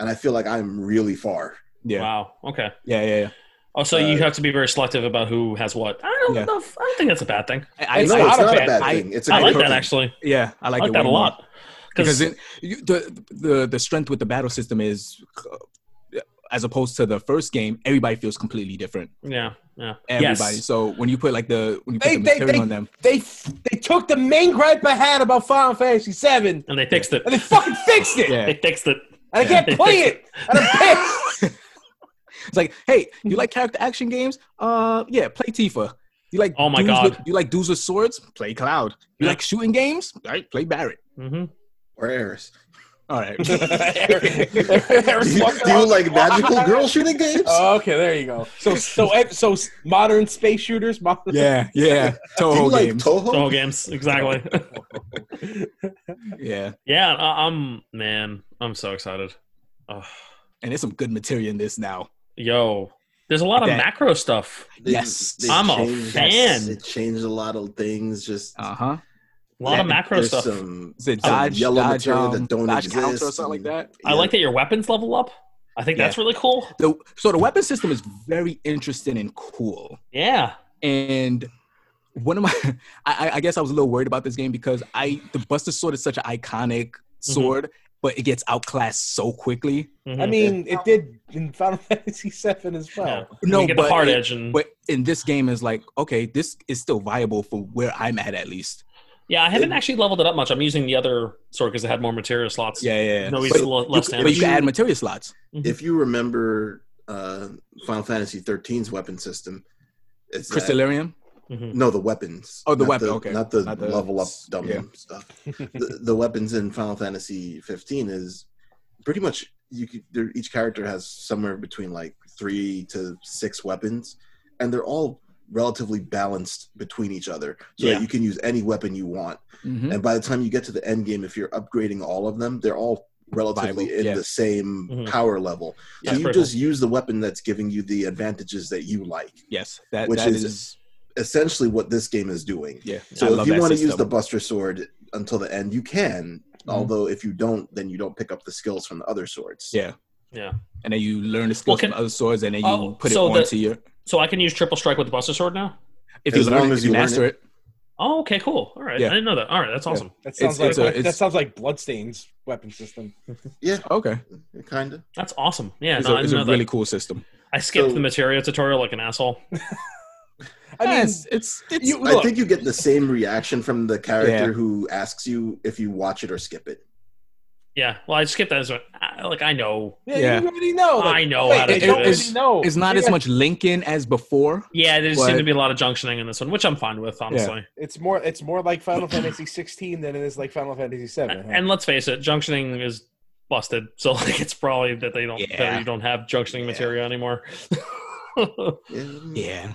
And I feel like I'm really far. Yeah. Wow. Okay. Yeah. Yeah. Yeah. Oh, so you Uh, have to be very selective about who has what. I don't Yeah. know. if- I don't think that's a bad thing. I, It's no, not it's a not bad- a bad I- thing. It's a I good like that thing. actually. Yeah, I I like, like it that way a more. lot. because it, you, the the the strength with the battle system is uh, as opposed to the first game everybody feels completely different yeah, yeah, everybody Yes. so when you put like the when you put They- the they- material they- on them They they took the main gripe I had about Final Fantasy VII And they fixed it. and they fucking fixed it. yeah [LAUGHS] They fixed it. And I Yeah. can't play it. And I'm pissed. it's like hey you like character action games uh yeah play tifa you like Oh my dudes God. with, you like dudes with swords play cloud you Yeah. like shooting games right play barrett hmm Or Eris. all [LAUGHS] right [LAUGHS] Do you, do you like magical girl shooting [LAUGHS] games? Oh, okay, there you go. So so eh, so s- modern space shooters. Modern, yeah [LAUGHS] yeah do you toho like games Toho? All games exactly. [LAUGHS] yeah yeah, I, I'm man. I'm so excited. Oh, and there's some good material in this now yo, there's a lot of That- macro stuff. They- Yes. they I'm a changed- fan. It changed a lot of things. Just uh-huh A lot Yeah, of macro there's stuff. Some, Is it some dodge, yellow dodge, material um, that don't dodge counter exist. or something like and- that? I yeah. like that your weapons level up. I think that's really cool. The, so the weapon system is very interesting and cool. Yeah. And one of my, [LAUGHS] I, I- I guess I was a little worried about this game because I the Buster Sword is such an iconic Mm-hmm. sword, but it gets outclassed so quickly. I Mhm. mean, it did in Final Fantasy VII as well. Yeah. No, you get but the hard it- edge and But in this game is like, okay, this is still viable for where I'm at at least. yeah, I haven't actually leveled it up much. I'm using the other sword because it had more material slots. Yeah, yeah. yeah. No, he's but, a lot you, less but you damage. can add material slots. If you remember uh, Final Fantasy 13's weapon system, it's that- Crystallarium. Mhm. No, the weapons. Oh, the Not weapon, okay. Not the Not the- level up dumb yeah. stuff. [LAUGHS] the, the weapons in Final Fantasy 15 is pretty much you. Could, they're- each character has somewhere between like three to six weapons, and they're all relatively balanced between each other, so Yeah. that you can use any weapon you want. Mhm. And by the time you get to the end game, if you're upgrading all of them, they're all relatively Viable, in yeah. Mm-hmm. the same Mhm. power level. So That's you pretty just use the weapon that's giving you the advantages that you like. Yes, that, Which that is- is, Essentially, what this game is doing. yeah. I So love if you that want to use system. Mm-hmm. the Buster Sword until the end, you can. Although if you don't, then you don't pick up the skills from the other swords. Yeah. Yeah. and then you learn the skills Well, can- from other swords, and then you Oh, put so it the- onto your. So I can use triple strike with the Buster Sword now? If as you learn long it, as if you you learn master it. Oh, okay, cool. All right. Yeah. I didn't know that. All right, that's awesome. That It's- sounds like it's a- it's- that sounds like Bloodstain's weapon system. Okay, kind of. That's awesome. Yeah, it's no, I a, I it's a didn't know that. really cool system. I skipped So- the materia tutorial like an asshole. I mean, Yes, it's it's, you- I Look. think you get the same reaction from the character Yeah. who asks you if you watch it or skip it. Yeah. Well, I skipped that as well. I- Like I know. yeah, Yeah. you already know. Oh, Like, I know wait, how to they do don't this. really know. it's not Yeah, as much Lincoln as before. Yeah, there just seemed But- to be a lot of junctioning in this one, which I'm fine with, honestly. It's more. It's more like Final Fantasy 16 than it is like Final Fantasy 7. And, and let's face it, junctioning is busted. So [LAUGHS] like it's probably that they don't that Yeah. you don't have junctioning Yeah. materia anymore. [LAUGHS] Yeah. Yeah,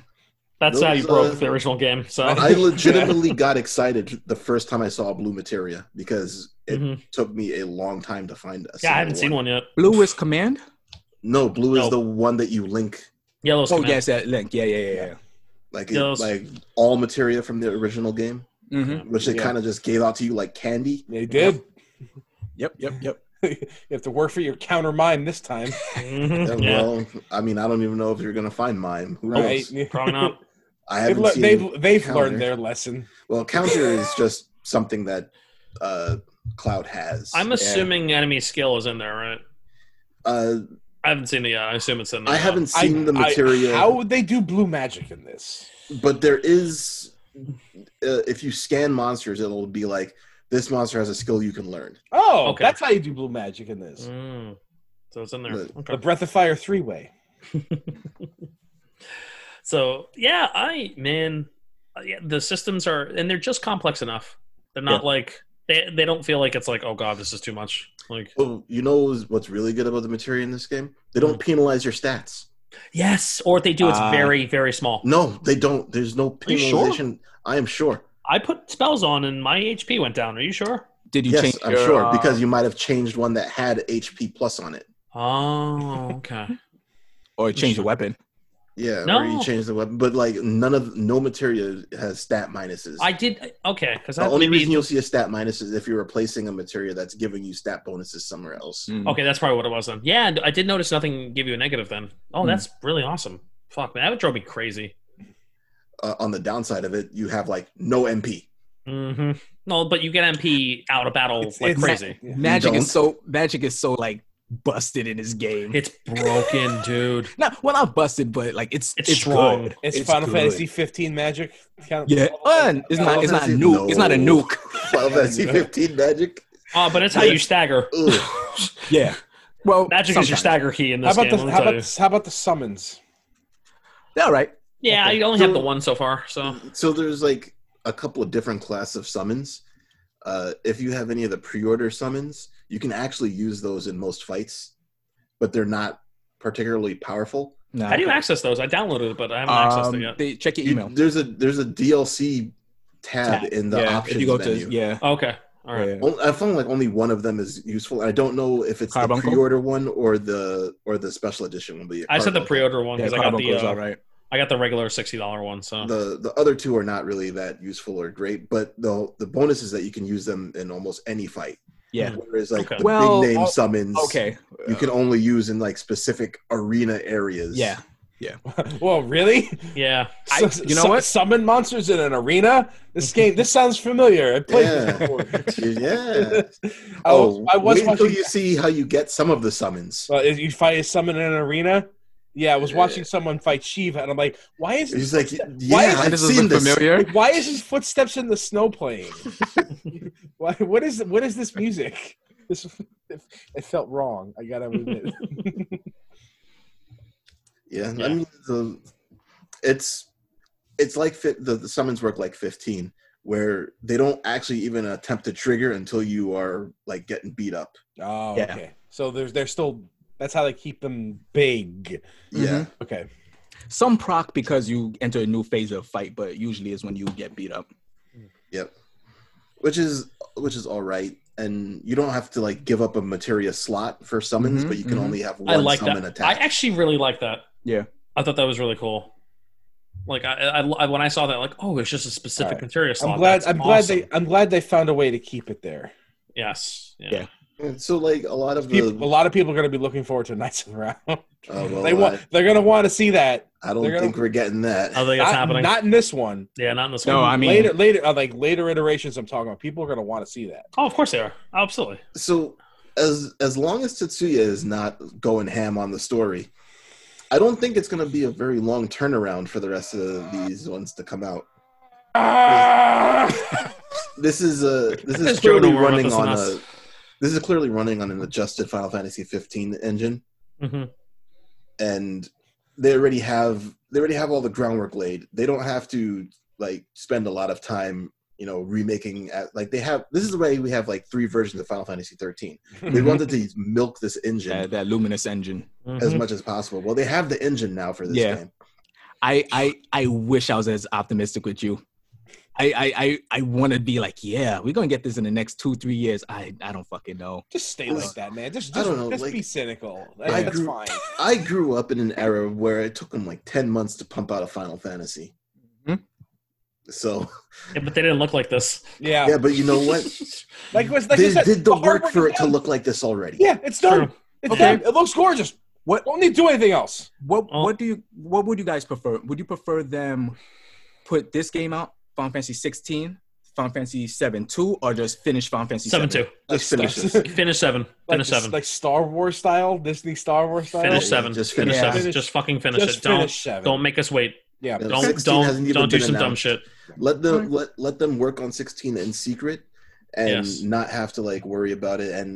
That's Those, how you broke uh, the original game. So I legitimately got excited the first time I saw Blue Materia because it Mm-hmm. Mhm. took me a long time to find us. yeah, I haven't seen one yet. Blue is Command. No, Blue No. is the one that you link. Yellow's Oh coming out. yes, that Link. Yeah, yeah, yeah, Like, Yeah, it- those- like all materia from the original game, yeah. hmm which they Yeah. kind of just gave out to you like candy. they did. [LAUGHS] Yep, yep, yep. you have to work for your counter mime this time, Yeah, Mhm. Yeah, Well, I mean, I don't even know if you're gonna find mime. Who knows? right? [LAUGHS] probably not. I [LAUGHS] They've, haven't le- seen. they've, they've counter. learned their lesson. Well, counter is just something that uh, Cloud has. I'm assuming enemy skill is in there, right? uh, I haven't seen the. Uh, I assume it's in there. I haven't seen I- the I- material, how would they do blue magic in this? but there is. Uh, if you scan monsters, it'll be like this monster has a skill you can learn. Oh, Okay. that's how you do blue magic in this. Mm. So it's in there. But- The Okay. Breath of Fire three way. So yeah, I man, uh, yeah, the systems are and they're just complex enough. They're not like they they don't feel like it's like oh god this is too much. Like Oh, you know what's- what's really good about the material in this game? They don't penalize your stats. yes, or if they do it's Uh, Ah. very very small. No, they don't. There's no you sure? penalization. I am sure. I put spells on and my HP went down. Are you sure? Did you change? yes, I'm your, sure uh, because you might have changed one that had HP plus on it. Oh okay. or change the weapon. Yeah, No. where you change the weapon, but like none of no material has stat minuses. I did okay because the I only maybe- reason you'll see a stat minus is if you're replacing a material that's giving you stat bonuses somewhere else. Mm. Okay, that's probably what it was then. Yeah, and I did notice nothing give you a negative then. Oh, Hmm. that's really awesome. Fuck man, that would drove me crazy. Uh, on the downside of it, you have like no [LAUGHS] MP. hmm No, but you get MP out of battle It's- Oh, like it's- crazy. Yeah. Magic Don't. is so magic is so like busted in this game. It's broken, [LAUGHS] dude. not well not busted, but like it's It's strong. good. It's, It's Final good. Fantasy 15 magic. Count- Yeah, and it's not it's not a nuke. It's not a No. nuke. Final Fantasy 15 magic. Oh, but it's how you stagger. Ugh. [LAUGHS] Yeah. Well, Magic is your sometimes. stagger key in How this about game. the let me how tell about, you. the- how about the summons? All right. Yeah, okay. I only have So- the one so far. So So there's like a couple of different class of summons. Uh, if you have any of the pre-order summons, you can actually use those in most fights, but they're not particularly powerful. No. I do access those. I downloaded it, but I haven't accessed it Um, yet. they check your You- email. there's a there's a DLC tab, Tab. in the yeah, options if you go menu. to yeah. Okay, all right. yeah. Only- I found like only one of them is useful. I don't know if it's Carbuncle? the pre-order one or the or the special edition one. But yeah, I said the Carbuncle. pre-order one Yeah, because I got the Carbuncle's uh, all right. I got the regular sixty dollar one. So The the other two are not really that useful or great, but the the bonus is that you can use them in almost any fight. Yeah. Whereas like Okay. the Well, big name oh, summons, Okay. you can only use in like specific arena areas. Yeah. Well, really? yeah, I- Sus- you know su- what? Summon monsters in an arena. This game. This sounds familiar. I played Yeah. this [LAUGHS] before. [LAUGHS] [LAUGHS] yeah. I was, oh, I was wait until watching. you see how you get some of the summons. Well, if you fight someone in an arena. Yeah, I was watching someone fight Shiva, and I'm like, why is He's like, yeah, Why is- I've this seen is this. familiar. like, why is his footsteps in the [LAUGHS] snow playing? why, what is what is this music? This it felt wrong. I gotta [LAUGHS] admit. Yeah, Yeah. I mean the it's it's like fi- the, the summons work like 15 where they don't actually even attempt to trigger until you are like getting beat up. oh, Yeah. okay. So there's they're still. That's how they keep them big. Yeah. Okay. Some proc because you enter a new phase of fight, but usually is when you get beat up. Yep. Which is which is all right and you don't have to like give up a materia slot for summons Mhm, but you can mhm. only have one I like summon that. I attack. actually really like that. Yeah. I thought that was really cool. Like I, I, I when I saw that, like oh, it's just a specific Alright. material slot. I'm glad. That's I'm glad awesome. they. I'm glad they found a way to keep it there. Yes. Yeah. Yeah. And so like a lot of People, a the lot of people are going to be looking forward to Knights of the Round. [LAUGHS] Oh, well, they want. I- they're going to want to see that. I don't they're gonna- think we're getting that. I think it's Not, happening. not in this one. yeah, not in this No, one. I mean later, later, uh, like later iterations. I'm talking about. People are going to want to see that. oh, of course they are. Absolutely. so as as long as Tetsuya is not going ham on the story, I don't think it's going to be a very long turnaround for the rest of these ones to come out. [LAUGHS] This is a this is Because Joe clearly don't worry about running this and on us. a this is clearly running on an adjusted Final Fantasy 15 engine, hmm and they already have they already have all the groundwork laid. They don't have to like spend a lot of time you know remaking at, like they have this is the way we have like three versions of final fantasy 13 they Mm-hmm. Mm-hmm. wanted to milk this engine that, that luminous engine. as Mm-hmm. much as possible. Well, they have the engine now for this Yeah. game. I I I wish I was as optimistic with you. I I I, I want to be like, yeah, we're gonna get this in the next two three years. I I don't fucking know. Just stay Just- like that, man. Just, I just, don't know, just like- be cynical. That- I that's grew- fine. I grew up in an era where it took them like 10 months to pump out a Final Fantasy. Mhm. So, Yeah, but they didn't look like this. Yeah. yeah, but you know what? Like, was like I they said, did the hard work for is it to done. look like this already. Yeah, it's True. done. It's Okay. done. It looks gorgeous. What- Don't need to do anything else. What Oh. what do you what would you guys prefer? Would you prefer them put this game out, Final Fantasy 16, Final Fantasy 7 2, or just finish Final Fantasy Seven two. Just finish Stuff. this. Finish seven. [LAUGHS] like, finish seven. like Star Wars style, Disney Star Wars style. finish Yeah, seven. just finish finish seven. it. Just fucking finish Just it. Don't finish seven. don't make us wait. Yeah, Yeah, Don't 16 hasn't don't even don't do been some dumb announced. shit. Let them Alright. let let them work on 16 in secret and Yes. not have to like worry about it and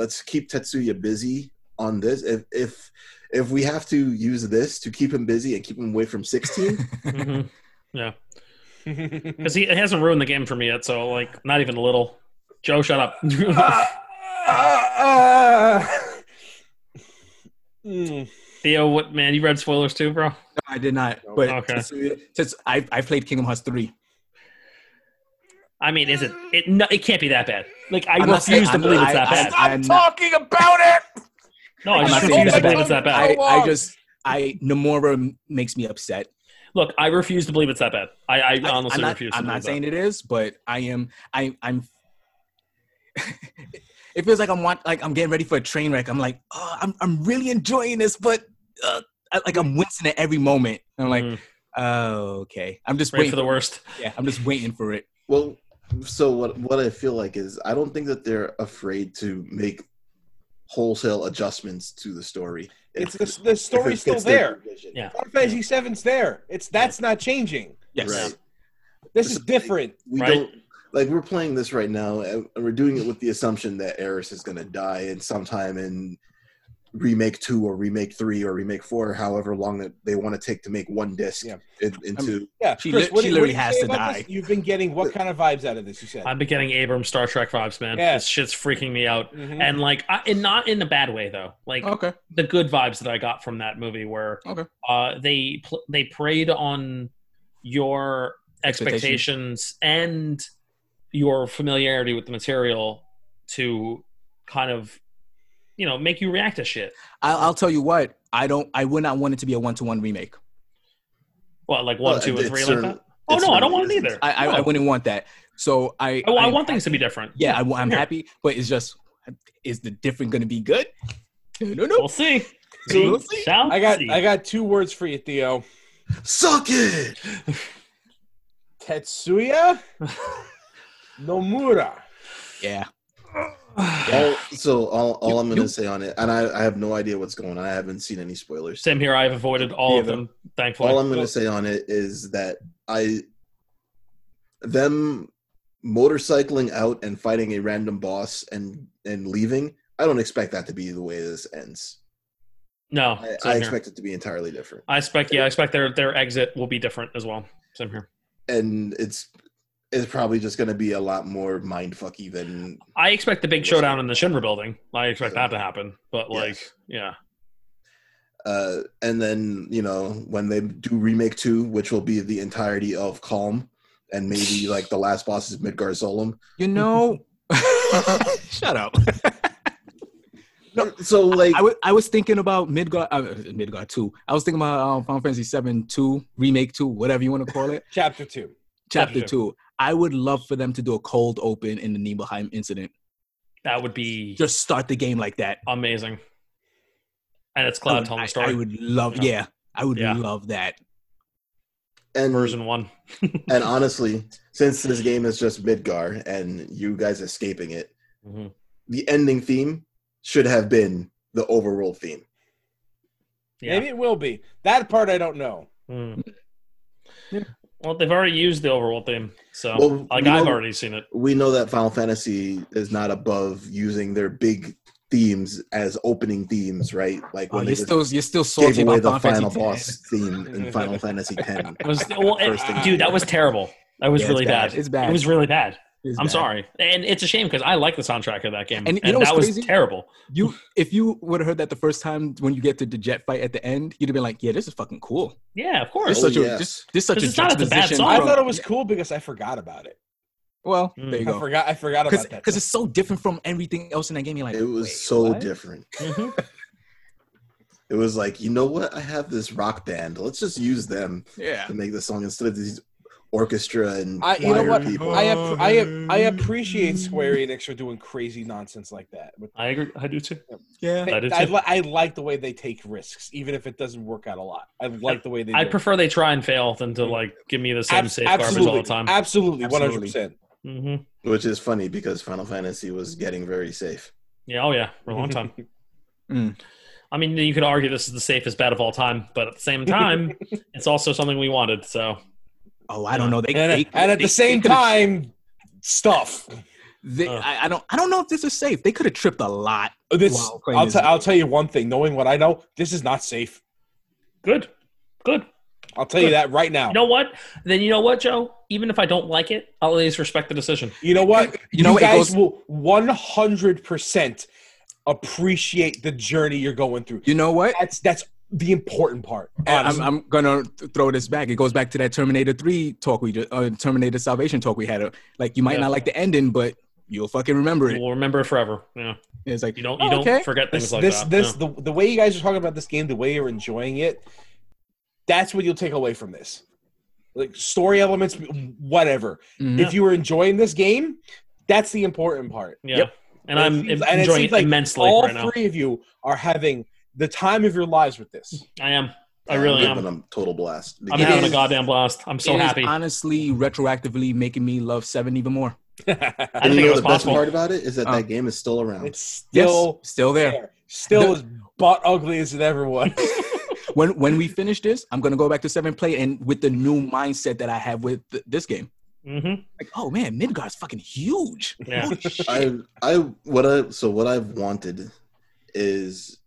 let's keep Tetsuya busy on this. If if if we have to use this to keep him busy and keep him away from 16, Mhm. [LAUGHS] Yeah, yeah. because Mm. he it hasn't ruined the game for me yet. So like, not even a little. Joe, shut up. [LAUGHS] Theo, what man? You read spoilers too, bro? I did not. But Okay. Tetsuya- Tets- I I played Kingdom Hearts 3. I mean, is it? It no, it can't be that bad. Like I I'm not refuse saying- to I'm- believe it's that I- bad. I'm not- talking about it. no, I I'm just not saying refuse to that believe bad. it's that bad. I, I just I Nomura makes me upset. Look, I refuse to believe it's that bad. I, I honestly am not, refuse. To I'm believe not that. saying it is, but I am. I, I'm. [LAUGHS] it feels like I'm want, like I'm getting ready for a train wreck. I'm like, oh, I'm I'm really enjoying this, but uh, I, like I'm wincing at every moment. And I'm like, Mm, oh, okay. I'm just ready waiting for the worst. [LAUGHS] yeah, I'm just waiting for it. Well, so what what I feel like is I don't think that they're afraid to make wholesale adjustments to the story. It's If- the, the if it story's still fits their there. vision. Yeah. Final Fantasy Seven's there. It's that's not changing. Yes. Right. This is different. We Right. don't like we're playing this right now and and we're doing it with the assumption that Eris is going to die in sometime in remake 2 or remake 3 or remake 4 however long that they want to take to make one disc Yeah. in, into Yeah, She Chris, lit- what she do literally you- what do you has say to about this? die. You've been getting what kind of vibes out of this? You said. I'm getting Abrams Star Trek vibes, man. Yeah. This shit's freaking me out. Mhm. And like, I, and not in a bad way though. Like Okay. the good vibes that I got from that movie were Okay. uh, they pl- they preyed on your expectations and your familiarity with the material to kind of you know make you react to shit. I'll, I'll tell you what. I don't. I would not want it to be a one-to-one remake. Well, like one, Well, two, it- and it three like certain- that. Oh it no, I certainly don't want it isn't. either. I I, no. I wouldn't want that. So I. Oh, I I'm want things to be happy- different. Yeah, [LAUGHS] I, am Sure. happy, but it's just, is the different going to be good? No, no, no. We'll see. We'll We see. shall I got see. I got two words for you, Theo. suck it Tetsuya Nomura. Yeah. all, [SIGHS] so all, all You- i'm going you- to say on it and I, I have no idea what's going on i haven't seen any spoilers [LAUGHS] Same here. I've avoided all of them, thankfully. all i'm going to say on it is that i them motorcycling out and fighting a random boss and and leaving i don't expect that to be the way this ends no, I, same I here. expect it to be entirely different. I expect. Yeah, I expect their their exit will be different as well. Same here. And it's it's probably just going to be a lot more mindfucky than I expect the big showdown in the Shinra building. I expect that to happen. But like, Yes. yeah, uh and then, you know, when they do remake 2, which will be the entirety of Calm and [LAUGHS] maybe like the last boss is Midgar Solom. You know. [LAUGHS] Shut up. No, so like I wa- I was thinking about Midgar, uh, Midgar 2. I was thinking about um, Final Fantasy 7 2, Remake 2, whatever you want to [LAUGHS] call it. Chapter two. Chapter Chapter 2. I would love for them to do a cold open in the Nibelheim incident. that would be Just start the game like that. amazing. And it's I Cloud would- telling I- the story. I would love, Yeah. yeah. I would Yeah. love that. and version one. and honestly, since this game is just Midgar and you guys escaping it, Mm-hmm. Mhm. the ending theme should have been the overworld theme. Yeah. Maybe it will be. That part I don't know. Mm. Yeah. Well, they've already used the overworld theme, so Well, like you I've know- already seen it. we know that Final Fantasy is not above using their big themes as opening themes, right? Like Oh, when you're they just still you're still gave salty away about the Final final [LAUGHS] Fantasy boss 10. theme in [LAUGHS] Final Fantasy X. It was well, it- First thing. dude, that was terrible. That was Yeah, it's really bad. bad. It's bad. It was really bad. It's I'm bad. sorry, and it's a shame because I like the soundtrack of that game, And and, you know what's that was crazy? terrible. You if you would have heard that the first time when you get to the jet fight at the end, you'd have been like, "Yeah, this is fucking cool. Yeah, of This course. Oh, such yeah. a this, this such a 'Cause it's not a bad juxtaposition." song. I from- thought it was yeah, cool because I forgot about it. well. Mm. There you I go. forgot I forgot about that. Because it's so different from everything else in that game. You're like, It was "Wait, so what?" different. Mhm. It was like, you know what? I have this rock band. Let's just use them Yeah. to make the song instead of these orchestra and I, you know choir what? people. I, app- I, app- I appreciate Square Enix for doing crazy nonsense like that. But I agree. I do too. Yeah. I do I, too. li- I like the way they take risks, even if it doesn't work out a lot. I like the way they. I do prefer they try and fail than to like give me the same Abs- safe absolutely, garbage all the time. Absolutely, one hundred percent. hmm Which is funny because Final Fantasy was getting very safe. Yeah, oh yeah, for a [LAUGHS] long [LAUGHS] time. Mm. I mean, you could argue this is the safest bet of all time, but at the [LAUGHS] same time, it's also something we wanted. So Oh, I don't know. They, And, they- and at they- the same they could've- time, stuff. they- Uh. I, I don't. I don't know if this is safe. They could have tripped a lot. This Wow, Crane I'll, is- t- I'll tell you one thing. Knowing what I know, this is not safe. good, good. I'll tell you Good. that right now. You know what? Then you know what, Joe? Even if I don't like it, I'll at least respect the decision. You know what? You know what, it guys goes- will one hundred percent appreciate the journey you're going through. You know what? That's that's the important part. And I'm, honestly. I'm gonna th- throw this back. It goes back to that Terminator Three talk we just, uh, Terminator Salvation talk we had. Uh, Like you might Yeah. not like the ending, but you'll fucking remember it. We'll remember it forever. Yeah. It's like You don't you "Oh, don't okay." forget things This, like this, that. this no. the, the way you guys are talking about this game, the way you're enjoying it, that's what you'll take away from this. Like story elements, whatever. Mhm. Yeah. If you were enjoying this game, that's the important part. Yeah. Yep. And It I'm seems- and it enjoying seems it, like immensely All right now. three of you are having the time of your lives with [LAUGHS] this. I am. I really am. giving them total blast. I'm because- having is- a goddamn blast. I'm so It is happy. honestly, retroactively making me love Seven even more. I And didn't think you it know the was best possible. Uh. part about it is that Oh. that game is still around. it's Yes, still still there. there. Still as butt ugly as it ever [LAUGHS] was. When when we finish this, I'm gonna go back to Seven play and with the new mindset that I have with th- this game. Mm-hmm. Like, oh man, Midgard's fucking huge. Yeah. [LAUGHS] Holy shit. I I what I so what I've wanted is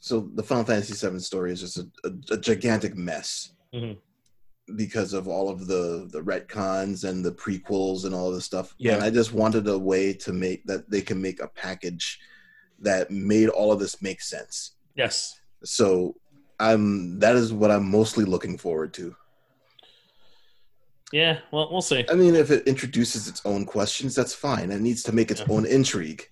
so the Final Fantasy VII story is just a, a, a gigantic mess Mhm. because of all of the the retcons and the prequels and all this stuff. Yeah. and I just wanted a way to make that they can make a package that made all of this make sense. Yes. So I'm that is what I'm mostly looking forward to. Yeah. Well, we'll see. I mean, if it introduces its own questions, that's fine. It needs to make its Yeah. own intrigue.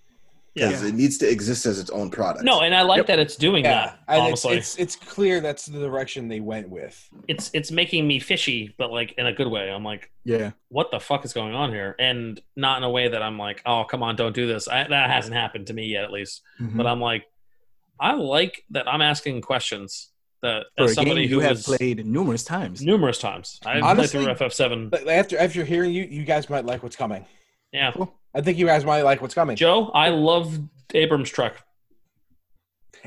Yeah. Because it needs to exist as its own product. No, and I like Yep. that it's doing yeah, that. and it's, Honestly, it's, it's it's clear that's the direction they went with. it's making me fishy, but like in a good way. I'm like, Yeah. what the fuck is going on here? And not in a way that I'm like, oh, come on, don't do this. I, that hasn't happened to me yet, at least. Mm-hmm. Mm-hmm. But uh, I'm like, I like that I'm asking questions that For as a game somebody you who have has played numerous times. numerous times. I've Honestly- played through FF7. But after after hearing you, you guys might like what's coming. Yeah, I think you guys might like what's coming. Joe, I love Abrams Truck.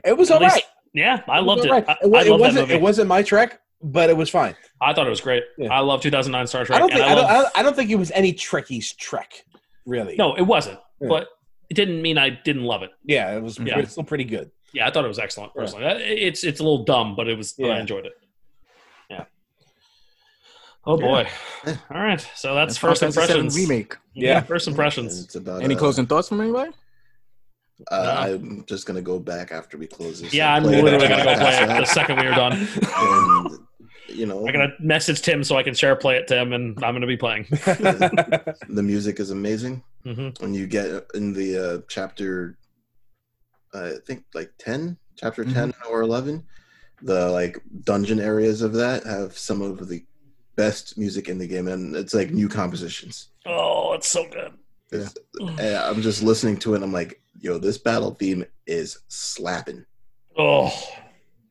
It was At all least- right. Yeah, I was loved it. alright. I, wa- I loved that wasn't movie. it wasn't my trek, but it was fine. I thought it was great. Yeah. I love 2009 Star Trek. I don't and think I, don't, love- I don't- I don't think it was any Trekkie's trek, really. No, it wasn't. Yeah. But it didn't mean I didn't love it. Yeah, it was Yeah. Pretty, still pretty [LAUGHS] good. [LAUGHS] Yeah, I thought it was excellent Yeah. personally. That- It's it's a little dumb, but it was but I Yeah. enjoyed it. Yeah. Oh Yeah. boy. Yeah. All right. So that's, Final first Fantasy VII impressions. remake. Yeah, Yeah. first impressions. It's about, Any uh, closing thoughts from anybody? Uh, I'm just gonna go back after we close this. Yeah, I'm and play it literally after gonna I go [LAUGHS] play pass it the out. second we are done. And, you know, I'm gonna message Tim so I can share play it Tim, and I'm gonna be playing. the music is amazing. hmm When you get in the uh, chapter, uh, I think like ten, chapter Mhm. ten or eleven, the like dungeon areas of that have some of the best music in the game, and it's like new compositions. Oh, it's so good. It's- and I'm just listening to it. and I'm like, yo, this battle theme is slapping. Oh,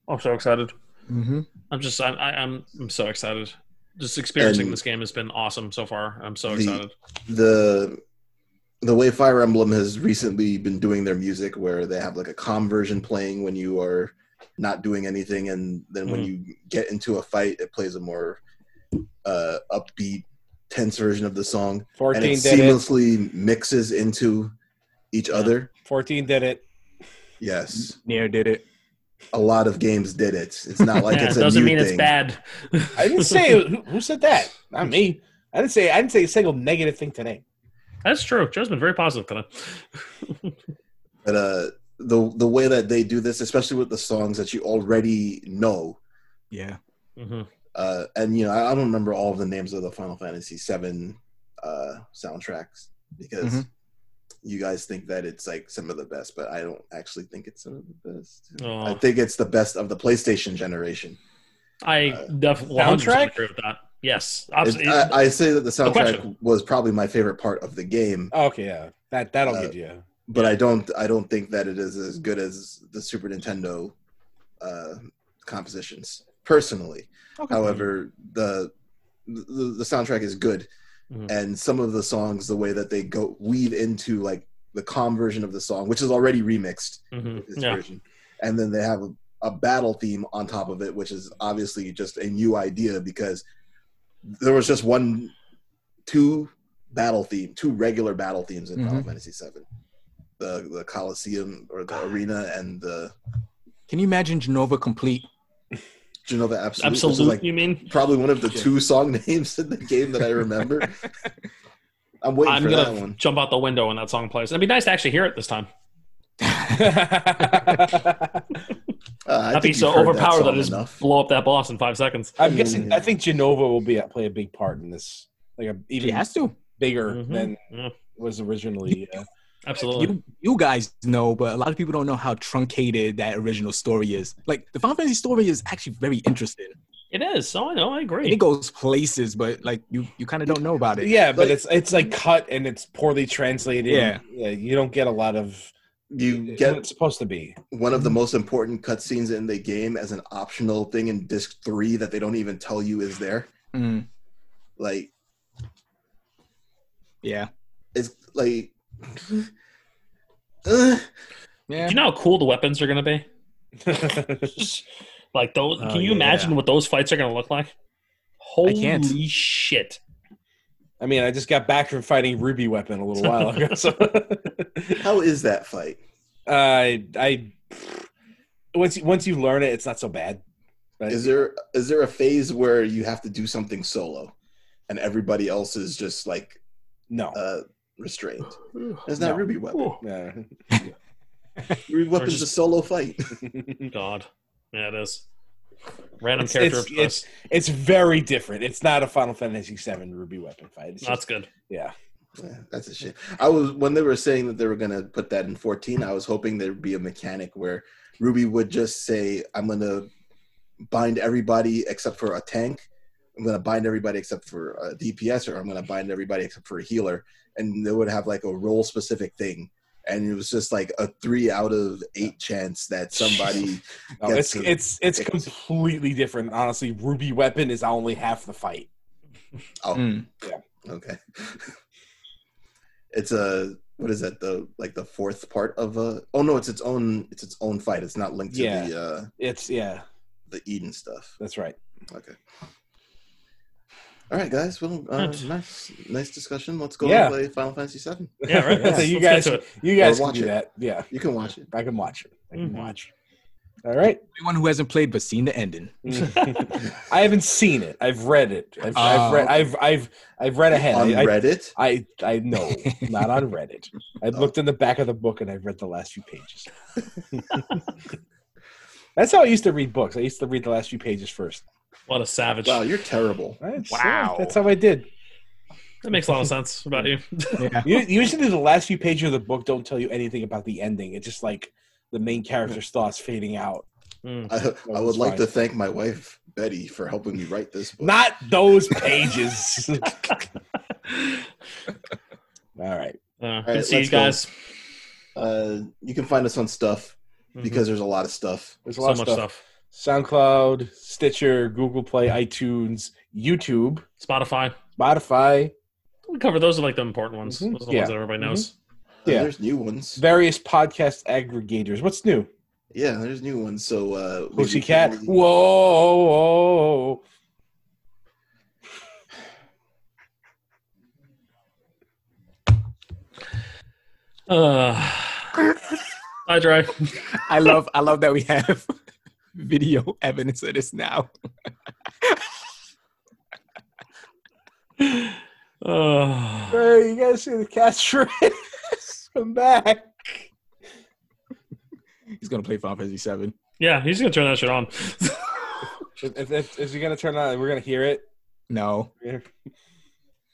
I'm so excited. Mm-hmm. I'm just I'm I, I'm I'm so excited. Just experiencing And- this game has been awesome so far. I'm so The- excited. the the way Fire Emblem has recently been doing their music, where they have like a calm version playing when you are not doing anything, and then Hmm. when you get into a fight, it plays a more uh, upbeat, tense version of the song, Fourteen and it did it. seamlessly mixes into each Yeah. other. Fourteen did it. Yes, Nair did it. a lot of games did it. It's not like [LAUGHS] yeah, it's it a doesn't new mean thing. it's bad. I [LAUGHS] didn't say who, who said that. Not me. I didn't say I didn't say a single negative thing today. That's true. Joe's been very positive today. [LAUGHS] But uh, the the way that they do this, especially with the songs that you already know, Yeah. hmm uh, and you know I, I don't remember all of the names of the Final Fantasy VII uh, soundtracks because Mm-hmm. Mhm. you guys think that it's like some of the best, but I don't actually think it's some of the best. Oh. I think it's the best of the PlayStation generation. I Uh, definitely 100% soundtrack? uh, agree with that. Yes, It- absolutely. I, I say that the soundtrack question. was probably my favorite part of the game, Oh, Okay, yeah, that that'll Uh, give you. [LAUGHS] but I don't I don't think that it is as good as the Super Nintendo uh, compositions personally. Okay. However, the the, the soundtrack is good, Mhm. and some of the songs, the way that they go weave into like the calm version of the song, which is already remixed, Mhm. this Yeah. version, and then they have a, a battle theme on top of it, which is obviously just a new idea because there was just one, two battle theme, two regular battle themes in Final Mm-hmm. Mhm. Fantasy VII. The, the Coliseum or the arena and the Can you imagine Genova complete? Genova Absolute, which is, Absolute, like you mean? probably one of the Yeah. two song [LAUGHS] names in the game that I remember. I'm waiting I'm for gonna that one. jump out the window when that song plays. It'd be nice to actually hear it this time. Uh, I I'd be think so you've heard overpowered that, song I just enough. blow up that boss in five seconds. I'm guessing. I think Genova will be play a big part in this, like a even She has to. bigger Mhm. than Yeah. was originally. Uh, Absolutely. You, you guys know, but a lot of people don't know how truncated that original story is. Like the Final Fantasy story is actually very interesting. it is. So I know. I agree. It goes places, but like you, you kind of don't know about it. yeah, but Like- it's it's like cut and it's poorly translated. Yeah. yeah, you don't get a lot of You it's what get it's supposed to be. [LAUGHS] one of the most important cutscenes in the game as an optional thing in disc three that they don't even tell you is there. Mm, Like yeah. it's like [SIGHS] uh, Ugh. Yeah. Do you know how cool the weapons are going to be? [LAUGHS] yeah, Like those. Oh, can you imagine yeah. what those fights are going to look like? Holy can't. [SIGHS] shit! I mean, I just got back from fighting Ruby Weapon a little while ago. So [LAUGHS] how is that fight? I I once you, once you learn it, it's not so bad. Right? Is there is there a phase where you have to do something solo and everybody else is just like no. uh restrained? It's not No. Ruby Weapon. No. Ruby Weapon's just- a solo fight. God, yeah, it is. Random It's- character. it's- [LAUGHS] it's very different. It's not a Final Fantasy VII Ruby Weapon fight. It's that's just, good. yeah. Yeah, that's a shame. I was when they were saying that they were gonna put that in 14. I was hoping there'd be a mechanic where Ruby would just say, "I'm gonna bind everybody except for a tank. I'm gonna bind everybody except for a DPS, or I'm gonna bind everybody except for a healer." And they would have like a role specific thing, and it was just like a three out of eight chance that somebody. No, Yeah, it's so- it's it's it's- completely different. Honestly, Ruby Weapon is only half the fight. Mm. okay, it's a what is that? The like the fourth part of a. Oh no, it's its own. It's its own fight. It's not linked to Yeah. the. uh It's yeah, the Eden stuff. that's right. Okay. All right, guys. Well, uh, Good. nice, nice discussion. Let's go Yeah. and play Final Fantasy VII. Yeah, right. So Let's- you let's get guys- to it. You guys can watch do it. that. Yeah, You can watch it. I can watch it. I can Mhm. watch. All right. Anyone who hasn't played but seen the ending. I haven't seen it. I've read it. I've, I've Oh, read. okay. I've I've I've read ahead. on I, I- Reddit. I [LAUGHS] I know not on Reddit. Oh. I looked in the back of the book and I read the last few pages. [LAUGHS] That's how I used to read books. I used to read the last few pages first. What a savage. Wow, you're terrible. That's- Wow. that's how I did. That makes a lot of sense about you. [LAUGHS] Yeah. U- Usually, the last few pages of the book don't tell you anything about the ending. It's just like the main character's thoughts fading out. Mm. I, I would it's like fine. to thank my wife Betty for helping me write this book. Not those pages. [LAUGHS] All right. Uh, right, good to see you let's go. guys. Uh, you can find us on stuff Mm-hmm. because there's a lot of stuff. There's a Mm-hmm. so lot much of stuff. stuff. SoundCloud, Stitcher, Google Play, iTunes, YouTube, Spotify. Spotify, We covered those are like the important ones. Mhm. Those are the Yeah. ones that everybody knows. Uh, Yeah. there's new ones. various podcast aggregators. What's new? Yeah, there's new ones. So uh, we Pussycat. recently- Whoa. Mm-hmm. Uh, I dry. I love I love that we have [LAUGHS] video evidence of this now. Uh, Hey, you gotta see the catchphrase. [LAUGHS] Come back. He's gonna play Final Fantasy Seven. yeah, he's gonna turn that shit on. [LAUGHS] If, if, if you're gonna turn on, we're gonna hear it. [LAUGHS] No.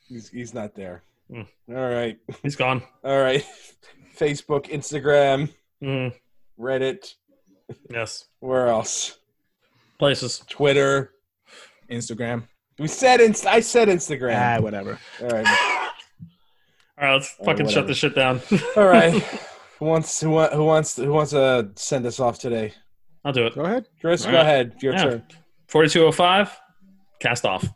He's, he's not there. Mm. All right. he's gone. All right. [LAUGHS] Facebook, Instagram, Mm, Reddit, yes, where else? places. Twitter. Instagram. We said inst- I said Instagram. Ah, whatever. All right. All right, let's Oh, fucking whatever. shut this shit down. [LAUGHS] All right. Who wants who, wa- who wants who wants to send us off today? I'll do it. Go ahead. Chris, All go right. ahead. Your Yeah. turn. Forty-two oh five. Cast off.